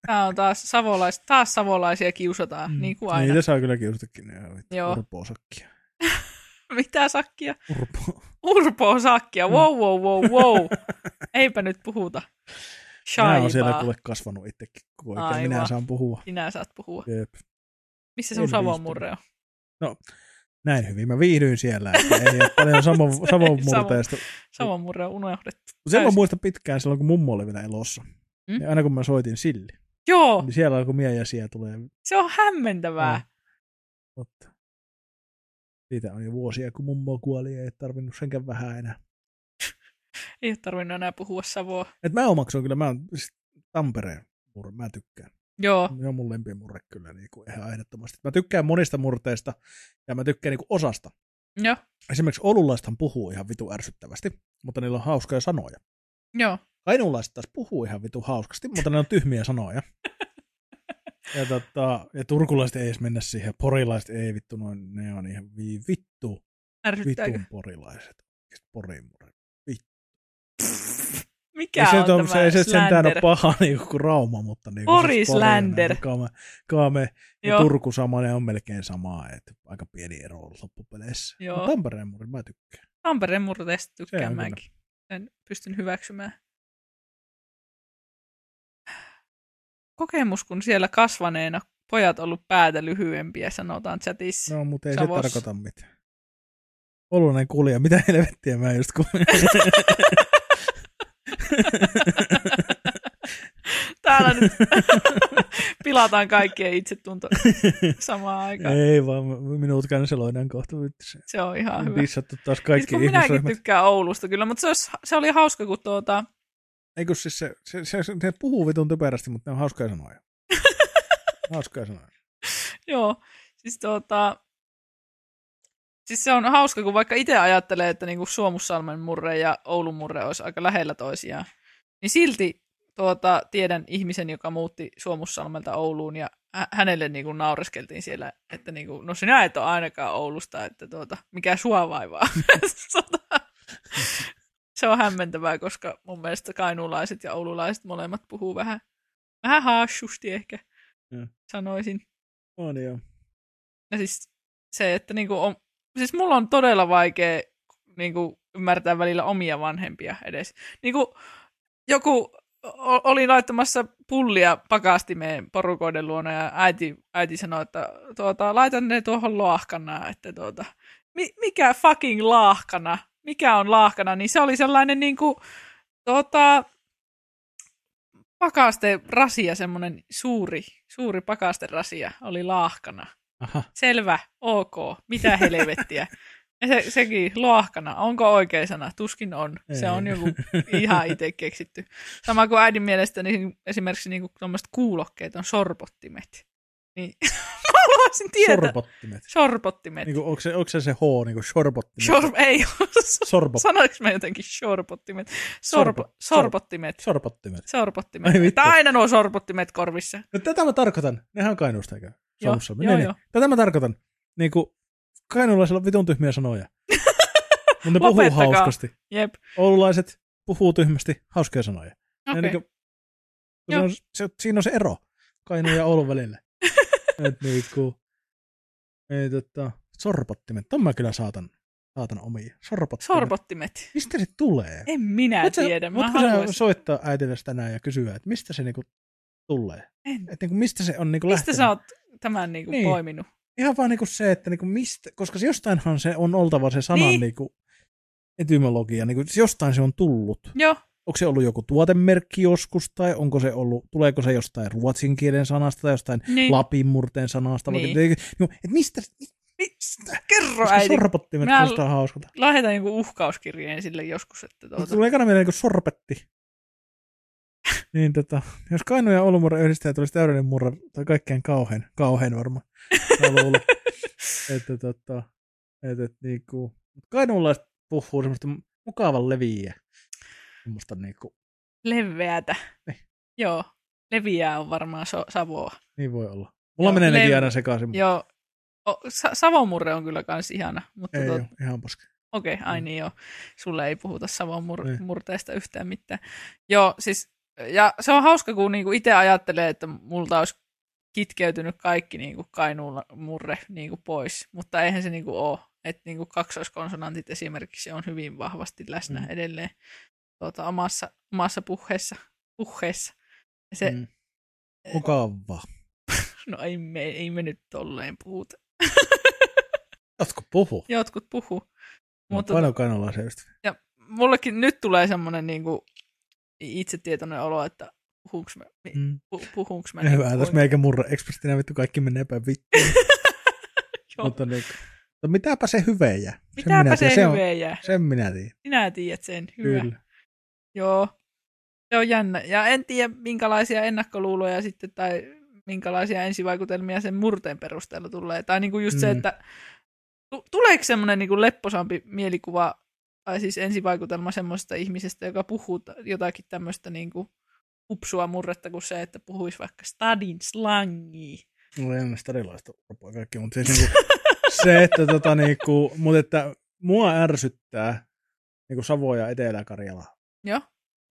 [SPEAKER 1] Tämä on taas, savolais, taas savolaisia kiusataan, mm. niin kuin aina.
[SPEAKER 2] Niitä saa kyllä kiusatakin. Ne on
[SPEAKER 1] Joo.
[SPEAKER 2] Joo. Urpoosakkia.
[SPEAKER 1] Mitä sakkia?
[SPEAKER 2] Urpo.
[SPEAKER 1] Urpo sakkia.
[SPEAKER 2] Mm.
[SPEAKER 1] Wow, wow, wow, wow. Eipä nyt puhuta.
[SPEAKER 2] Minä on siellä
[SPEAKER 1] Shaivaa.
[SPEAKER 2] kuule kasvanut itsekin koko ajan.
[SPEAKER 1] Aivan.
[SPEAKER 2] Minä saan puhua.
[SPEAKER 1] Sinä saat puhua.
[SPEAKER 2] Jep.
[SPEAKER 1] Missä sun
[SPEAKER 2] En
[SPEAKER 1] Savon
[SPEAKER 2] viihtynyt.
[SPEAKER 1] murre on?
[SPEAKER 2] Näin hyvin. Mä viihdyin siellä. että Ei ole paljon savon, savon murteesta.
[SPEAKER 1] Savon murre on unohdettu.
[SPEAKER 2] Sen mä
[SPEAKER 1] Täysin.
[SPEAKER 2] muistan pitkään silloin, kun mummo oli vielä elossa.
[SPEAKER 1] Mm. Oh.
[SPEAKER 2] Mm? Aina kun mä soitin sille,
[SPEAKER 1] Joo,
[SPEAKER 2] Niin siellä on, kun miejäsiä tulee.
[SPEAKER 1] se on hämmentävää.
[SPEAKER 2] On. Totta. Siitä on jo vuosia, kun mummo kuoli ja ei tarvinnut senkään vähän enää.
[SPEAKER 1] Ei ole tarvinnut enää puhua Savoa.
[SPEAKER 2] Et mä omaksun kyllä, mä oon siis Tampereen murre, mä tykkään.
[SPEAKER 1] Joo,
[SPEAKER 2] Ne on mun lempimurre kyllä niin kuin ihan ehdottomasti. Mä tykkään monista murteista ja mä tykkään niin kuin osasta.
[SPEAKER 1] joo,
[SPEAKER 2] Esimerkiksi olulaistahan puhuu ihan vitu ärsyttävästi, mutta niillä on hauskoja sanoja.
[SPEAKER 1] joo.
[SPEAKER 2] Kainuulaiset taas puhuu ihan vitu hauskasti, mutta ne on tyhmiä sanoja. Ja, tota, ja turkulaiset ei edes mennä siihen, porilaiset ei vittu, noin, ne on ihan vi, vittu,
[SPEAKER 1] Ärsyttääkö?
[SPEAKER 2] vitun porilaiset. Siis Porimurre.
[SPEAKER 1] Mikä
[SPEAKER 2] Ei se,
[SPEAKER 1] on
[SPEAKER 2] nyt ole-
[SPEAKER 1] tämä
[SPEAKER 2] se, ei se sentään ole
[SPEAKER 1] slander?
[SPEAKER 2] paha niin kuin Rauma, mutta niin kuin
[SPEAKER 1] Porislander.
[SPEAKER 2] Kaame, kaame ja
[SPEAKER 1] Joo.
[SPEAKER 2] Turku samanen on melkein samaa, että aika pieni ero on loppupeleissä.
[SPEAKER 1] Joo.
[SPEAKER 2] Mut Tampereen muri, mä tykkään.
[SPEAKER 1] Tampereen murteesta tykkään
[SPEAKER 2] kyllä.
[SPEAKER 1] mäkin. Sen pystyn hyväksymään. Kokemus, kun siellä kasvaneena pojat ollut päätä lyhyempiä, sanotaan chatissa.
[SPEAKER 2] No, mutta ei
[SPEAKER 1] Savossa.
[SPEAKER 2] se tarkoita mitään. Olunen kulja, mitä helvettiä mä just kuulin.
[SPEAKER 1] Täällä nyt pilataan kaikkien itsetunto samaan aikaan.
[SPEAKER 2] ei vaan, minut kanseloidaan kohta. vittu se.
[SPEAKER 1] Se on ihan Ah, hyvä.
[SPEAKER 2] Dissattu
[SPEAKER 1] Siis
[SPEAKER 2] taas Niin kaikki
[SPEAKER 1] kun minäkin
[SPEAKER 2] ihmisryhmät.
[SPEAKER 1] tykkään Oulusta kyllä, mutta se, olisi, se oli hauska, kun tuota,
[SPEAKER 2] Eikö siis se, se, se, se, ne puhuu vitun typerästi, mutta ne on hauskoja sanoja. hauskoja sanoja.
[SPEAKER 1] Joo, siis tuota... Siis se on hauska, kun vaikka itse ajattelee, että niinku Suomussalmen murre ja Oulun murre olisi aika lähellä toisiaan, niin silti tuota, tiedän ihmisen, joka muutti Suomussalmelta Ouluun ja hä- hänelle niinku naureskeltiin siellä, että niinku, no sinä et ole ainakaan Oulusta, että tuota, mikä sua vaivaa. Tota, se on hämmentävää, koska mun mielestä kainuulaiset ja oululaiset molemmat puhuu vähän, vähän haassusti ehkä,
[SPEAKER 2] Joo.
[SPEAKER 1] sanoisin.
[SPEAKER 2] On joo.
[SPEAKER 1] Ja siis se, että niinku on, siis mulla on todella vaikea niinku ymmärtää välillä omia vanhempia edes. Niinku joku o- oli laittamassa pullia pakastimeen porukoiden luona ja äiti, äiti sanoi, että tuota, laitan ne tuohon laahkanaan, että tuota, mi, mikä fucking laahkana, mikä on laahkana, niin se oli sellainen niinku, tuota, pakasterasia, semmoinen suuri, suuri pakasterasia oli laahkana
[SPEAKER 2] Aha.
[SPEAKER 1] selvä, ok, mitä helvettiä. Ja se, sekin loahkana, onko oikea sana? Tuskin on. Se
[SPEAKER 2] Ei.
[SPEAKER 1] on joku ihan itse keksitty. Sama kuin äidin mielestä niin esimerkiksi niin tuommoiset kuulokkeet on sorpottimet. Niin, mä haluaisin tietää.
[SPEAKER 2] Sorbottimet.
[SPEAKER 1] sorpottimet.
[SPEAKER 2] Niin
[SPEAKER 1] Niin
[SPEAKER 2] kuin, onko, se, onko se se H, niin kuin shortbottimet?
[SPEAKER 1] Shor- ei ole.
[SPEAKER 2] Sorbot.
[SPEAKER 1] Sanoinko mä jotenkin sorpottimet?
[SPEAKER 2] Sorpo-
[SPEAKER 1] Sorpo- sorpottimet.
[SPEAKER 2] Sorbottimet.
[SPEAKER 1] Sorpottimet.
[SPEAKER 2] Ai vittu.
[SPEAKER 1] Tää aina nuo sorpottimet korvissa.
[SPEAKER 2] No, tätä mä tarkoitan. Nehän on kainuusta, eikö?
[SPEAKER 1] Joo,
[SPEAKER 2] Suomessa.
[SPEAKER 1] joo,
[SPEAKER 2] niin,
[SPEAKER 1] joo.
[SPEAKER 2] Niin. Tätä mä tarkoitan. Niin kuin, kainuulaisilla on vitun tyhmiä sanoja. Mutta ne puhuu
[SPEAKER 1] Lopettakaa.
[SPEAKER 2] hauskasti.
[SPEAKER 1] Jep.
[SPEAKER 2] Oululaiset puhuu tyhmästi hauskoja sanoja.
[SPEAKER 1] Okay.
[SPEAKER 2] Ne Niin kuin, se
[SPEAKER 1] Joo.
[SPEAKER 2] on, se, siinä on se ero Kainuun ja Oulun välillä. Et niin kuin, ei tota, sorbottimet. Ton mä kyllä saatan, saatan omia. Sorbottimet.
[SPEAKER 1] Sorpottimet.
[SPEAKER 2] Mistä se tulee?
[SPEAKER 1] En minä
[SPEAKER 2] Voitko sä-
[SPEAKER 1] tiedä. Mä
[SPEAKER 2] voitko sä
[SPEAKER 1] haluaisin.
[SPEAKER 2] soittaa äitillesi tänään ja kysyä, että mistä se niinku tulee?
[SPEAKER 1] En.
[SPEAKER 2] Et niinku mistä se on niinku
[SPEAKER 1] Mistä
[SPEAKER 2] lähtenyt?
[SPEAKER 1] sä oot tämän niinku
[SPEAKER 2] Niin.
[SPEAKER 1] niin. poiminut?
[SPEAKER 2] Ihan vaan niinku se, että niinku mistä, koska se jostainhan se on oltava se sanan
[SPEAKER 1] Niin.
[SPEAKER 2] niinku etymologia, niinku se jostain se on tullut.
[SPEAKER 1] Joo,
[SPEAKER 2] Onko se ollut joku tuotemerkki joskus, tai onko se ollut, tuleeko se jostain ruotsin kielen sanasta tai jostain
[SPEAKER 1] niin.
[SPEAKER 2] lapin murteen sanasta? Niin.
[SPEAKER 1] Niin.
[SPEAKER 2] Vaikka, niinku, et mistä, mistä?
[SPEAKER 1] Kerro
[SPEAKER 2] Koska
[SPEAKER 1] äiti.
[SPEAKER 2] sorpottimet
[SPEAKER 1] Mä-
[SPEAKER 2] kuulostaa hauskalta.
[SPEAKER 1] Lähetä joku uhkauskirjeen sille joskus, että
[SPEAKER 2] Mutta
[SPEAKER 1] tuota.
[SPEAKER 2] tulee ekana mieleen niin sorpetti. niin tota, jos Kainu ja Olumurre yhdistää, tulisi täydellinen murre, tai kaikkein kauhean, kauhean varmaan. Mä luulen. että tota, että et, niinku, kainuulaiset puhuu semmoista mukavan leviä. Semmoista niinku,
[SPEAKER 1] Leveätä.
[SPEAKER 2] Niin.
[SPEAKER 1] Joo, leviää on varmaan so- Savoa.
[SPEAKER 2] niin voi olla. Mulla
[SPEAKER 1] Joo,
[SPEAKER 2] menee nekin
[SPEAKER 1] lev-
[SPEAKER 2] aina sekaisin, mutta
[SPEAKER 1] Joo, o, sa- Savomurre on kyllä kans ihana, mutta
[SPEAKER 2] ei
[SPEAKER 1] tuota,
[SPEAKER 2] ole ihan paska.
[SPEAKER 1] Okei, okay, ai
[SPEAKER 2] Mm. Niin.
[SPEAKER 1] niin joo. Sulle ei puhuta Savon mur-
[SPEAKER 2] Ei.
[SPEAKER 1] murteesta yhtään mitään. Joo, siis, ja se on hauska, kun niinku itse ajattelee, että multa olisi kitkeytynyt kaikki niinku Kainuulla murre niinku pois, mutta eihän se niinku ole. Että niinku kaksoiskonsonantit esimerkiksi on hyvin vahvasti läsnä
[SPEAKER 2] Mm.
[SPEAKER 1] mm. edelleen tuota, omassa, omassa puheessa. puheessa. Ja Se, mm.
[SPEAKER 2] Mm. Mukava.
[SPEAKER 1] No ei me, ei me nyt tolleen puhuta.
[SPEAKER 2] Jatko puhu.
[SPEAKER 1] Jotkut puhuu.
[SPEAKER 2] No,
[SPEAKER 1] Mutta-
[SPEAKER 2] Paino kainuulaisia ystäviä.
[SPEAKER 1] Ja mullekin nyt tulee semmoinen niinku itsetietoinen olo, että puhuks mä,
[SPEAKER 2] Mm.
[SPEAKER 1] pu- puhuks mä
[SPEAKER 2] Hyvä, tässä
[SPEAKER 1] me...
[SPEAKER 2] meikä murra ekspressinä vittu kaikki menee päin vittu. mutta, niin, mutta mitäpä se hyvejä. Sen minä
[SPEAKER 1] Mitäpä se,
[SPEAKER 2] tiedän,
[SPEAKER 1] se
[SPEAKER 2] on-
[SPEAKER 1] hyvää jää.
[SPEAKER 2] Sen minä tiedän,
[SPEAKER 1] Sinä tiedät sen. Hyvä.
[SPEAKER 2] kyllä.
[SPEAKER 1] Joo. Se on jännä. Ja en tiedä, minkälaisia ennakkoluuloja sitten tai minkälaisia ensivaikutelmia sen murteen perusteella tulee. Tai niinku just se,
[SPEAKER 2] Mm.
[SPEAKER 1] että tu- tuleeko semmoinen niinku lepposampi mielikuva tai siis ensivaikutelma semmoisesta ihmisestä, joka puhuu ta- jotakin tämmöistä niinku upsua murretta kuin se, että puhuisi vaikka stadin slangia.
[SPEAKER 2] Mulla ei ole sitä erilaista urpoa kaikki, mutta siis niinku, se, että tota niinku, mutta että mua ärsyttää niinku Savo ja Etelä-Karjala
[SPEAKER 1] Joo.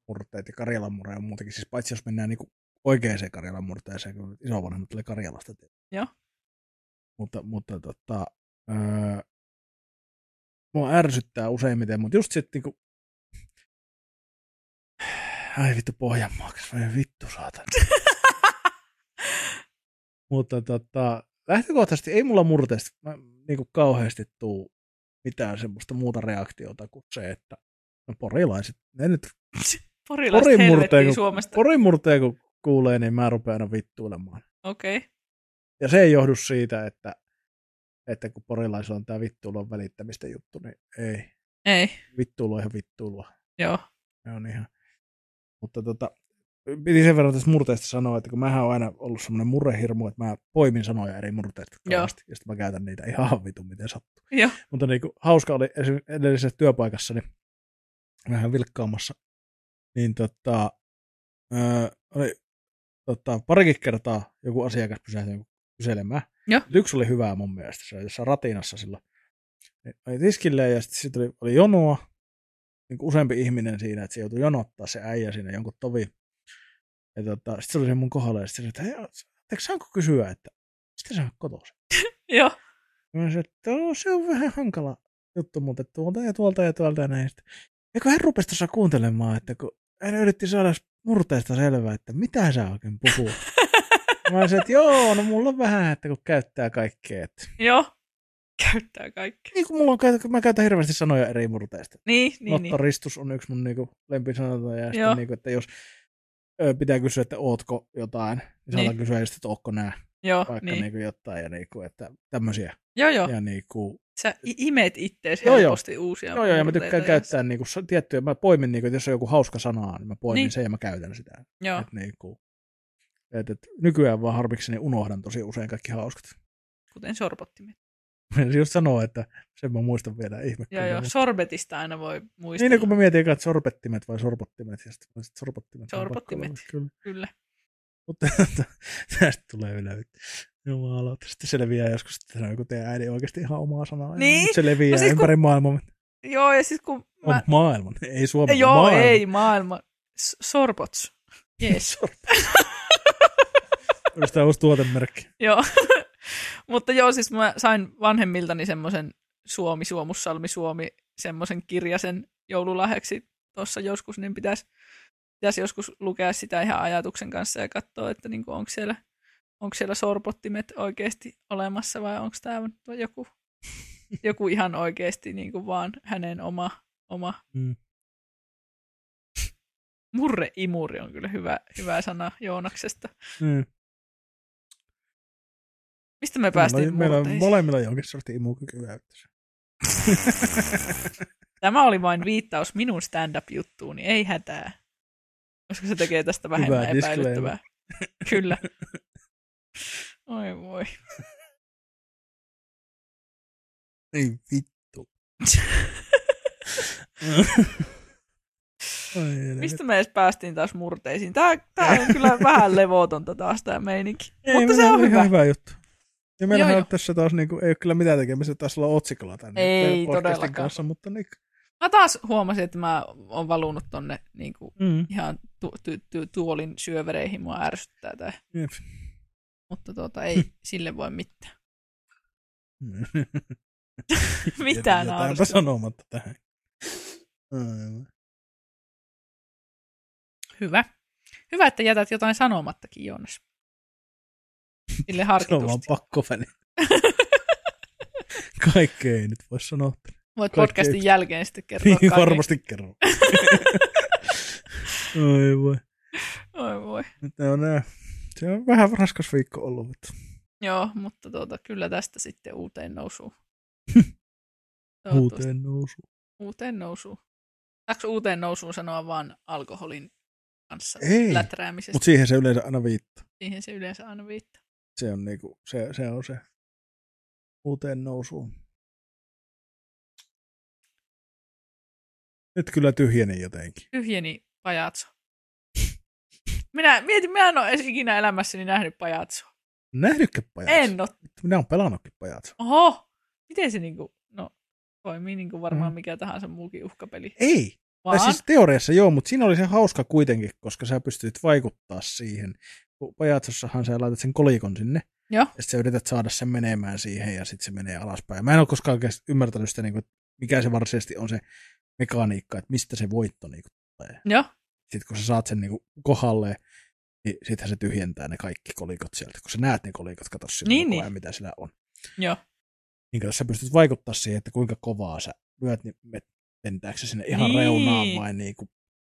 [SPEAKER 2] murteet ja Karjalan murre ja muutenkin, siis paitsi jos mennään niinku oikeaan Karjalan murteeseen, kun isovanhemmat tuli Karjalasta.
[SPEAKER 1] Joo.
[SPEAKER 2] Mutta, mutta tota, öö, mua ärsyttää useimmiten, mutta just sitten niinku, ai vittu Pohjanmaaksi, vai vittu saatana. Mutta tota, lähtökohtaisesti ei mulla murteesta mä, niin kuin kauheasti tuu mitään semmoista muuta reaktiota kuin se, että no porilaiset, ne nyt
[SPEAKER 1] Porilaiset
[SPEAKER 2] porin murteen,
[SPEAKER 1] helvettiin
[SPEAKER 2] kun,
[SPEAKER 1] Suomesta.
[SPEAKER 2] porin murteen kun kuulee, niin mä rupean aina vittuilemaan.
[SPEAKER 1] Okei. Okay.
[SPEAKER 2] Ja se ei johdu siitä, että, että kun porilaisilla on tämä vittuilun välittämistä juttu, niin ei.
[SPEAKER 1] Ei.
[SPEAKER 2] Vittuilu on ihan vittuilua.
[SPEAKER 1] Joo.
[SPEAKER 2] Ne on ihan. Mutta tota, piti sen verran tästä murteesta sanoa, että kun mähän on aina ollut semmoinen murrehirmu, että mä poimin sanoja eri murteista
[SPEAKER 1] Joo.
[SPEAKER 2] kauheasti, ja sitten mä käytän niitä ihan vitun miten sattuu.
[SPEAKER 1] Joo.
[SPEAKER 2] Mutta niin kuin, hauska oli esim. edellisessä työpaikassa, niin vähän vilkkaamassa, niin tota, öö, oli tota, parikin kertaa joku asiakas pysähtyi kyselemään.
[SPEAKER 1] Joo.
[SPEAKER 2] Mut Yksi oli hyvää mun mielestä, se oli jossain ratinassa silloin. Niin Oli tiskille ja sitten sit oli, oli jonoa, niin kuin useampi ihminen siinä, että se joutui jonottaa se äijä siinä jonkun tovi. Ja tota, sitten se oli se mun kohdalla ja sitten että hei, anteeksi, saanko kysyä, että mistä sä oot kotoisin?
[SPEAKER 1] Joo.
[SPEAKER 2] Ja Mä sanoin, että no, se on vähän hankala juttu, mutta tuolta ja tuolta ja tuolta ja näin. Sitten, Eikö hän rupesi tuossa kuuntelemaan, että kun hän yritti saada murteesta selvää, että mitä sä oikein puhuu. Mä sanoin, että joo, no mulla on vähän, että kun käyttää kaikkea. Että,
[SPEAKER 1] Joo. Käyttää kaikkea.
[SPEAKER 2] niin kuin mulla on, käytä- mä käytän hirveästi sanoja eri murteista.
[SPEAKER 1] Niin, niin,
[SPEAKER 2] Niin,
[SPEAKER 1] niin.
[SPEAKER 2] Nottaristus on yksi mun niinku lempisanoja. Ja
[SPEAKER 1] Joo.
[SPEAKER 2] sitten niinku, että jos ö, pitää kysyä, että ootko jotain, niin saatan
[SPEAKER 1] Niin.
[SPEAKER 2] kysyä just, että ootko nää,
[SPEAKER 1] Joo,
[SPEAKER 2] vaikka
[SPEAKER 1] niin.
[SPEAKER 2] niinku jotain ja niinku, että tämmöisiä.
[SPEAKER 1] Joo, joo.
[SPEAKER 2] Ja niinku,
[SPEAKER 1] Sä i- imet ittees
[SPEAKER 2] Joo, joo.
[SPEAKER 1] helposti uusia.
[SPEAKER 2] Joo, joo, ja mä
[SPEAKER 1] murteita
[SPEAKER 2] tykkään käyttää niinku, sa- tiettyjä, mä poimin, niinku, että jos on joku hauska sana, niin mä poimin
[SPEAKER 1] Niin.
[SPEAKER 2] niin. sen ja mä käytän sitä.
[SPEAKER 1] Joo,
[SPEAKER 2] Et, niinku, et, et, nykyään vaan harmikseni unohdan tosi usein kaikki hauskat.
[SPEAKER 1] kuten sorpottimet.
[SPEAKER 2] Mä just sanoa, että sen mä muistan vielä ihme.
[SPEAKER 1] Joo, joo, sorbetista aina voi muistaa.
[SPEAKER 2] Niin kun mä mietin, eka, että sorpettimet vai sorpottimet, ja sitten sorpottimet. on pakko
[SPEAKER 1] Sorpottimet.
[SPEAKER 2] olla, Kyllä.
[SPEAKER 1] Kyllä.
[SPEAKER 2] Mutta tästä tulee ylös. Jumalauta. Sitten se leviää joskus, että se on joku teidän äidin oikeasti ihan omaa sanaa.
[SPEAKER 1] Niin.
[SPEAKER 2] Se leviää
[SPEAKER 1] No
[SPEAKER 2] no
[SPEAKER 1] siis
[SPEAKER 2] siis
[SPEAKER 1] kun-
[SPEAKER 2] ympäri maailman.
[SPEAKER 1] Joo, ja siis kun
[SPEAKER 2] On
[SPEAKER 1] mä...
[SPEAKER 2] maailman, ei Suomen,
[SPEAKER 1] joo,
[SPEAKER 2] maailman.
[SPEAKER 1] ei, maailma. S- Sorbots. Yes.
[SPEAKER 2] Olisi uusi tuotemerkki.
[SPEAKER 1] joo. Mutta joo, siis mä sain vanhemmiltani semmoisen Suomi, Suomussalmi, Suomi, semmoisen kirjasen joululahjaksi tuossa joskus, niin pitäisi, pitäisi joskus lukea sitä ihan ajatuksen kanssa ja katsoa, että niin onko siellä, onko siellä sorpottimet oikeasti olemassa vai onko tämä joku, joku ihan oikeasti niin kuin vaan hänen oma, oma
[SPEAKER 2] Mm.
[SPEAKER 1] murreimuri on kyllä hyvä, hyvä sana Joonaksesta.
[SPEAKER 2] Mm.
[SPEAKER 1] Mistä me
[SPEAKER 2] Meillä
[SPEAKER 1] päästiin
[SPEAKER 2] on- No, Meillä on
[SPEAKER 1] murteisiin?
[SPEAKER 2] molemmilla jonkin sortin imukykyväyttössä.
[SPEAKER 1] Tämä oli vain viittaus minun stand-up-juttuuni, ei hätää. Koska se tekee tästä vähemmän
[SPEAKER 2] Hyvä disclaimer.
[SPEAKER 1] epäilyttävää. Kyllä. Oi voi.
[SPEAKER 2] Ei vittu. Ai,
[SPEAKER 1] Mistä me edes päästiin taas murteisiin? Tää, tää on kyllä vähän levotonta taas tää meininki.
[SPEAKER 2] ei,
[SPEAKER 1] Mutta se
[SPEAKER 2] meillä
[SPEAKER 1] on hyvä.
[SPEAKER 2] Ihan hyvä juttu. Ja meillähän
[SPEAKER 1] Joo,
[SPEAKER 2] on tässä taas, niin kuin, ei ole kyllä mitään tekemistä, taisi olla otsikolla tänne.
[SPEAKER 1] Ei
[SPEAKER 2] podcastin
[SPEAKER 1] todellakaan.
[SPEAKER 2] Kanssa, mutta niin,
[SPEAKER 1] Mä taas huomasin, että mä oon valunut tonne niinku,
[SPEAKER 2] mm.
[SPEAKER 1] ihan tu- tu- tu- tuolin syövereihin. Mua ärsyttää tää.
[SPEAKER 2] Jep.
[SPEAKER 1] Mutta tuota, ei sille voi mitään. Mitään
[SPEAKER 2] Jätänpä
[SPEAKER 1] naurista.
[SPEAKER 2] sanomatta tähän. Aivan.
[SPEAKER 1] Hyvä. Hyvä, että jätät jotain sanomattakin, Joonas. Sille
[SPEAKER 2] Se on vaan
[SPEAKER 1] harkitusti.
[SPEAKER 2] pakko väliin. Kaikkea ei nyt voi sanoa. Niin,
[SPEAKER 1] Voit
[SPEAKER 2] kaikki
[SPEAKER 1] podcastin
[SPEAKER 2] yksi.
[SPEAKER 1] jälkeen sitten kertoa
[SPEAKER 2] Niin
[SPEAKER 1] kaiken.
[SPEAKER 2] varmasti kerro. Ai voi.
[SPEAKER 1] Oi voi.
[SPEAKER 2] Ne on, nää- se on vähän raskas viikko ollut, mutta
[SPEAKER 1] Joo, mutta tuota, kyllä tästä sitten uuteen nousuun. Toivottavasti
[SPEAKER 2] uuteen nousu.
[SPEAKER 1] Uuteen nousuun. Saako uuteen nousuun sanoa vaan alkoholin kanssa
[SPEAKER 2] Ei,
[SPEAKER 1] läträämisestä?
[SPEAKER 2] Mutta siihen se yleensä aina viittaa.
[SPEAKER 1] Siihen se yleensä aina viittaa.
[SPEAKER 2] Se on, niinku, se, se, on se uuteen nousuun. Nyt kyllä tyhjeni jotenkin.
[SPEAKER 1] Tyhjeni pajatso. Minä mietin, minä en ole edes ikinä elämässäni nähnyt pajatsoa.
[SPEAKER 2] Nähnytkö pajatso?
[SPEAKER 1] En ole.
[SPEAKER 2] Minä olen pelannutkin pajatso.
[SPEAKER 1] Oho, miten se niinku, no, toimii niinku varmaan
[SPEAKER 2] Mm.
[SPEAKER 1] mikä tahansa muukin uhkapeli.
[SPEAKER 2] Ei,
[SPEAKER 1] Vaan,
[SPEAKER 2] Tai siis
[SPEAKER 1] siis...
[SPEAKER 2] teoriassa joo, mutta siinä oli se hauska kuitenkin, koska sä pystyt vaikuttaa siihen. Kun Pajatsossahan sä laitat sen kolikon sinne,
[SPEAKER 1] Joo.
[SPEAKER 2] ja sit sä yrität saada sen menemään siihen, ja sitten se menee alaspäin. Mä en ole koskaan oikeasti ymmärtänyt sitä, niin kuin, mikä se varsinaisesti on se mekaniikka, että mistä se voitto niin kuin, tulee.
[SPEAKER 1] Joo,
[SPEAKER 2] Sitten kun sä saat sen niin kuin, kohdalle, niin sittenhän se tyhjentää ne kaikki kolikot sieltä, kun sä näet ne kolikot, kato sillä
[SPEAKER 1] Niin,
[SPEAKER 2] niin, koko
[SPEAKER 1] niin.
[SPEAKER 2] ajan, mitä sillä on.
[SPEAKER 1] joo,
[SPEAKER 2] Niin kato, sä pystyt vaikuttaa siihen, että kuinka kovaa sä lyöt, niin met- lentääkö se sinne ihan
[SPEAKER 1] Niin.
[SPEAKER 2] reunaan vai niin kuin,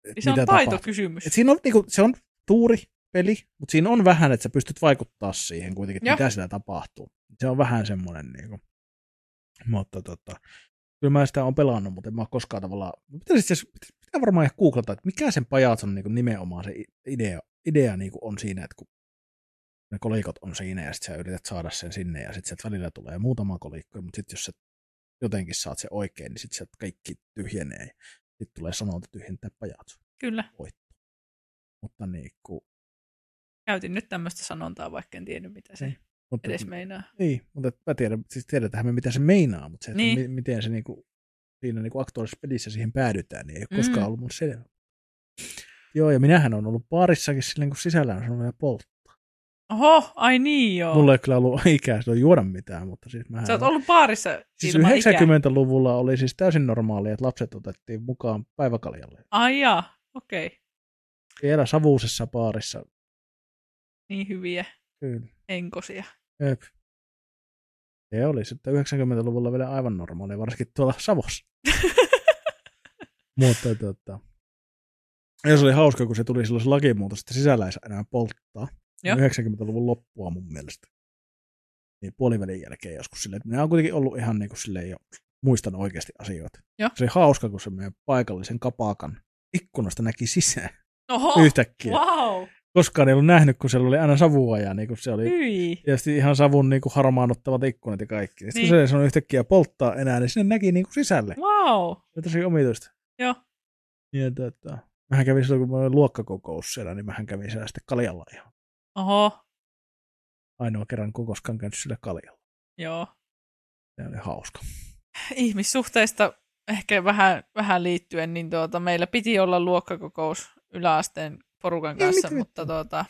[SPEAKER 1] niin se on taitokysymys.
[SPEAKER 2] et siinä on, niinku, se on tuuri peli, mutta siinä on vähän, että sä pystyt vaikuttaa siihen kuitenkin, että
[SPEAKER 1] Joo.
[SPEAKER 2] mitä sillä tapahtuu. Se on vähän semmoinen, niinku. mutta tota, kyllä mä sitä on pelannut, mutta en mä oo koskaan tavallaan, pitää, siis, pitää varmaan ihan googlata, että mikä sen pajat on niinku, nimenomaan se i- idea, idea niinku, on siinä, että kun ne kolikot on siinä ja sitten sä yrität saada sen sinne ja sitten sieltä välillä tulee muutama kolikko, mutta sitten jos sä jotenkin saat se oikein, niin sitten sieltä kaikki tyhjenee ja sitten tulee sanonta tyhjentää pajatso
[SPEAKER 1] Kyllä,
[SPEAKER 2] voitto. Mutta niin kuin,
[SPEAKER 1] käytin nyt tämmöistä sanontaa, vaikka en tiennyt mitä se
[SPEAKER 2] Niin. mutta,
[SPEAKER 1] edes meinaa.
[SPEAKER 2] niin, mutta et mä tiedän, siis tiedetään me mitä se meinaa, mutta se, että
[SPEAKER 1] Niin.
[SPEAKER 2] niin. mi- miten se niin kuin, siinä niin kuin aktuaalisessa pelissä siihen päädytään, niin ei ole koskaan
[SPEAKER 1] Mm.
[SPEAKER 2] ollut mun selvä. Joo, ja minähän on ollut baarissakin silleen, kun sisällä on sanonut polttaa.
[SPEAKER 1] Oho, ai niin joo.
[SPEAKER 2] Mulla ei kyllä ollut ikää silloin juoda mitään, mutta siis mähän
[SPEAKER 1] Sä oot
[SPEAKER 2] olen-
[SPEAKER 1] ollut baarissa
[SPEAKER 2] Siis
[SPEAKER 1] ilman ikää.
[SPEAKER 2] 90-luvulla oli siis täysin normaalia, että lapset otettiin mukaan päiväkaljalle.
[SPEAKER 1] Ai jaa, okei. Okay.
[SPEAKER 2] Vielä savuusessa baarissa,
[SPEAKER 1] Niin hyviä
[SPEAKER 2] kyllä.
[SPEAKER 1] enkosia.
[SPEAKER 2] Jep. Se oli sitten 90-luvulla vielä aivan normaali, varsinkin tuolla Savossa. Mutta tota, ja se oli hauska, kun se tuli silloin se lakimuutos, että sisällä ei saa enää polttaa.
[SPEAKER 1] Joo.
[SPEAKER 2] 90-luvun loppua mun mielestä. Niin puolivälin jälkeen joskus silleen, että minä olen kuitenkin ollut ihan niin kuin silleen jo muistan oikeasti asioita.
[SPEAKER 1] Joo.
[SPEAKER 2] Se oli hauska, kun se meidän paikallisen kapakan ikkunasta näki sisään
[SPEAKER 1] Oho,
[SPEAKER 2] yhtäkkiä.
[SPEAKER 1] wow,
[SPEAKER 2] Koskaan ei ollut nähnyt, kun siellä oli aina savua ja niin kuin se oli
[SPEAKER 1] hyi.
[SPEAKER 2] ja sitten ihan savun niinku harmaannuttavat ikkunat ja kaikki. Sitten
[SPEAKER 1] Niin.
[SPEAKER 2] niin. kun se on yhtäkkiä polttaa enää, niin sinne näki niinku sisälle. Se
[SPEAKER 1] Wow,
[SPEAKER 2] oli tosi omituista.
[SPEAKER 1] Joo.
[SPEAKER 2] Ja tota, mähän kävin silloin, kun mä olin luokkakokous siellä, niin mähän kävin siellä sitten Kaljalla ihan.
[SPEAKER 1] oho,
[SPEAKER 2] Ainoa kerran kun koskaan käynyt sillä Kaljalla.
[SPEAKER 1] joo.
[SPEAKER 2] Se oli hauska.
[SPEAKER 1] Ihmissuhteista ehkä vähän, vähän liittyen, niin tuota, meillä piti olla luokkakokous yläasteen porukan
[SPEAKER 2] Ei
[SPEAKER 1] kanssa,
[SPEAKER 2] mitään
[SPEAKER 1] mutta tuota,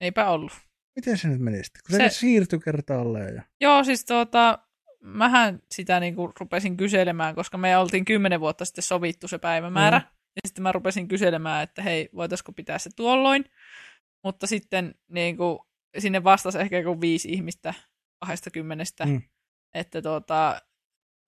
[SPEAKER 1] eipä ollut.
[SPEAKER 2] Miten se nyt meni sitten? Kun
[SPEAKER 1] Se-
[SPEAKER 2] se, se siirtyi kertaalleen. Ja...
[SPEAKER 1] Joo, siis tuota, mähän sitä niinku rupesin kyselemään, koska me oltiin kymmenen vuotta sitten sovittu se päivämäärä. Mm.
[SPEAKER 2] Mm.
[SPEAKER 1] Ja sitten mä rupesin kyselemään, että hei, voitaisiko pitää se tuolloin. Mutta sitten niinku, sinne vastasi ehkä joku viisi ihmistä kahdesta kymmenestä, mm.
[SPEAKER 2] Mm.
[SPEAKER 1] että tuota,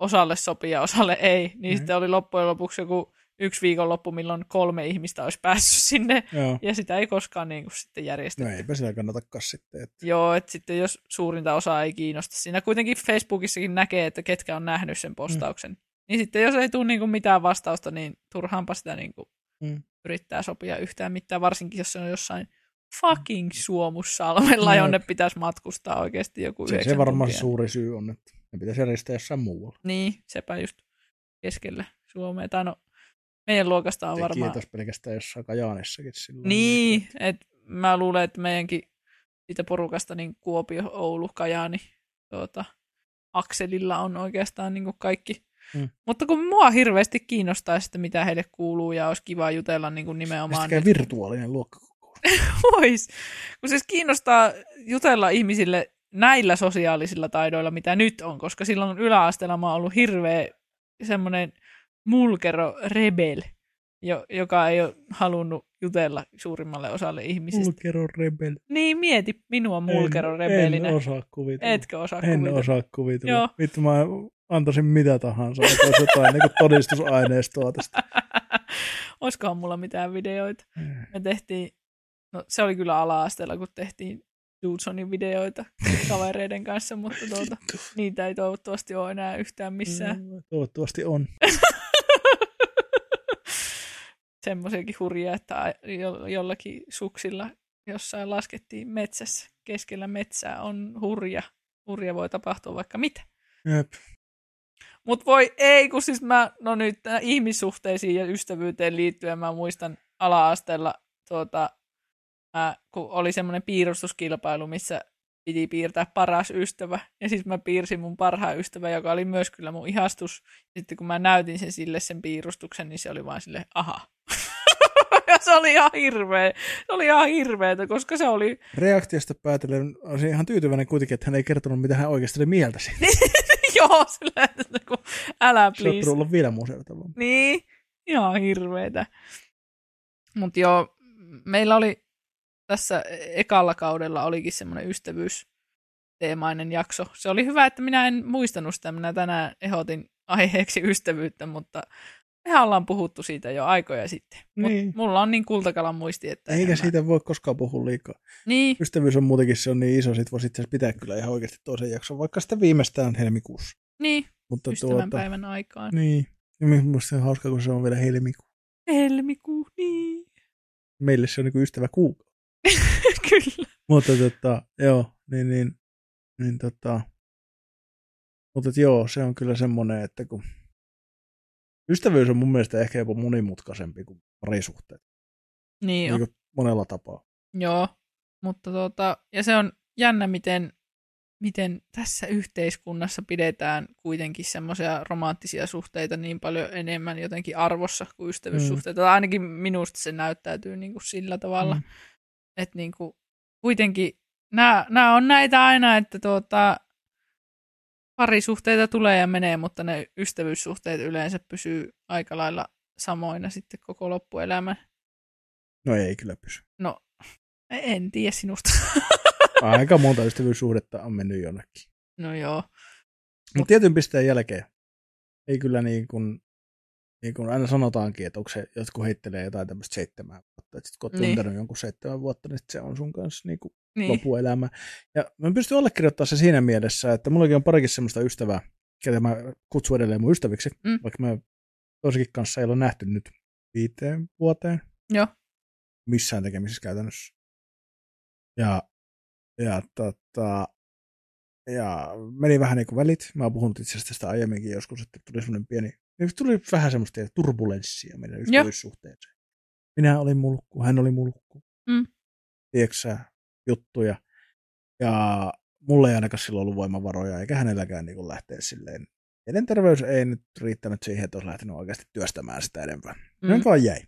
[SPEAKER 1] osalle sopii ja osalle ei. Niin mm.
[SPEAKER 2] Mm.
[SPEAKER 1] sitten oli loppujen lopuksi joku yksi viikonloppu, milloin kolme ihmistä olisi päässyt sinne.
[SPEAKER 2] Joo.
[SPEAKER 1] Ja sitä ei koskaan niinku sitten järjestetty.
[SPEAKER 2] No eipä sitä kannatakaan sitten. Että...
[SPEAKER 1] Joo, että sitten jos suurinta osaa ei kiinnosta. Siinä kuitenkin Facebookissakin näkee, että ketkä on nähnyt sen postauksen. Mm. Niin sitten jos ei tule niinku mitään vastausta, niin turhaanpa sitä niinku mm.
[SPEAKER 2] Mm.
[SPEAKER 1] yrittää sopia yhtään mitään, varsinkin jos se on jossain fucking
[SPEAKER 2] Mm.
[SPEAKER 1] Suomussalmella,
[SPEAKER 2] No.
[SPEAKER 1] jonne pitäisi matkustaa oikeasti joku
[SPEAKER 2] Se, se
[SPEAKER 1] yhdeksän
[SPEAKER 2] varmaan se
[SPEAKER 1] tuntia.
[SPEAKER 2] suuri syy on, että ne pitäisi järjestää jossain muualla.
[SPEAKER 1] Niin, sepä just keskellä Suomea. Tai no, meidän luokasta on
[SPEAKER 2] Se
[SPEAKER 1] varmaan...
[SPEAKER 2] kiitos pelkästään jossain Kajaanissakin silloin.
[SPEAKER 1] Niin, että mä luulen, että meidänkin siitä porukasta niin Kuopio, Oulu, Kajaani, tuota, Akselilla on oikeastaan niin kuin kaikki. Mm.
[SPEAKER 2] Mm.
[SPEAKER 1] Mutta kun mua hirveästi kiinnostaisi, että mitä heille kuuluu ja olisi kiva jutella niin kuin
[SPEAKER 2] Ja
[SPEAKER 1] nimenomaan,
[SPEAKER 2] sitten käy
[SPEAKER 1] niin
[SPEAKER 2] virtuaalinen luokkakokous.
[SPEAKER 1] vois. Kun siis kiinnostaa jutella ihmisille näillä sosiaalisilla taidoilla, mitä nyt on, koska silloin yläasteella mä oon ollut hirveä semmoinen mulkero rebel, jo, joka ei ole halunnut jutella suurimmalle osalle ihmisistä.
[SPEAKER 2] Mulkeron rebeli.
[SPEAKER 1] Niin, mieti minua mulkeron rebelinä.
[SPEAKER 2] En osaa kuvitella.
[SPEAKER 1] Etkö osaa
[SPEAKER 2] en
[SPEAKER 1] kuvitella?
[SPEAKER 2] osaa kuvitella.
[SPEAKER 1] Joo.
[SPEAKER 2] Vittu mä antaisin mitä tahansa, että olisi jotain niin todistusaineistoa tästä.
[SPEAKER 1] Oiskohan mulla mitään videoita? Me tehtiin No, se oli kyllä ala-asteella, kun tehtiin Dudesonin videoita kavereiden kanssa, mutta tuota, niitä ei toivottavasti ole enää yhtään missään.
[SPEAKER 2] Mm, Toivottavasti on.
[SPEAKER 1] Semmoisiakin hurjia, että jo- jollakin suksilla jossain laskettiin metsässä. Keskellä metsää on hurja. Hurja voi tapahtua vaikka mitä.
[SPEAKER 2] Jep.
[SPEAKER 1] Mutta voi ei, kun siis mä, no nyt nää ihmissuhteisiin ja ystävyyteen liittyen mä muistan ala-asteella, tuota, mä, kun oli semmoinen piirustuskilpailu, missä piti piirtää paras ystävä. Ja sitten mä piirsin mun parhaan ystävä, joka oli myös kyllä mun ihastus. Sitten kun mä näytin sen sille sen piirustuksen, niin se oli vaan sille aha. ja se oli ihan hirveä. Se oli ihan hirveetä, koska se oli
[SPEAKER 2] Reaktiosta päätellen olisin ihan tyytyväinen kuitenkin, että hän ei kertonut, mitä hän oikeasti oli mieltä siitä.
[SPEAKER 1] joo silleen, että kun, älä
[SPEAKER 2] Se on
[SPEAKER 1] please.
[SPEAKER 2] tullut vielä musertavaa.
[SPEAKER 1] Niin, ihan hirveetä. Mutta joo, meillä oli tässä ekalla kaudella olikin semmoinen ystävyysteemainen jakso. Se oli hyvä, että minä en muistanut sitä. Minä tänään ehdotin aiheeksi ystävyyttä, mutta mehän ollaan puhuttu siitä jo aikoja sitten. Mut
[SPEAKER 2] Niin.
[SPEAKER 1] mulla on niin kultakalan muisti, että... en
[SPEAKER 2] Eikä
[SPEAKER 1] mä-
[SPEAKER 2] siitä voi koskaan puhua liikaa.
[SPEAKER 1] Niin,
[SPEAKER 2] Ystävyys on muutenkin, se on niin iso, sit voisi itse asiassa pitää kyllä ihan oikeasti toisen jakson, vaikka sitä viimeistään helmikuussa.
[SPEAKER 1] niin,
[SPEAKER 2] Mutta tuota,
[SPEAKER 1] ystävänpäivän aikaan.
[SPEAKER 2] niin. Ja minusta se on hauskaa, kun se on vielä helmikuu.
[SPEAKER 1] Helmikuu, niin.
[SPEAKER 2] Meille se on niin ystävä kuukausi.
[SPEAKER 1] Kyllä.
[SPEAKER 2] Mutta tota, joo, niin, niin, niin tota, mutta et joo, se on kyllä semmoinen, että kun ystävyys on mun mielestä ehkä jopa monimutkaisempi kuin parisuhteet.
[SPEAKER 1] Niin on.
[SPEAKER 2] Niin kuin monella tapaa.
[SPEAKER 1] Joo, mutta tuota, ja se on jännä, miten, miten tässä yhteiskunnassa pidetään kuitenkin semmoisia romanttisia suhteita niin paljon enemmän jotenkin arvossa kuin ystävyyssuhteita. Tai ainakin minusta se näyttäytyy niin kuin sillä tavalla,
[SPEAKER 2] Mm.
[SPEAKER 1] mm. että niin kuin, kuitenkin nämä, nämä on näitä aina, että tuota, parisuhteita tulee ja menee, mutta ne ystävyyssuhteet yleensä pysyy aika lailla samoina sitten koko loppuelämän.
[SPEAKER 2] No ei kyllä pysy.
[SPEAKER 1] No, en tiedä sinusta.
[SPEAKER 2] Aika monta ystävyyssuhdetta on mennyt jonnekin.
[SPEAKER 1] No joo.
[SPEAKER 2] Mutta tietyn pisteen jälkeen ei kyllä niin kuin, niin kuin aina sanotaankin, että onko se, jotkut heittelee jotain tämmöistä seitsemän vuotta. Sitten kun oot
[SPEAKER 1] Niin.
[SPEAKER 2] tuntenut jonkun seitsemän vuotta, niin sit se on sun kanssa niin kuin
[SPEAKER 1] Niin.
[SPEAKER 2] lopuelämä. Ja mä pystyn allekirjoittamaan se siinä mielessä, että mullakin on parikin semmoista ystävää, ketä mä kutsun edelleen mun ystäviksi,
[SPEAKER 1] Mm.
[SPEAKER 2] vaikka mä toisenkin kanssa ei ole nähty nyt viiteen vuoteen.
[SPEAKER 1] Joo.
[SPEAKER 2] Missään tekemisissä käytännössä. Ja, ja, tota, ja meni vähän niin kuin välit. Mä oon puhunut itse asiassa tästä aiemminkin joskus, että tuli semmoinen pieni, niin tuli vähän semmoista turbulenssia meidän ystävyyssuhteeseen. Minä olin mulkku, hän oli mulkku
[SPEAKER 1] Mm.
[SPEAKER 2] tiedätkö, juttuja. Ja mulla ei ainakaan silloin ollut voimavaroja, eikä hänelläkään niin lähteä silleen. Mielenterveys ei nyt riittänyt siihen, että olisi lähtenyt oikeasti työstämään sitä enempää. Mm. Hän vaan jäi.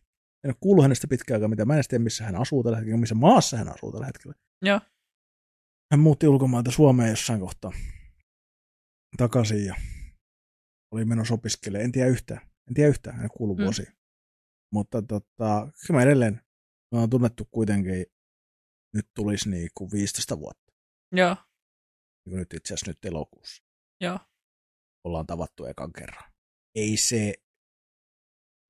[SPEAKER 2] En ole kuullut hänestä pitkään aikaa, mitä mä en edes tiedä, missä hän asuu tällä hetkellä, missä maassa hän asuu tällä hetkellä.
[SPEAKER 1] Joo.
[SPEAKER 2] Hän muutti ulkomailta Suomeen jossain kohtaa takaisin ja oli menossa opiskelemaan. En tiedä yhtään. En tiedä yhtään, en kuulu
[SPEAKER 1] Mm.
[SPEAKER 2] mm. vuosia. Mutta tota, kyllä mä edelleen, mä oon tunnettu kuitenkin, nyt tulisi niinku 15 vuotta,
[SPEAKER 1] Joo,
[SPEAKER 2] niin nyt itse asiassa nyt elokuussa.
[SPEAKER 1] joo.
[SPEAKER 2] ollaan tavattu ekan kerran. Ei se,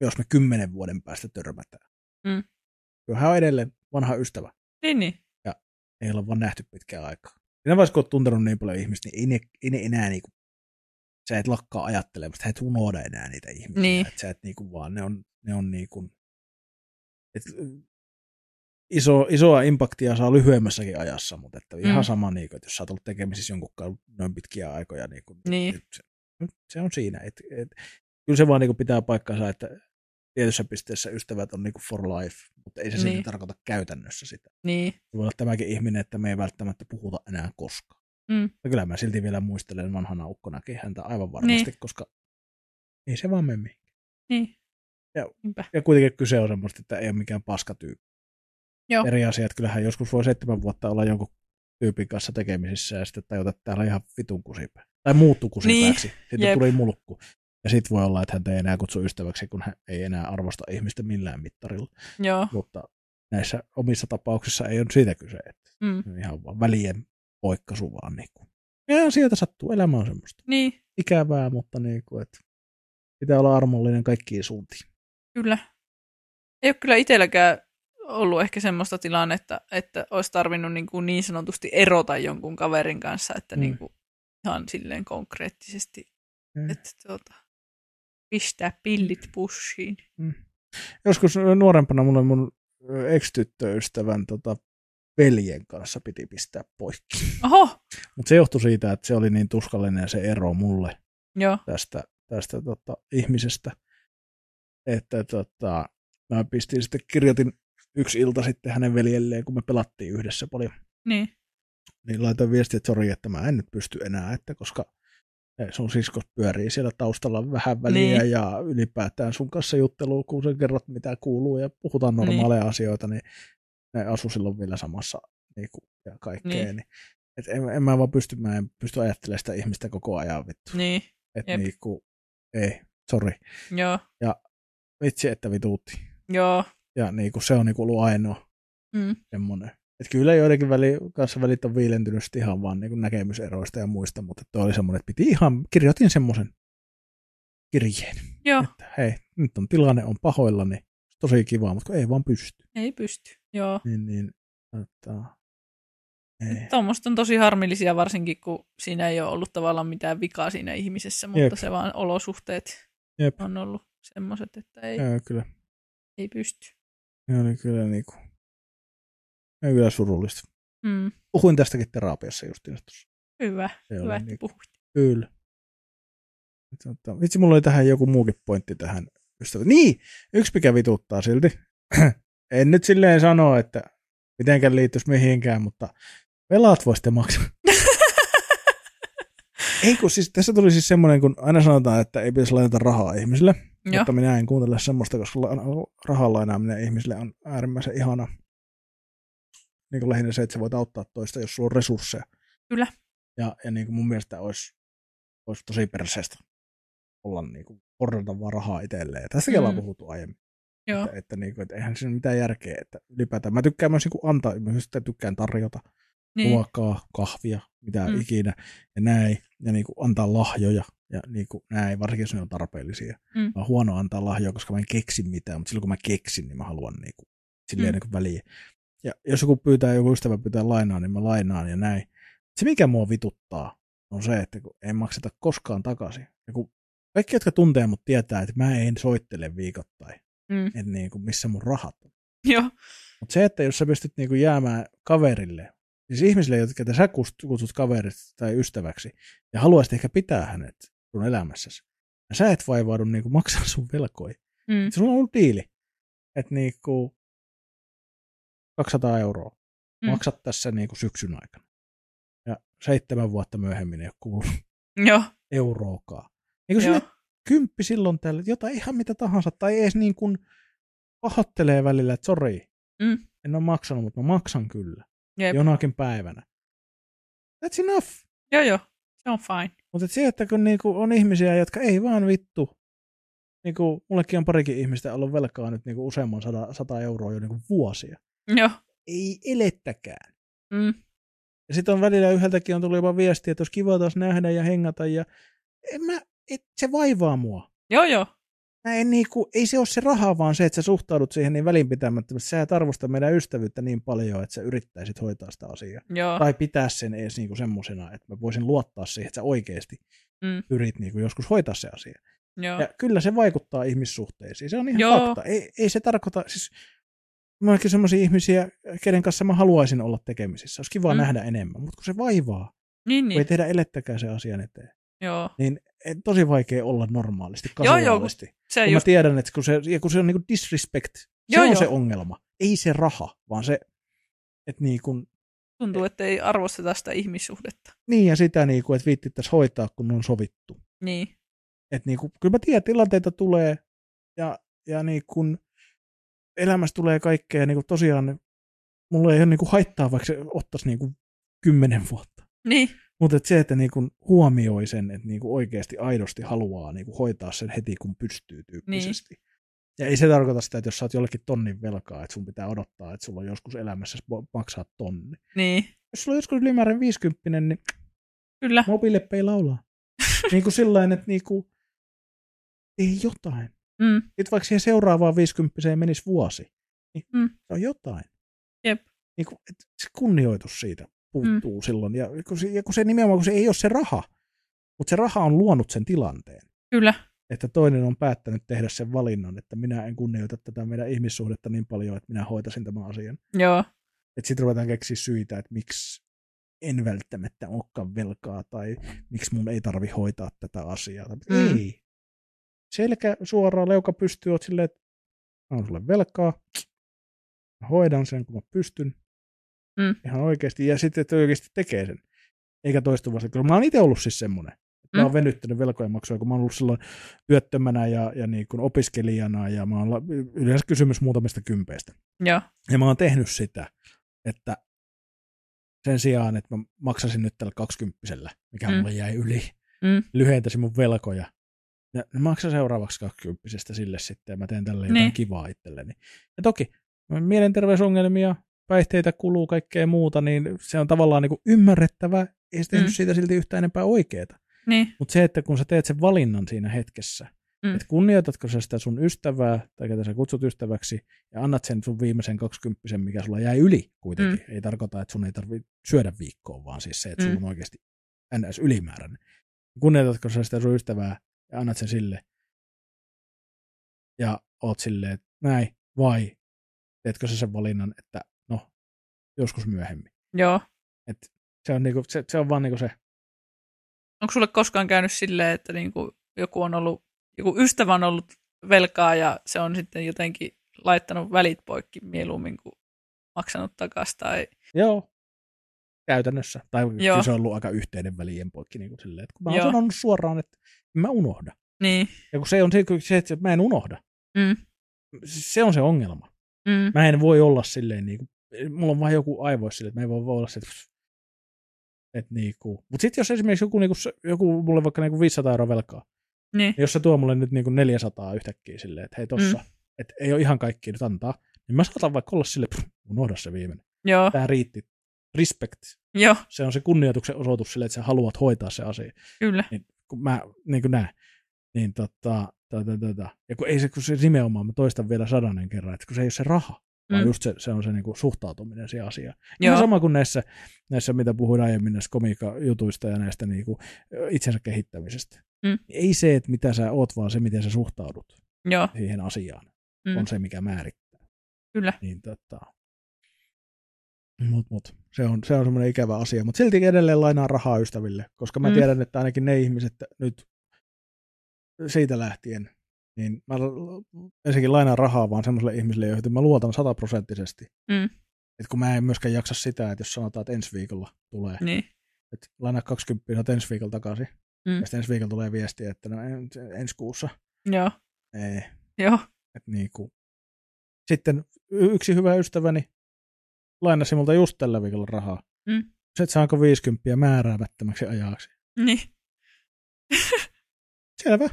[SPEAKER 2] jos me kymmenen vuoden päästä törmätään.
[SPEAKER 1] Mm.
[SPEAKER 2] Kyllä hän on edelleen vanha ystävä.
[SPEAKER 1] Niin, niin.
[SPEAKER 2] Ei olla vaan nähty pitkään aikaa. Sinä vaiheessa, kun olet tuntenut niin paljon ihmistä, niin ei ne, ei ne enää niinku, sä et lakkaa ajattelemasta, sä et unohda enää niitä ihmisiä.
[SPEAKER 1] Niin.
[SPEAKER 2] Et sä et niinku vaan, ne on, ne on niinku, et, iso, isoa impaktia saa lyhyemmässäkin ajassa, mutta että ihan
[SPEAKER 1] Mm.
[SPEAKER 2] sama, niinku, että jos sä oot ollut tekemisissä jonkun kanssa noin pitkiä aikoja, niinku,
[SPEAKER 1] Niin.
[SPEAKER 2] nyt, se- nyt se on siinä. Et, et, kyllä se vaan niinku pitää paikkansa, että tietyssä pisteessä ystävät on niinku for life, mutta ei se niin.
[SPEAKER 1] Niin.
[SPEAKER 2] silti tarkoita käytännössä sitä.
[SPEAKER 1] Niin,
[SPEAKER 2] Se voi olla tämäkin ihminen, että me ei välttämättä puhuta enää koskaan.
[SPEAKER 1] Mm.
[SPEAKER 2] Ja kyllä mä silti vielä muistelen vanhana ukkonakin häntä aivan varmasti, niin. koska ei se vaan mene mihinkään.
[SPEAKER 1] niin.
[SPEAKER 2] Joo.
[SPEAKER 1] Niinpä.
[SPEAKER 2] Ja kuitenkin kyse on semmoista, että ei ole mikään paskatyyppi.
[SPEAKER 1] Joo.
[SPEAKER 2] Eri asiat, kyllähän joskus voi seitsemän vuotta olla jonkun tyypin kanssa tekemisissä ja sitten tajuta, että täällä on ihan vitun kusipää. Tai muuttuu kusipääksi. Niin. Sitten
[SPEAKER 1] Jep.
[SPEAKER 2] tuli mulkku. Ja sitten voi olla, että häntä ei enää kutsu ystäväksi, kun hän ei enää arvosta ihmistä millään mittarilla.
[SPEAKER 1] Joo,
[SPEAKER 2] Mutta näissä omissa tapauksissa ei ole siitä kyse, että
[SPEAKER 1] mm.
[SPEAKER 2] No ihan vaan välien poikkaisu vaan niin kuin. Ja sieltä sattuu, elämä on semmoista.
[SPEAKER 1] Niin,
[SPEAKER 2] Ikävää, mutta niin kuin, että pitää olla armollinen kaikkiin suuntiin.
[SPEAKER 1] kyllä. Ei ole kyllä itselläkään ollut ehkä semmoista tilannetta, että olisi tarvinnut niin, kuin niin sanotusti erota jonkun kaverin kanssa, että
[SPEAKER 2] Mm.
[SPEAKER 1] mm. niin kuin ihan silleen konkreettisesti,
[SPEAKER 2] Mm.
[SPEAKER 1] mm. että tuota, pistää pillit pussiin.
[SPEAKER 2] Joskus nuorempana mulle mun ö, ex-tyttöystävän tota, veljen kanssa piti pistää poikki.
[SPEAKER 1] Oho,
[SPEAKER 2] Mutta se johtui siitä, että se oli niin tuskallinen se ero mulle,
[SPEAKER 1] joo,
[SPEAKER 2] tästä, tästä tota, ihmisestä. Että tota, mä pistin sitten, kirjoitin yksi ilta sitten hänen veljelleen, kun me pelattiin yhdessä paljon,
[SPEAKER 1] niin,
[SPEAKER 2] niin laitoin viestiä, että sori, että mä en nyt pysty enää, että koska sun siskos pyörii siellä taustalla vähän väliä niin.
[SPEAKER 1] Niin.
[SPEAKER 2] ja ylipäätään sun kanssa juttelua, kun sä kerrot mitä kuuluu ja puhutaan normaaleja niin. asioita, niin ne asu silloin vielä samassa niin kuin, ja kaikkea. Niin.
[SPEAKER 1] Niin.
[SPEAKER 2] Niin, et en, en, mä vaan pysty, mä en pysty ajattelemaan sitä ihmistä koko ajan vittu.
[SPEAKER 1] niin,
[SPEAKER 2] Että
[SPEAKER 1] Jep.
[SPEAKER 2] niinku, ei, sori.
[SPEAKER 1] joo,
[SPEAKER 2] Vitsi, että vituutti.
[SPEAKER 1] joo,
[SPEAKER 2] Ja niinku, se on niinku ollut ainoa
[SPEAKER 1] mm,
[SPEAKER 2] semmoinen. Et kyllä joidenkin väli, kanssa välit on viilentynyt sit ihan vaan niinku näkemyseroista ja muista, mutta toi oli semmoinen, että piti ihan, kirjoitin semmoisen kirjeen,
[SPEAKER 1] joo,
[SPEAKER 2] että hei, nyt on tilanne, on pahoillani, tosi kiva, mutta kun ei vaan pysty.
[SPEAKER 1] ei pysty, joo.
[SPEAKER 2] Niin, niin, että, ei.
[SPEAKER 1] Tuommoiset on tosi harmillisia, varsinkin kun siinä ei ole ollut tavallaan mitään vikaa siinä ihmisessä, mutta
[SPEAKER 2] Jep.
[SPEAKER 1] se vaan olosuhteet
[SPEAKER 2] Jep.
[SPEAKER 1] on ollut semmoiset, että ei,
[SPEAKER 2] Joo, kyllä,
[SPEAKER 1] ei pysty.
[SPEAKER 2] ne oli kyllä niinku, ne oli kyllä surullista.
[SPEAKER 1] Mm,
[SPEAKER 2] Puhuin tästäkin terapiassa just tuossa.
[SPEAKER 1] hyvä,
[SPEAKER 2] Se oli
[SPEAKER 1] hyvä, että
[SPEAKER 2] niinku-
[SPEAKER 1] puhuit.
[SPEAKER 2] Kyllä. Tota, vitsi, mulla oli tähän joku muukin pointti tähän ystävä. Niin, yksi mikä vituttaa silti. en nyt silleen sano, että mitenkään liittyisi mihinkään, mutta velat voi sitten maksaa. Ei kun siis, tässä tuli siis semmoinen, kun aina sanotaan, että ei pitäisi lainata rahaa ihmisille, Joo.
[SPEAKER 1] Joo,
[SPEAKER 2] mutta minä en kuuntele semmoista, koska la- rahan lainaaminen ihmisille on äärimmäisen ihana. Niin kuin lähinnä se, että sä voit auttaa toista, jos sulla on resursseja.
[SPEAKER 1] Kyllä.
[SPEAKER 2] Ja, ja niin kuin mun mielestä olisi, olisi tosi perseestä olla niin kuin korjata vaan rahaa itselleen. Tästäkin mm. ollaan
[SPEAKER 1] Mm.
[SPEAKER 2] puhuttu aiemmin.
[SPEAKER 1] joo,
[SPEAKER 2] Että, että, niin kuin, että eihän siinä mitään järkeä. Että ylipäätään mä tykkään myös niin kuin antaa, mä myös sitä tykkään tarjota
[SPEAKER 1] niin,
[SPEAKER 2] ruokaa, kahvia, mitä mm.
[SPEAKER 1] Mm.
[SPEAKER 2] ikinä ja näin. Ja niin kuin antaa lahjoja ja niin kuin näin, varsinkin jos ne on tarpeellisia.
[SPEAKER 1] Mm.
[SPEAKER 2] Mä oon huono antaa lahjoja, koska mä en keksi mitään, mutta silloin kun mä keksin, niin mä haluan niin kuin, silleen mm.
[SPEAKER 1] Mm.
[SPEAKER 2] niin kuin väliin. Ja jos joku pyytää, joku ystävä pyytää lainaa, niin mä lainaan ja näin. Se mikä mua vituttaa on se, että kun en makseta koskaan takaisin. Ja kun kaikki, jotka tuntee mut tietää, että mä en soittele viikoittain,
[SPEAKER 1] mm,
[SPEAKER 2] että niin kuin, missä mun rahat on.
[SPEAKER 1] joo,
[SPEAKER 2] Mutta se, että jos sä pystyt niinku jäämään kaverille, siis ihmisille, jotka sä kust- kutsut kaveriksi tai ystäväksi, ja haluaisit ehkä pitää hänet sun elämässäsi, ja sä et vaivaudu niinku maksaa sun velkoja.
[SPEAKER 1] mm,
[SPEAKER 2] Sulla on ollut diili, että niinku 200 euroa
[SPEAKER 1] Mm.
[SPEAKER 2] maksat tässä niinku syksyn aikana. Ja seitsemän vuotta myöhemmin ei ole kuullut
[SPEAKER 1] joo,
[SPEAKER 2] euroakaan. Niin
[SPEAKER 1] joo,
[SPEAKER 2] sille kymppi silloin tällä, jotain ihan mitä tahansa, tai edes niin kuin pahoittelee välillä, että sori,
[SPEAKER 1] Mm.
[SPEAKER 2] en ole maksanut, mutta mä maksan kyllä.
[SPEAKER 1] jep,
[SPEAKER 2] Jonakin päivänä. That's enough.
[SPEAKER 1] joo, joo, se on fine.
[SPEAKER 2] Mutta se, että kun niinku on ihmisiä, jotka ei vaan vittu, niinku, mullekin on parikin ihmistä ollut velkaa nyt niinku useamman sata, sata euroa jo niinku vuosia.
[SPEAKER 1] Joo,
[SPEAKER 2] Ei elettäkään.
[SPEAKER 1] mm,
[SPEAKER 2] Ja sitten on välillä yhdeltäkin on tullut jopa viesti, että olisi kiva taas nähdä ja hengata. Ja en mä, et, se vaivaa mua.
[SPEAKER 1] joo, joo,
[SPEAKER 2] Mä en niinku, ei se ole se raha, vaan se, että sä suhtaudut siihen niin välinpitämättömästi. Sä et arvosta meidän ystävyyttä niin paljon, että sä yrittäisit hoitaa sitä asiaa.
[SPEAKER 1] joo,
[SPEAKER 2] Tai pitää sen edes niinku semmosena, että mä voisin luottaa siihen, että sä oikeasti
[SPEAKER 1] Mm.
[SPEAKER 2] yrit niinku joskus hoitaa se asia.
[SPEAKER 1] joo,
[SPEAKER 2] Ja kyllä se vaikuttaa ihmissuhteisiin. Se on ihan Joo.
[SPEAKER 1] Joo.
[SPEAKER 2] fakta. Ei, ei se tarkoita, siis mä oonkin semmoisia ihmisiä, kenen kanssa mä haluaisin olla tekemisissä. Olisi kiva mm.
[SPEAKER 1] Mm.
[SPEAKER 2] nähdä enemmän, mutta kun se vaivaa,
[SPEAKER 1] niin,
[SPEAKER 2] niin. ei
[SPEAKER 1] niin,
[SPEAKER 2] tehdä elettäkään se asian eteen.
[SPEAKER 1] joo.
[SPEAKER 2] Niin eh, tosi vaikea olla normaalisti,
[SPEAKER 1] Joo, joo, kun-
[SPEAKER 2] kasuaalisti.
[SPEAKER 1] Se
[SPEAKER 2] Kun mä
[SPEAKER 1] just,
[SPEAKER 2] tiedän, että kun se, ja kun se on niinku disrespect, se
[SPEAKER 1] Joo,
[SPEAKER 2] on
[SPEAKER 1] joo.
[SPEAKER 2] se ongelma. Ei se raha, vaan se, että niinku,
[SPEAKER 1] tuntuu, että ei arvosteta sitä ihmissuhdetta.
[SPEAKER 2] niin ja sitä, niinku, että viittittäisi hoitaa, kun on sovittu.
[SPEAKER 1] Niin,
[SPEAKER 2] Et niinku, kyllä mä tiedän, tilanteita tulee ja, ja niinku, elämässä tulee kaikkea. Ja niinku, tosiaan mulla ei ole niinku haittaa, vaikka se ottaisi niinku, kymmenen vuotta.
[SPEAKER 1] niin,
[SPEAKER 2] Mutta et se, että niinku, huomioi sen, että niinku, oikeasti aidosti haluaa niinku, hoitaa sen heti, kun pystyy tyyppisesti. Niin. Ja ei se tarkoita sitä, että jos sä oot jollekin tonnin velkaa, että sun pitää odottaa, että sulla on joskus elämässä maksaa tonni.
[SPEAKER 1] niin,
[SPEAKER 2] Jos sulla on joskus ylimääräinen 50, niin
[SPEAKER 1] kyllä,
[SPEAKER 2] mobiilepei laulaa. niin kuin sillä että niin kuin, tee jotain.
[SPEAKER 1] mm,
[SPEAKER 2] Nyt vaikka siihen seuraavaan 50 menisi vuosi, Niin,
[SPEAKER 1] Mm.
[SPEAKER 2] Se on jotain.
[SPEAKER 1] Jep.
[SPEAKER 2] Niin kuin, et se kunnioitus siitä puuttuu mm. silloin. Ja kun, se, ja kun se nimenomaan, kun se ei ole se raha, mutta se raha on luonut sen tilanteen
[SPEAKER 1] Kyllä,
[SPEAKER 2] että toinen on päättänyt tehdä sen valinnan, että minä en kunnioita tätä meidän ihmissuhdetta niin paljon, että minä hoitaisin tämän asian.
[SPEAKER 1] joo.
[SPEAKER 2] Että sitten ruvetaan keksiä syitä, että miksi en välttämättä olekaan velkaa tai miksi mun ei tarvi hoitaa tätä asiaa. Mm.
[SPEAKER 1] Mm.
[SPEAKER 2] Ei. Selkä suoraan, leuka pystyy, oot silleen, että mä oon sulle velkaa, mä hoidan sen, kun mä pystyn.
[SPEAKER 1] Mm.
[SPEAKER 2] Ihan oikeasti. Ja sitten, että oikeasti tekee sen. Eikä toistuvasti. Kyllä mä oon itse ollut siis semmoinen. Mä oon
[SPEAKER 1] Mm.
[SPEAKER 2] venyttänyt velkojen maksua, kun mä oon ollut silloin työttömänä ja, ja niin kuin opiskelijana, ja mä oon la- yleensä kysymys muutamista kympeistä.
[SPEAKER 1] Joo.
[SPEAKER 2] Ja mä oon tehnyt sitä, että sen sijaan, että mä maksasin nyt tällä kaksikymppisellä, mikä mm.
[SPEAKER 1] Mm.
[SPEAKER 2] mulle jäi yli,
[SPEAKER 1] Mm.
[SPEAKER 2] lyhentäisin mun velkoja. Ja mä maksan seuraavaksi kaksikymppisestä sille sitten, ja mä teen tälle jotain
[SPEAKER 1] Niin.
[SPEAKER 2] kivaa itselleni. Ja toki, mielenterveysongelmia, päihteitä kuluu, kaikkea muuta, niin se on tavallaan niin kuin ymmärrettävää, ei se tehnyt
[SPEAKER 1] Mm.
[SPEAKER 2] siitä silti yhtään enempää oikeeta.
[SPEAKER 1] Niin,
[SPEAKER 2] Mutta se, että kun sä teet sen valinnan siinä hetkessä, mm.
[SPEAKER 1] Mm.
[SPEAKER 2] että kunnioitatko sä sitä sun ystävää tai ketä sä kutsut ystäväksi ja annat sen sun viimeisen kaksikymppisen, mikä sulla jäi yli kuitenkin. Mm. Ei tarkoita, että sun ei tarvitse syödä viikkoon, vaan siis se, että mm.
[SPEAKER 1] Mm.
[SPEAKER 2] sulla on oikeasti ns. ylimääräinen. Kunnioitatko sä sitä sun ystävää ja annat sen sille ja oot silleen, että näin, vai teetkö sä sen valinnan, että no, joskus myöhemmin.
[SPEAKER 1] joo.
[SPEAKER 2] Se on, niinku, se, se on vaan niinku se,
[SPEAKER 1] Onko sulle koskaan käynyt silleen, että niinku joku, on ollut, joku ystävä on ollut velkaa ja se on sitten jotenkin laittanut välit poikki mieluummin kuin maksanut takaisin tai
[SPEAKER 2] Joo. Käytännössä. Tai Joo.
[SPEAKER 1] Joo.
[SPEAKER 2] se on ollut aika yhteinen välien poikki. Niin kuin silleen, että kun mä oon
[SPEAKER 1] Joo.
[SPEAKER 2] sanonut suoraan, että en mä unohda.
[SPEAKER 1] niin.
[SPEAKER 2] Ja kun se on se, kun se, että mä en unohda.
[SPEAKER 1] Mm.
[SPEAKER 2] Se on se ongelma.
[SPEAKER 1] Mm.
[SPEAKER 2] Mä en voi olla silleen niin kuin, mulla on vaan joku aivoissa silleen, että mä en voi voi olla se, että, että niin kuin. Mutta sitten jos esimerkiksi joku, niin kuin, joku mulle vaikka niin kuin 500 euroa velkaa,
[SPEAKER 1] Niin.
[SPEAKER 2] niin jos se tuo mulle nyt niin kuin 400 yhtäkkiä silleen, että hei tossa, mm. että ei ole ihan kaikki nyt antaa, niin mä saatan vaikka olla silleen, pff, unohda se viimeinen.
[SPEAKER 1] Joo,
[SPEAKER 2] Tää riitti. Respect
[SPEAKER 1] joo,
[SPEAKER 2] se on se kunnioituksen osoitus sille, että sä haluat hoitaa se asia,
[SPEAKER 1] kyllä.
[SPEAKER 2] kun mä niin kuin näen. Niin tota, tota, tota. Ja kun ei se, kun se nimenomaan, mä toistan vielä sadannen kerran, että kun se ei ole se raha, vaan
[SPEAKER 1] Mm.
[SPEAKER 2] just se, se on se niin kuin suhtautuminen siihen asiaan. Ihan
[SPEAKER 1] Joo,
[SPEAKER 2] sama kuin näissä, näissä, mitä puhuin aiemmin näissä komiikkajutuista ja näistä niin kuin, itsensä kehittämisestä.
[SPEAKER 1] Mm.
[SPEAKER 2] Ei se, että mitä sä oot, vaan se, miten sä suhtaudut
[SPEAKER 1] joo,
[SPEAKER 2] siihen asiaan, mm.
[SPEAKER 1] Mm.
[SPEAKER 2] on se, mikä määrittää.
[SPEAKER 1] kyllä.
[SPEAKER 2] Niin tota. Mut, mut. Se on, se on semmoinen ikävä asia, mutta silti edelleen lainaa rahaa ystäville, koska mä mm.
[SPEAKER 1] Mm.
[SPEAKER 2] tiedän, että ainakin ne ihmiset nyt siitä lähtien, niin mä l- ensinnäkin lainaan rahaa vaan semmoiselle ihmiselle, joihin mä luotan sataprosenttisesti.
[SPEAKER 1] Mm.
[SPEAKER 2] Et kun mä en myöskään jaksa sitä, että jos sanotaan, että ensi viikolla tulee, mm.
[SPEAKER 1] Niin.
[SPEAKER 2] että lainaa 20 no, ensi viikolla takaisin, mm.
[SPEAKER 1] Mm.
[SPEAKER 2] ja sitten ensi viikolla tulee viestiä, että no, en, ensi kuussa.
[SPEAKER 1] Joo,
[SPEAKER 2] Ei,
[SPEAKER 1] joo,
[SPEAKER 2] et niin kuin. Sitten y- yksi hyvä ystäväni lainasi multa just tällä viikolla rahaa.
[SPEAKER 1] Mm.
[SPEAKER 2] Se, että saanko 50 määräämättömäksi ajaksi.
[SPEAKER 1] niin,
[SPEAKER 2] Selvä.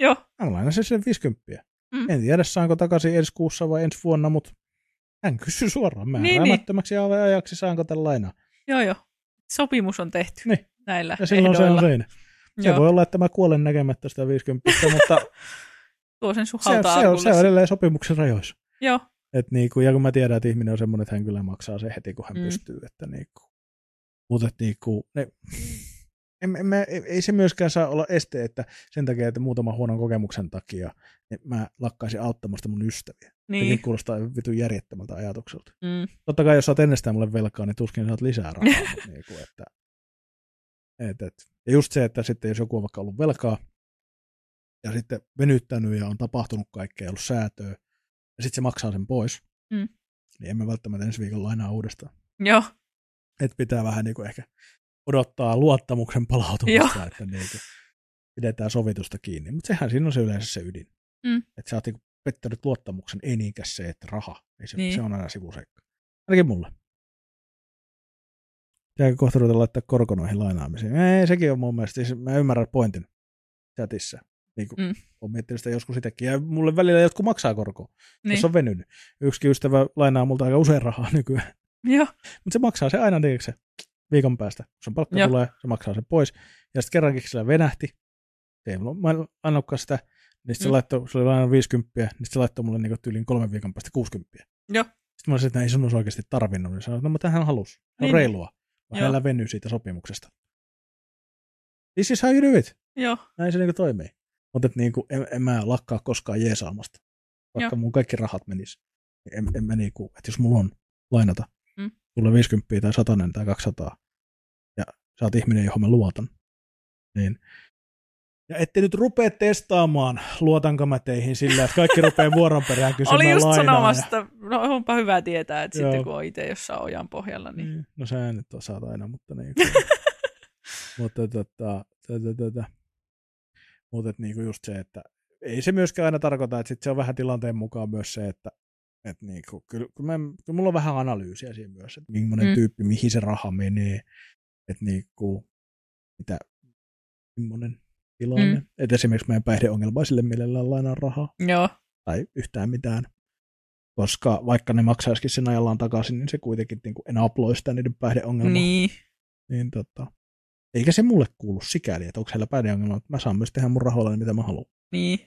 [SPEAKER 1] joo,
[SPEAKER 2] Mä lainasin sen 50.
[SPEAKER 1] Mm.
[SPEAKER 2] En tiedä, saanko takaisin ensi kuussa vai ensi vuonna, mutta hän kysyi suoraan
[SPEAKER 1] niin.
[SPEAKER 2] määräämättömäksi niin, niin. ajaksi, saanko tämän lainaa.
[SPEAKER 1] joo, joo. Sopimus on tehty
[SPEAKER 2] Niin.
[SPEAKER 1] näillä
[SPEAKER 2] Ja silloin se on
[SPEAKER 1] ehdoilla.
[SPEAKER 2] siinä. Se
[SPEAKER 1] joo.
[SPEAKER 2] voi olla, että mä kuolen näkemättä sitä 50, mutta
[SPEAKER 1] Tuo sen sun
[SPEAKER 2] se, se, on, se on
[SPEAKER 1] hauta-arkulle.
[SPEAKER 2] edelleen sopimuksen rajoissa.
[SPEAKER 1] Joo,
[SPEAKER 2] Et niinku, ja kun mä tiedän, että ihminen on semmoinen, että hän kyllä maksaa se heti, kun hän mm.
[SPEAKER 1] Mm.
[SPEAKER 2] pystyy. Että niinku. Mutta et niinku, ne, en, en, mä, ei, ei se myöskään saa olla este, että sen takia, että muutaman huonon kokemuksen takia niin mä lakkaisin auttamasta mun ystäviä. Niin.
[SPEAKER 1] niin.
[SPEAKER 2] Sekin kuulostaa aivan vitun järjettömältä ajatukselta.
[SPEAKER 1] Mm.
[SPEAKER 2] Totta kai, jos sä oot ennestään mulle velkaa, niin tuskin saat lisää rahaa. mut niinku, että, et, et. Ja just se, että sitten jos joku on vaikka ollut velkaa ja sitten venyttänyt ja on tapahtunut kaikkea, ollut säätöä, ja sitten se maksaa sen pois,
[SPEAKER 1] Mm.
[SPEAKER 2] niin emme välttämättä ensi viikolla lainaa uudestaan.
[SPEAKER 1] Joo,
[SPEAKER 2] Et pitää vähän niinku ehkä odottaa luottamuksen palautumista, että niinku pidetään sovitusta kiinni. Mutta sehän siinä on se yleensä se ydin.
[SPEAKER 1] Mm.
[SPEAKER 2] Että sä oot niinku pettänyt luottamuksen, ei niinkään se, että raha. Ei se, niin.
[SPEAKER 1] Niin.
[SPEAKER 2] se on aina sivuseikka. Ainakin mulle. Pitääkö kohta ruveta laittaa korkonoihin lainaamisiin? Ei, sekin on mun mielestä. Siis mä ymmärrän pointin chatissa. Niin mm.
[SPEAKER 1] Mm.
[SPEAKER 2] Olen miettinyt sitä joskus itsekin. Ja mulle välillä jotkut maksaa korkoa, niin. jos
[SPEAKER 1] niin.
[SPEAKER 2] on venynyt. Yksikin ystävä lainaa multa aika usein rahaa nykyään.
[SPEAKER 1] Joo,
[SPEAKER 2] Mutta se maksaa se aina tiedätkö, se viikon päästä. Kun sen palkka Joo.
[SPEAKER 1] Joo.
[SPEAKER 2] tulee, se maksaa sen pois. Ja sitten kerrankin sillä venähti. Se ei mulla annakkaan sitä. Niin sit se
[SPEAKER 1] Mm.
[SPEAKER 2] laittoi, se oli aina 50, niin sit se laittoi mulle niinku tyyliin kolmen viikon päästä 60.
[SPEAKER 1] Joo.
[SPEAKER 2] Sitten mä olisin, että ei sun olisi oikeasti tarvinnut. Niin sanoin, että no mutta hän halusi. Se on
[SPEAKER 1] Niin.
[SPEAKER 2] reilua. Vaan
[SPEAKER 1] Joo.
[SPEAKER 2] hänellä venyy siitä sopimuksesta. This is how you do it.
[SPEAKER 1] Joo.
[SPEAKER 2] Näin se niinku toimii. Mutta niinku, en, en, mä lakkaa koskaan jeesaamasta. Vaikka mun kaikki rahat menis. En, en mä niinku, että jos mulla on lainata,
[SPEAKER 1] Mm.
[SPEAKER 2] tulee 50 tai 100 tai 200, ja sä oot ihminen, johon mä luotan, niin ja ette nyt rupea testaamaan, luotanko mä teihin sillä, että kaikki rupeaa vuoron perään kysymään
[SPEAKER 1] Oli just
[SPEAKER 2] lainaa.
[SPEAKER 1] sanomassa, että no onpa hyvä tietää, että
[SPEAKER 2] Joo.
[SPEAKER 1] sitten kun on itse jossain ojan pohjalla, niin
[SPEAKER 2] Niin. No sä nyt osaat aina, mutta niin mutta tota, tätä, tätä. Mutta et niinku just se, että ei se myöskään aina tarkoita, että sit se on vähän tilanteen mukaan myös se, että et niinku, kyllä, kyllä, mä, kyllä mulla on vähän analyysiä siinä myös, että millainen
[SPEAKER 1] Mm.
[SPEAKER 2] mm. tyyppi, mihin se raha menee, että niinku, mitä, millainen tilanne. Mm. Että esimerkiksi meidän päihdeongelmaisille mielellään lainaa rahaa
[SPEAKER 1] joo,
[SPEAKER 2] tai yhtään mitään. Koska vaikka ne maksaisikin sen ajallaan takaisin, niin se kuitenkin niin enabloi sitä niiden päihdeongelmaa.
[SPEAKER 1] niin,
[SPEAKER 2] Niin, tota. Eikä se mulle kuulu sikäli, että onko heillä päihdeongelma, että mä saan myös tehdä mun rahoilla mitä mä haluan.
[SPEAKER 1] niin,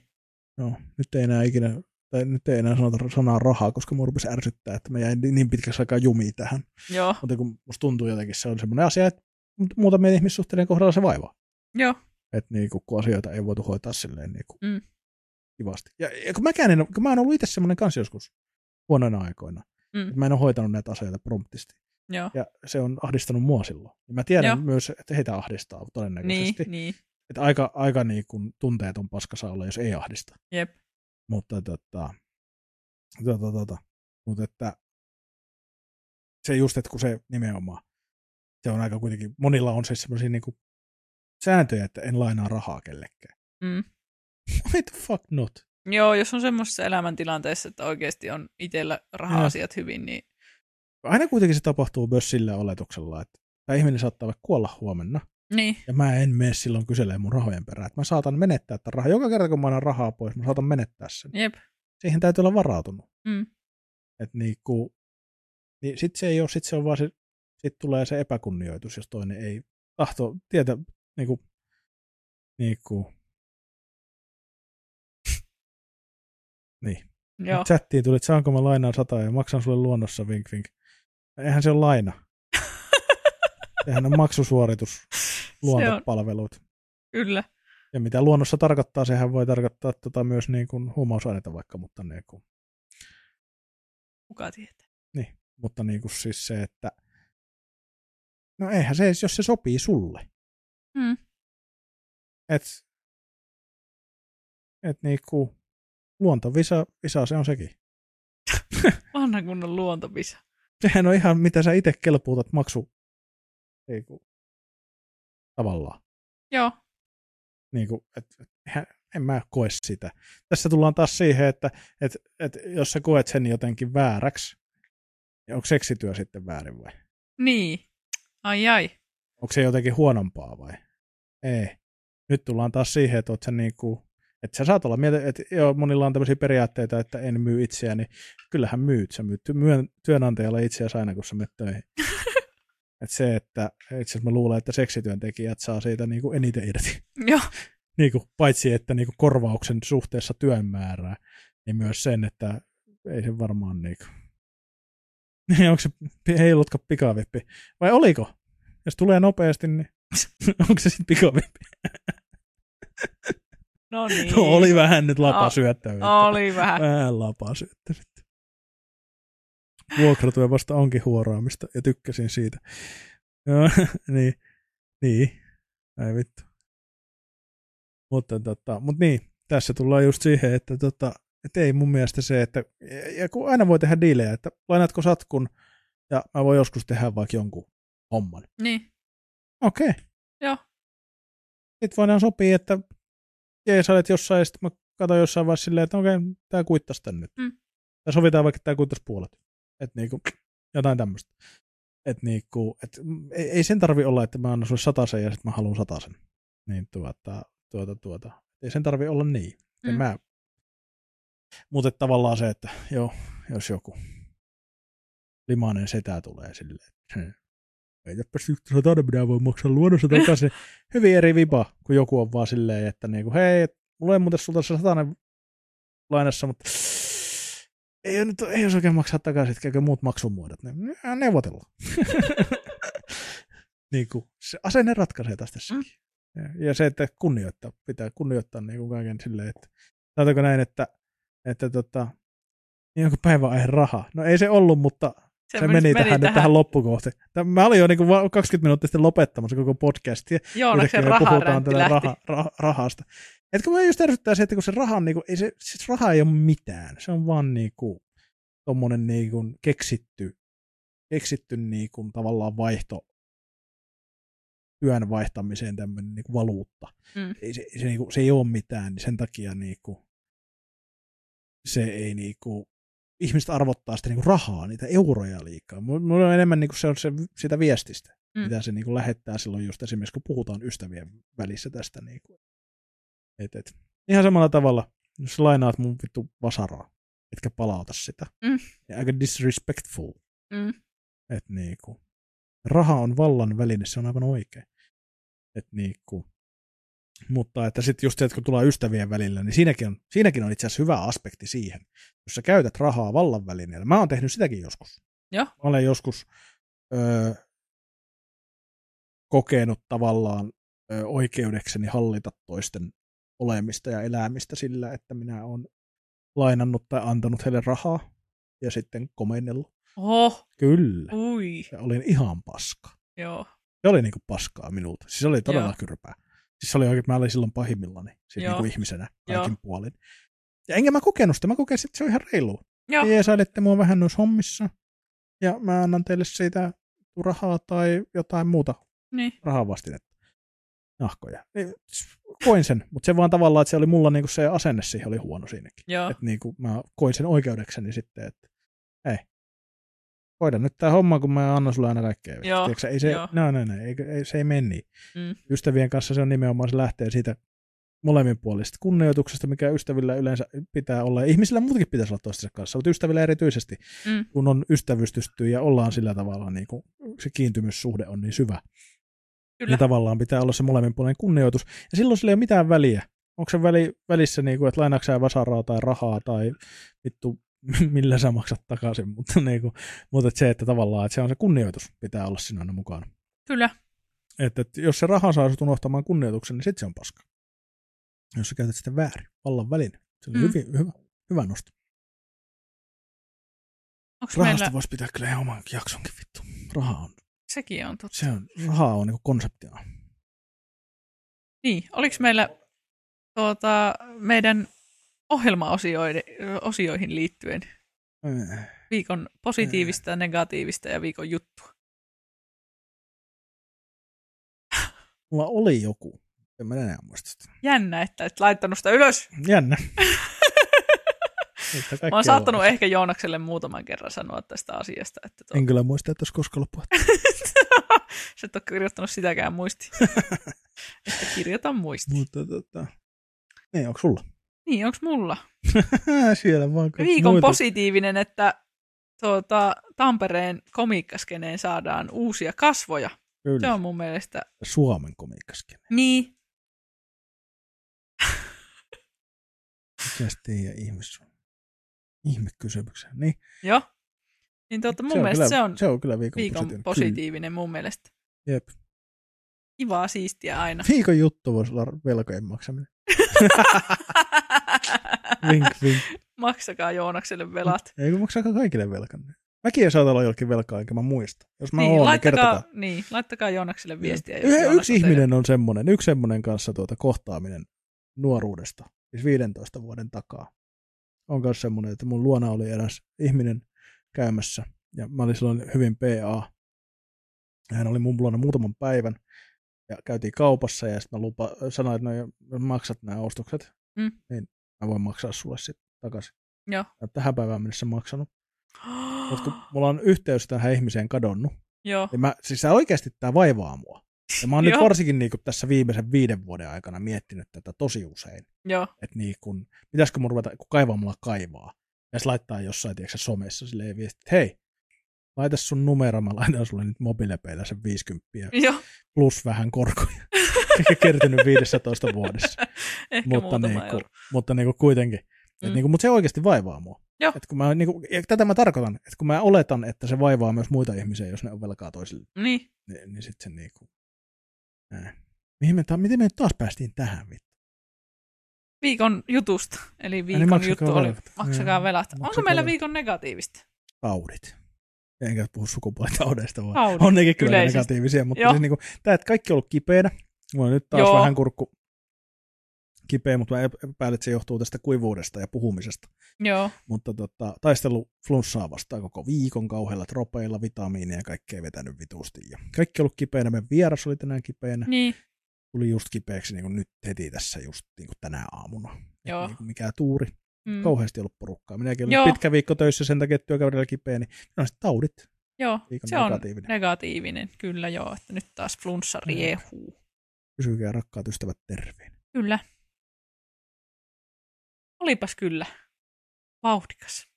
[SPEAKER 2] Joo, nyt ei enää ikinä, tai nyt ei enää sanota sanaa rahaa, koska mua rupesi ärsyttää, että mä jäin niin pitkäksi aikaa jumiin tähän.
[SPEAKER 1] joo,
[SPEAKER 2] Mutta kun musta tuntuu jotenkin, se on semmoinen asia, että mut- muutamien ihmissuhteiden kohdalla se vaivaa.
[SPEAKER 1] joo,
[SPEAKER 2] Että niinku, kun asioita ei voitu hoitaa silleen niinku
[SPEAKER 1] Mm.
[SPEAKER 2] mm. kivasti. Ja, ja kun mäkään en, oo- kun mä oon ollut itse semmoinen kanssa joskus huonoina aikoina,
[SPEAKER 1] Mm.
[SPEAKER 2] mm. että mä en ole hoitanut näitä asioita promptisti.
[SPEAKER 1] joo,
[SPEAKER 2] Ja se on ahdistanut mua silloin. Ja mä tiedän
[SPEAKER 1] Joo.
[SPEAKER 2] Joo. myös, että heitä ahdistaa
[SPEAKER 1] niin,
[SPEAKER 2] todennäköisesti. Niin.
[SPEAKER 1] niin,
[SPEAKER 2] Että aika, aika niin kuin tunteeton paska saa olla, jos ei ahdista.
[SPEAKER 1] jep,
[SPEAKER 2] Mutta tota, tota, tota, mutta että se just, että kun se nimenomaan, se on aika kuitenkin, monilla on siis semmoisia niin kuin sääntöjä, että en lainaa rahaa kellekään.
[SPEAKER 1] mm.
[SPEAKER 2] Why the fuck not?
[SPEAKER 1] Joo, jos on semmoisessa elämäntilanteessa, että oikeasti on itsellä raha-asiat hyvin, niin
[SPEAKER 2] Aina kuitenkin se tapahtuu myös sillä oletuksella, että tämä ihminen saattaa vaikka kuolla huomenna,
[SPEAKER 1] niin,
[SPEAKER 2] Ja mä en mene silloin kyselemään mun rahojen perään. Et Mä saatan menettää tämän rahaa. Joka kerta kun mä annan rahaa pois, mä saatan menettää sen.
[SPEAKER 1] jep,
[SPEAKER 2] Siihen täytyy olla varautunut.
[SPEAKER 1] Mm.
[SPEAKER 2] Et niinku, niin sit se ei ole, sit se on vaan se, sit tulee se epäkunnioitus, jos toinen ei tahto tietä, niinku, niinku. niin.
[SPEAKER 1] joo,
[SPEAKER 2] Chattiin tuli, että saanko mä lainaa sataa ja maksan sulle luonnossa, vink vink. Eihän se ole laina. Eihän on maksusuoritus luontopalveluita.
[SPEAKER 1] kyllä,
[SPEAKER 2] Ja mitä luonnossa tarkoittaa, sehän voi tarkoittaa tota myös niin kuin huumausaineita vaikka, mutta, niin kuin,
[SPEAKER 1] kuka tietää.
[SPEAKER 2] mutta niin kuin siis se, että no eihän se, jos se sopii sulle.
[SPEAKER 1] Mm.
[SPEAKER 2] Et, et niin kuin luontovisa visa se on sekin.
[SPEAKER 1] Vanha kunnon luontopisa.
[SPEAKER 2] Sehän on ihan mitä sä itse kelpuutat maksu niin kuin, tavallaan.
[SPEAKER 1] Joo,
[SPEAKER 2] niin kuin, et, et, eihän- en mä koe sitä. Tässä tullaan taas siihen, että et, et, jos sä koet sen jotenkin vääräksi, niin onko seksityö sitten väärin vai?
[SPEAKER 1] niin, ai ai,
[SPEAKER 2] Onko se jotenkin huonompaa vai? Ei. Nyt tullaan taas siihen, että oot sä niin kuin, että sä saat olla mieltä, että joo, monilla on tämmöisiä periaatteita, että en myy itseäni. Kyllähän myyt, sä myyt ty- myön, työnantajalle itseäsi aina, kun sä menet töihin. Et se, että itse asiassa mä luulen, että seksityöntekijät saa siitä niin kuin eniten irti.
[SPEAKER 1] joo,
[SPEAKER 2] niin kuin, paitsi että niin kuin korvauksen suhteessa työn määrää, niin myös sen, että ei se varmaan niin kuin, onko se, ei ollutkaan pikavippi, vai oliko? Jos tulee nopeasti, niin onko se sitten pikavippi?
[SPEAKER 1] no niin.
[SPEAKER 2] Niin. Oli vähän nyt lapa
[SPEAKER 1] O-
[SPEAKER 2] syöttävyyttä.
[SPEAKER 1] Oli vähän,
[SPEAKER 2] Vähän lapa syöttävyyttä. Vuokratyö vasta onkin huoraamista, ja tykkäsin siitä. Joo, niin, niin, ei vittu. Mutta, tota, mutta niin, tässä tullaan just siihen, että, tota, et ei mun mielestä se, että ja kun aina voi tehdä diilejä, että lainatko satkun, ja mä voin joskus tehdä vaikka jonkun homman.
[SPEAKER 1] niin,
[SPEAKER 2] Okei. Okay.
[SPEAKER 1] Joo.
[SPEAKER 2] Sitten voidaan sopia, että jei, sä olet jossain, ja sitten mä katsoin jossain vaiheessa silleen, että okei, tämä kuittas tän nyt.
[SPEAKER 1] Mm.
[SPEAKER 2] Tai sovitaan vaikka, että tämä kuittas puolet. Että niinku, jotain tämmöistä. Että niinku, et, mm, ei, ei, sen tarvi olla, että mä annan sulle satasen ja sitten mä haluan satasen. Niin tuota, tuota, tuota. Ei sen tarvi olla niin. Mm.
[SPEAKER 1] Mm.
[SPEAKER 2] Mä... Mutta tavallaan se, että joo, jos joku limainen setä tulee silleen, että ei täppäs yhtä satana, minä voin maksaa luonnossa takaisin. Hyvin eri vipa, kun joku on vaan silleen, että niinku, hei, et mulla ei muuten sulta se satainen lainassa, mutta ei, nyt, ei jos oikein maksaa takaisin, että käykö muut maksumuodot. Ne, ne- neuvotellaan. niin kuin, se asenne ratkaisee taas tässäkin. Ja, ja, se, että kunnioittaa, pitää kunnioittaa niin kuin kaiken silleen, että sanotaanko näin, että, että tota, niin onko päiväaihe raha? No ei se ollut, mutta se, se meni, tähän, tähän. tähän loppukohti. Tää- Mä olin jo niin kuin 20 minuuttia sitten lopettamassa koko podcastia.
[SPEAKER 1] Joonaksen
[SPEAKER 2] Yhtäkkiä me puhutaan
[SPEAKER 1] raharäntti
[SPEAKER 2] tällä
[SPEAKER 1] lähti.
[SPEAKER 2] raha, ra, rahasta. Etkö mä just ärsyttää se, että kun se raha, niin kuin, ei se, siis raha ei ole mitään. Se on vaan niin kuin, tommonen niin kuin keksitty, keksitty niin kuin, tavallaan vaihto, työn vaihtamiseen tämmöinen niin kuin valuutta.
[SPEAKER 1] Mm.
[SPEAKER 2] Ei, se, se, niin kuin, se ei ole mitään, niin sen takia niin kuin, se ei niin kuin, ihmiset arvottaa sitä niin kuin rahaa, niitä euroja liikaa. Mulla on enemmän niin kuin se on se, sitä viestistä
[SPEAKER 1] Mm.
[SPEAKER 2] mitä se niin kuin lähettää silloin just esimerkiksi, kun puhutaan ystävien välissä tästä. Niin kuin. Et, et. Ihan samalla tavalla, jos lainaat mun vittu vasaraa, etkä palauta sitä.
[SPEAKER 1] Mm.
[SPEAKER 2] Ja aika disrespectful.
[SPEAKER 1] Mm.
[SPEAKER 2] Et niin kuin. Raha on vallan väline, se on aivan oikein. Et niin kuin. Mutta että sitten just se, että kun tulee ystävien välillä, niin siinäkin on, siinäkin on itse asiassa hyvä aspekti siihen, jos sä käytät rahaa vallan välineellä. Mä oon tehnyt sitäkin joskus.
[SPEAKER 1] Joo.
[SPEAKER 2] Mä olen joskus öö, kokenut tavallaan ö, oikeudekseni hallita toisten olemista ja elämistä sillä, että minä olen lainannut tai antanut heille rahaa ja sitten komennellut.
[SPEAKER 1] Oho,
[SPEAKER 2] Kyllä.
[SPEAKER 1] ui.
[SPEAKER 2] Ja olin ihan paska.
[SPEAKER 1] Joo.
[SPEAKER 2] Se oli niinku paskaa minulta. Siis se oli todella
[SPEAKER 1] Joo.
[SPEAKER 2] Joo. kyrpää. Siis se oli oikein, mä olin silloin pahimmillani siis
[SPEAKER 1] Joo.
[SPEAKER 2] niinku ihmisenä
[SPEAKER 1] Joo.
[SPEAKER 2] kaikin puolin. Ja enkä mä kokenut sitä. Mä kokesin, että se on ihan reilu.
[SPEAKER 1] Joo.
[SPEAKER 2] Te jeesailette mua vähän noissa hommissa ja mä annan teille siitä rahaa tai jotain muuta
[SPEAKER 1] Niin.
[SPEAKER 2] rahavastinetta, nahkoja. Niin, s- koin sen, mutta se vaan tavallaan, että se oli mulla niinku se asenne siihen oli huono siinäkin.
[SPEAKER 1] Joo.
[SPEAKER 2] Että niinku mä koin sen oikeudekseni sitten, että ei, hoida nyt tämä homma, kun mä annan sulle aina kaikkea.
[SPEAKER 1] Joo,
[SPEAKER 2] Tiedätkö, sä, ei se,
[SPEAKER 1] joo.
[SPEAKER 2] no, no, no, ei, ei, se ei mene niin.
[SPEAKER 1] Mm.
[SPEAKER 2] Ystävien kanssa se on nimenomaan, se lähtee siitä molemminpuolisesta kunnioituksesta, mikä ystävillä yleensä pitää olla. Ihmisillä muutenkin pitäisi olla toistensa kanssa, mutta ystävillä erityisesti
[SPEAKER 1] Mm.
[SPEAKER 2] kun on ystävystetty ja ollaan sillä tavalla, niin kuin se kiintymyssuhde on niin syvä.
[SPEAKER 1] Kyllä.
[SPEAKER 2] Niin tavallaan pitää olla se molemmin puolen kunnioitus. Ja silloin sillä ei ole mitään väliä. Onko se väli, välissä, niin kuin, että lainaksää vasaraa tai rahaa tai vittu, millä sä maksat takaisin. Mutta, niin kuin, mutta että se, että tavallaan että se on se kunnioitus pitää olla siinä aina mukana.
[SPEAKER 1] Kyllä.
[SPEAKER 2] Että, että jos se raha saa sut unohtamaan kunnioituksen, niin sitten se on paska. Jos sä käytät sitä väärin, vallan väline. Se on
[SPEAKER 1] Mm.
[SPEAKER 2] mm. hyvin, hyvä, hyvä nosto.
[SPEAKER 1] Onko
[SPEAKER 2] Rahasta
[SPEAKER 1] meillä...
[SPEAKER 2] voisi pitää kyllä ihan oman jaksonkin vittu. Raha on
[SPEAKER 1] Sekin on totta.
[SPEAKER 2] se on, raha on niin konseptina.
[SPEAKER 1] Niin. Oliko meillä tuota, meidän ohjelmaosioihin liittyen
[SPEAKER 2] Eh,
[SPEAKER 1] viikon positiivista, negatiivista ja viikon juttua?
[SPEAKER 2] Mulla oli joku, en mä enää muista sitä.
[SPEAKER 1] Jännä, että et laittanut sitä ylös.
[SPEAKER 2] Jännä. Että
[SPEAKER 1] Mä
[SPEAKER 2] kaikkea
[SPEAKER 1] oon saattanut
[SPEAKER 2] voi.
[SPEAKER 1] ehkä Joonakselle muutaman kerran sanoa tästä asiasta, että tuota,
[SPEAKER 2] En kyllä muista, että olisi koskaan ollut puhetta.
[SPEAKER 1] Sä et ole kirjoittanut sitäkään muistiin. että kirjoitan muistiin.
[SPEAKER 2] Mutta tota... Niin, onko sulla?
[SPEAKER 1] Niin, onko mulla?
[SPEAKER 2] Siellä vaan kaikki
[SPEAKER 1] Viikon
[SPEAKER 2] muita.
[SPEAKER 1] positiivinen, että tuota, Tampereen komiikkaskeneen saadaan uusia kasvoja. Se
[SPEAKER 2] Kyllä.
[SPEAKER 1] on mun mielestä
[SPEAKER 2] Suomen komiikkaskin.
[SPEAKER 1] niin.
[SPEAKER 2] Mikäs ja ihmis on? Ihme kysymyksiä. Niin,
[SPEAKER 1] Joo. Niin tuota, mun
[SPEAKER 2] se, on
[SPEAKER 1] mielestä
[SPEAKER 2] kyllä,
[SPEAKER 1] se on
[SPEAKER 2] se on kyllä viikon,
[SPEAKER 1] viikon
[SPEAKER 2] positiivinen.
[SPEAKER 1] positiivinen mun mielestä.
[SPEAKER 2] Kyllä, jep.
[SPEAKER 1] Kivaa siistiä aina.
[SPEAKER 2] Viikon juttu voisi olla velkojen maksaminen. Vink, vink.
[SPEAKER 1] Maksakaa Joonakselle velat.
[SPEAKER 2] Ei kun maksakaa kaikille velkanne. Mäkin en saata olla jollekin velkaa, enkä mä muista. Jos mä
[SPEAKER 1] niin,
[SPEAKER 2] niin, oon, niin
[SPEAKER 1] laittakaa,
[SPEAKER 2] kertokaa.
[SPEAKER 1] niin, laittakaa Joonakselle viestiä.
[SPEAKER 2] Yhden-
[SPEAKER 1] Joonas
[SPEAKER 2] yksi
[SPEAKER 1] on teidän-
[SPEAKER 2] ihminen on semmoinen, yksi semmoinen kanssa tuota kohtaaminen nuoruudesta, siis 15 vuoden takaa. On myös semmoinen, että mun luona oli eräs ihminen käymässä, ja mä olin silloin hyvin PA. Hän oli mun luona muutaman päivän, ja käytiin kaupassa, ja sitten mä lupa, sanoin, että no, jos maksat nämä ostokset,
[SPEAKER 1] Mm.
[SPEAKER 2] niin mä voin maksaa sulle sitten takaisin.
[SPEAKER 1] Joo.
[SPEAKER 2] Ja tähän päivään mennessä maksanut. Mutta kun mulla on yhteys tähän ihmiseen kadonnut,
[SPEAKER 1] Joo.
[SPEAKER 2] ja mä, siis tää oikeasti tämä vaivaa mua. Ja mä oon nyt
[SPEAKER 1] Joo.
[SPEAKER 2] varsinkin niinku tässä viimeisen viiden vuoden aikana miettinyt tätä tosi usein.
[SPEAKER 1] Joo,
[SPEAKER 2] Että niinku, pitäisikö mun ruveta kun kaivamalla kaivaa. Ja sit laittaa jossain tiedätkö, sä, somessa silleen viesti, että hei, laita sun numero, mä laitan sulle nyt mobiilepeillä sen 50
[SPEAKER 1] joo,
[SPEAKER 2] plus vähän korkoja. Eikä kertynyt 15 vuodessa.
[SPEAKER 1] ehkä
[SPEAKER 2] mutta
[SPEAKER 1] muutama
[SPEAKER 2] niinku,
[SPEAKER 1] euro.
[SPEAKER 2] mutta niinku kuitenkin. Mm.
[SPEAKER 1] Mm.
[SPEAKER 2] Niin kuin, mutta se oikeasti vaivaa mua.
[SPEAKER 1] Joo.
[SPEAKER 2] Et kun mä, niin kuin, ja tätä mä tarkoitan, että kun mä oletan, että se vaivaa myös muita ihmisiä, jos ne on velkaa toisille,
[SPEAKER 1] Niin.
[SPEAKER 2] niin, niin sitten se niin kuin, näin. Mihin me ta- miten me nyt taas päästiin tähän vittu?
[SPEAKER 1] Viikon jutusta. Eli viikon
[SPEAKER 2] niin, maksakaa
[SPEAKER 1] juttu oli
[SPEAKER 2] velat.
[SPEAKER 1] maksakaa
[SPEAKER 2] Joo.
[SPEAKER 1] velat. Onko
[SPEAKER 2] Maksakaa
[SPEAKER 1] meillä
[SPEAKER 2] velat.
[SPEAKER 1] viikon negatiivista?
[SPEAKER 2] Taudit. Enkä puhu sukupuolitaudeista, vaan
[SPEAKER 1] Taudit.
[SPEAKER 2] on nekin kyllä
[SPEAKER 1] Yleisesti.
[SPEAKER 2] negatiivisia, mutta
[SPEAKER 1] Joo.
[SPEAKER 2] siis niin kuin, tämä, että kaikki on ollut kipeänä. Mulla on nyt taas
[SPEAKER 1] Joo.
[SPEAKER 2] vähän kurkku kipeä, mutta mä ep- epäilen, että se johtuu tästä kuivuudesta ja puhumisesta.
[SPEAKER 1] Joo.
[SPEAKER 2] Mutta tota, taistelu flunssaa vastaan koko viikon kauheilla tropeilla, vitamiineja ja kaikkea ei vetänyt vitusti. Ja kaikki on ollut kipeänä, meidän vieras oli tänään kipeänä.
[SPEAKER 1] Niin.
[SPEAKER 2] Tuli just kipeäksi niin kuin nyt heti tässä just niin kuin tänä aamuna. Et
[SPEAKER 1] Joo.
[SPEAKER 2] Niin kuin mikä tuuri.
[SPEAKER 1] Mm.
[SPEAKER 2] Kauheasti ollut porukkaa. Minäkin olin
[SPEAKER 1] Joo.
[SPEAKER 2] pitkä viikko töissä sen takia, että työkaudella kipeä, niin ne on sitten taudit.
[SPEAKER 1] Joo.
[SPEAKER 2] Viikon
[SPEAKER 1] Se on
[SPEAKER 2] negatiivinen.
[SPEAKER 1] negatiivinen. Kyllä joo. Että nyt taas flunssa
[SPEAKER 2] Jep.
[SPEAKER 1] riehuu.
[SPEAKER 2] Pysykää rakkaat ystävät terveen.
[SPEAKER 1] Kyllä. Olipas kyllä vauhdikas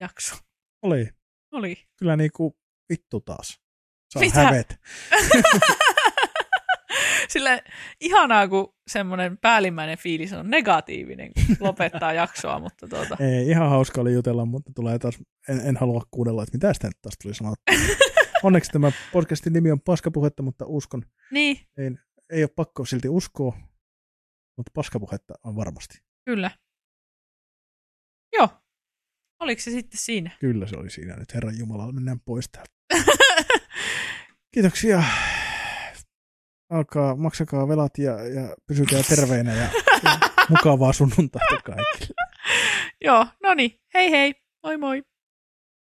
[SPEAKER 1] jakso.
[SPEAKER 2] Oli.
[SPEAKER 1] Oli.
[SPEAKER 2] Kyllä niinku vittu taas. Saa
[SPEAKER 1] Mitä?
[SPEAKER 2] hävet.
[SPEAKER 1] Sille ihanaa, kun semmoinen päällimmäinen fiilis on negatiivinen, kun lopettaa jaksoa, mutta tuota,
[SPEAKER 2] Ei, ihan hauska oli jutella, mutta tulee taas, en, en halua kuunnella, että mitä sitä nyt taas tuli sanoa. Onneksi tämä podcastin nimi on Paskapuhetta, mutta uskon,
[SPEAKER 1] niin,
[SPEAKER 2] ei ole pakko silti uskoa, mutta Paskapuhetta on varmasti.
[SPEAKER 1] kyllä. Joo. Oliko se sitten siinä?
[SPEAKER 2] Kyllä se oli siinä nyt, Herran Jumala, mennään pois täältä. Kiitoksia. Alkaa, maksakaa velat ja, ja pysykää terveinä ja, ja mukavaa sunnuntaita kaikille.
[SPEAKER 1] Joo, no niin. Hei hei. Moi moi.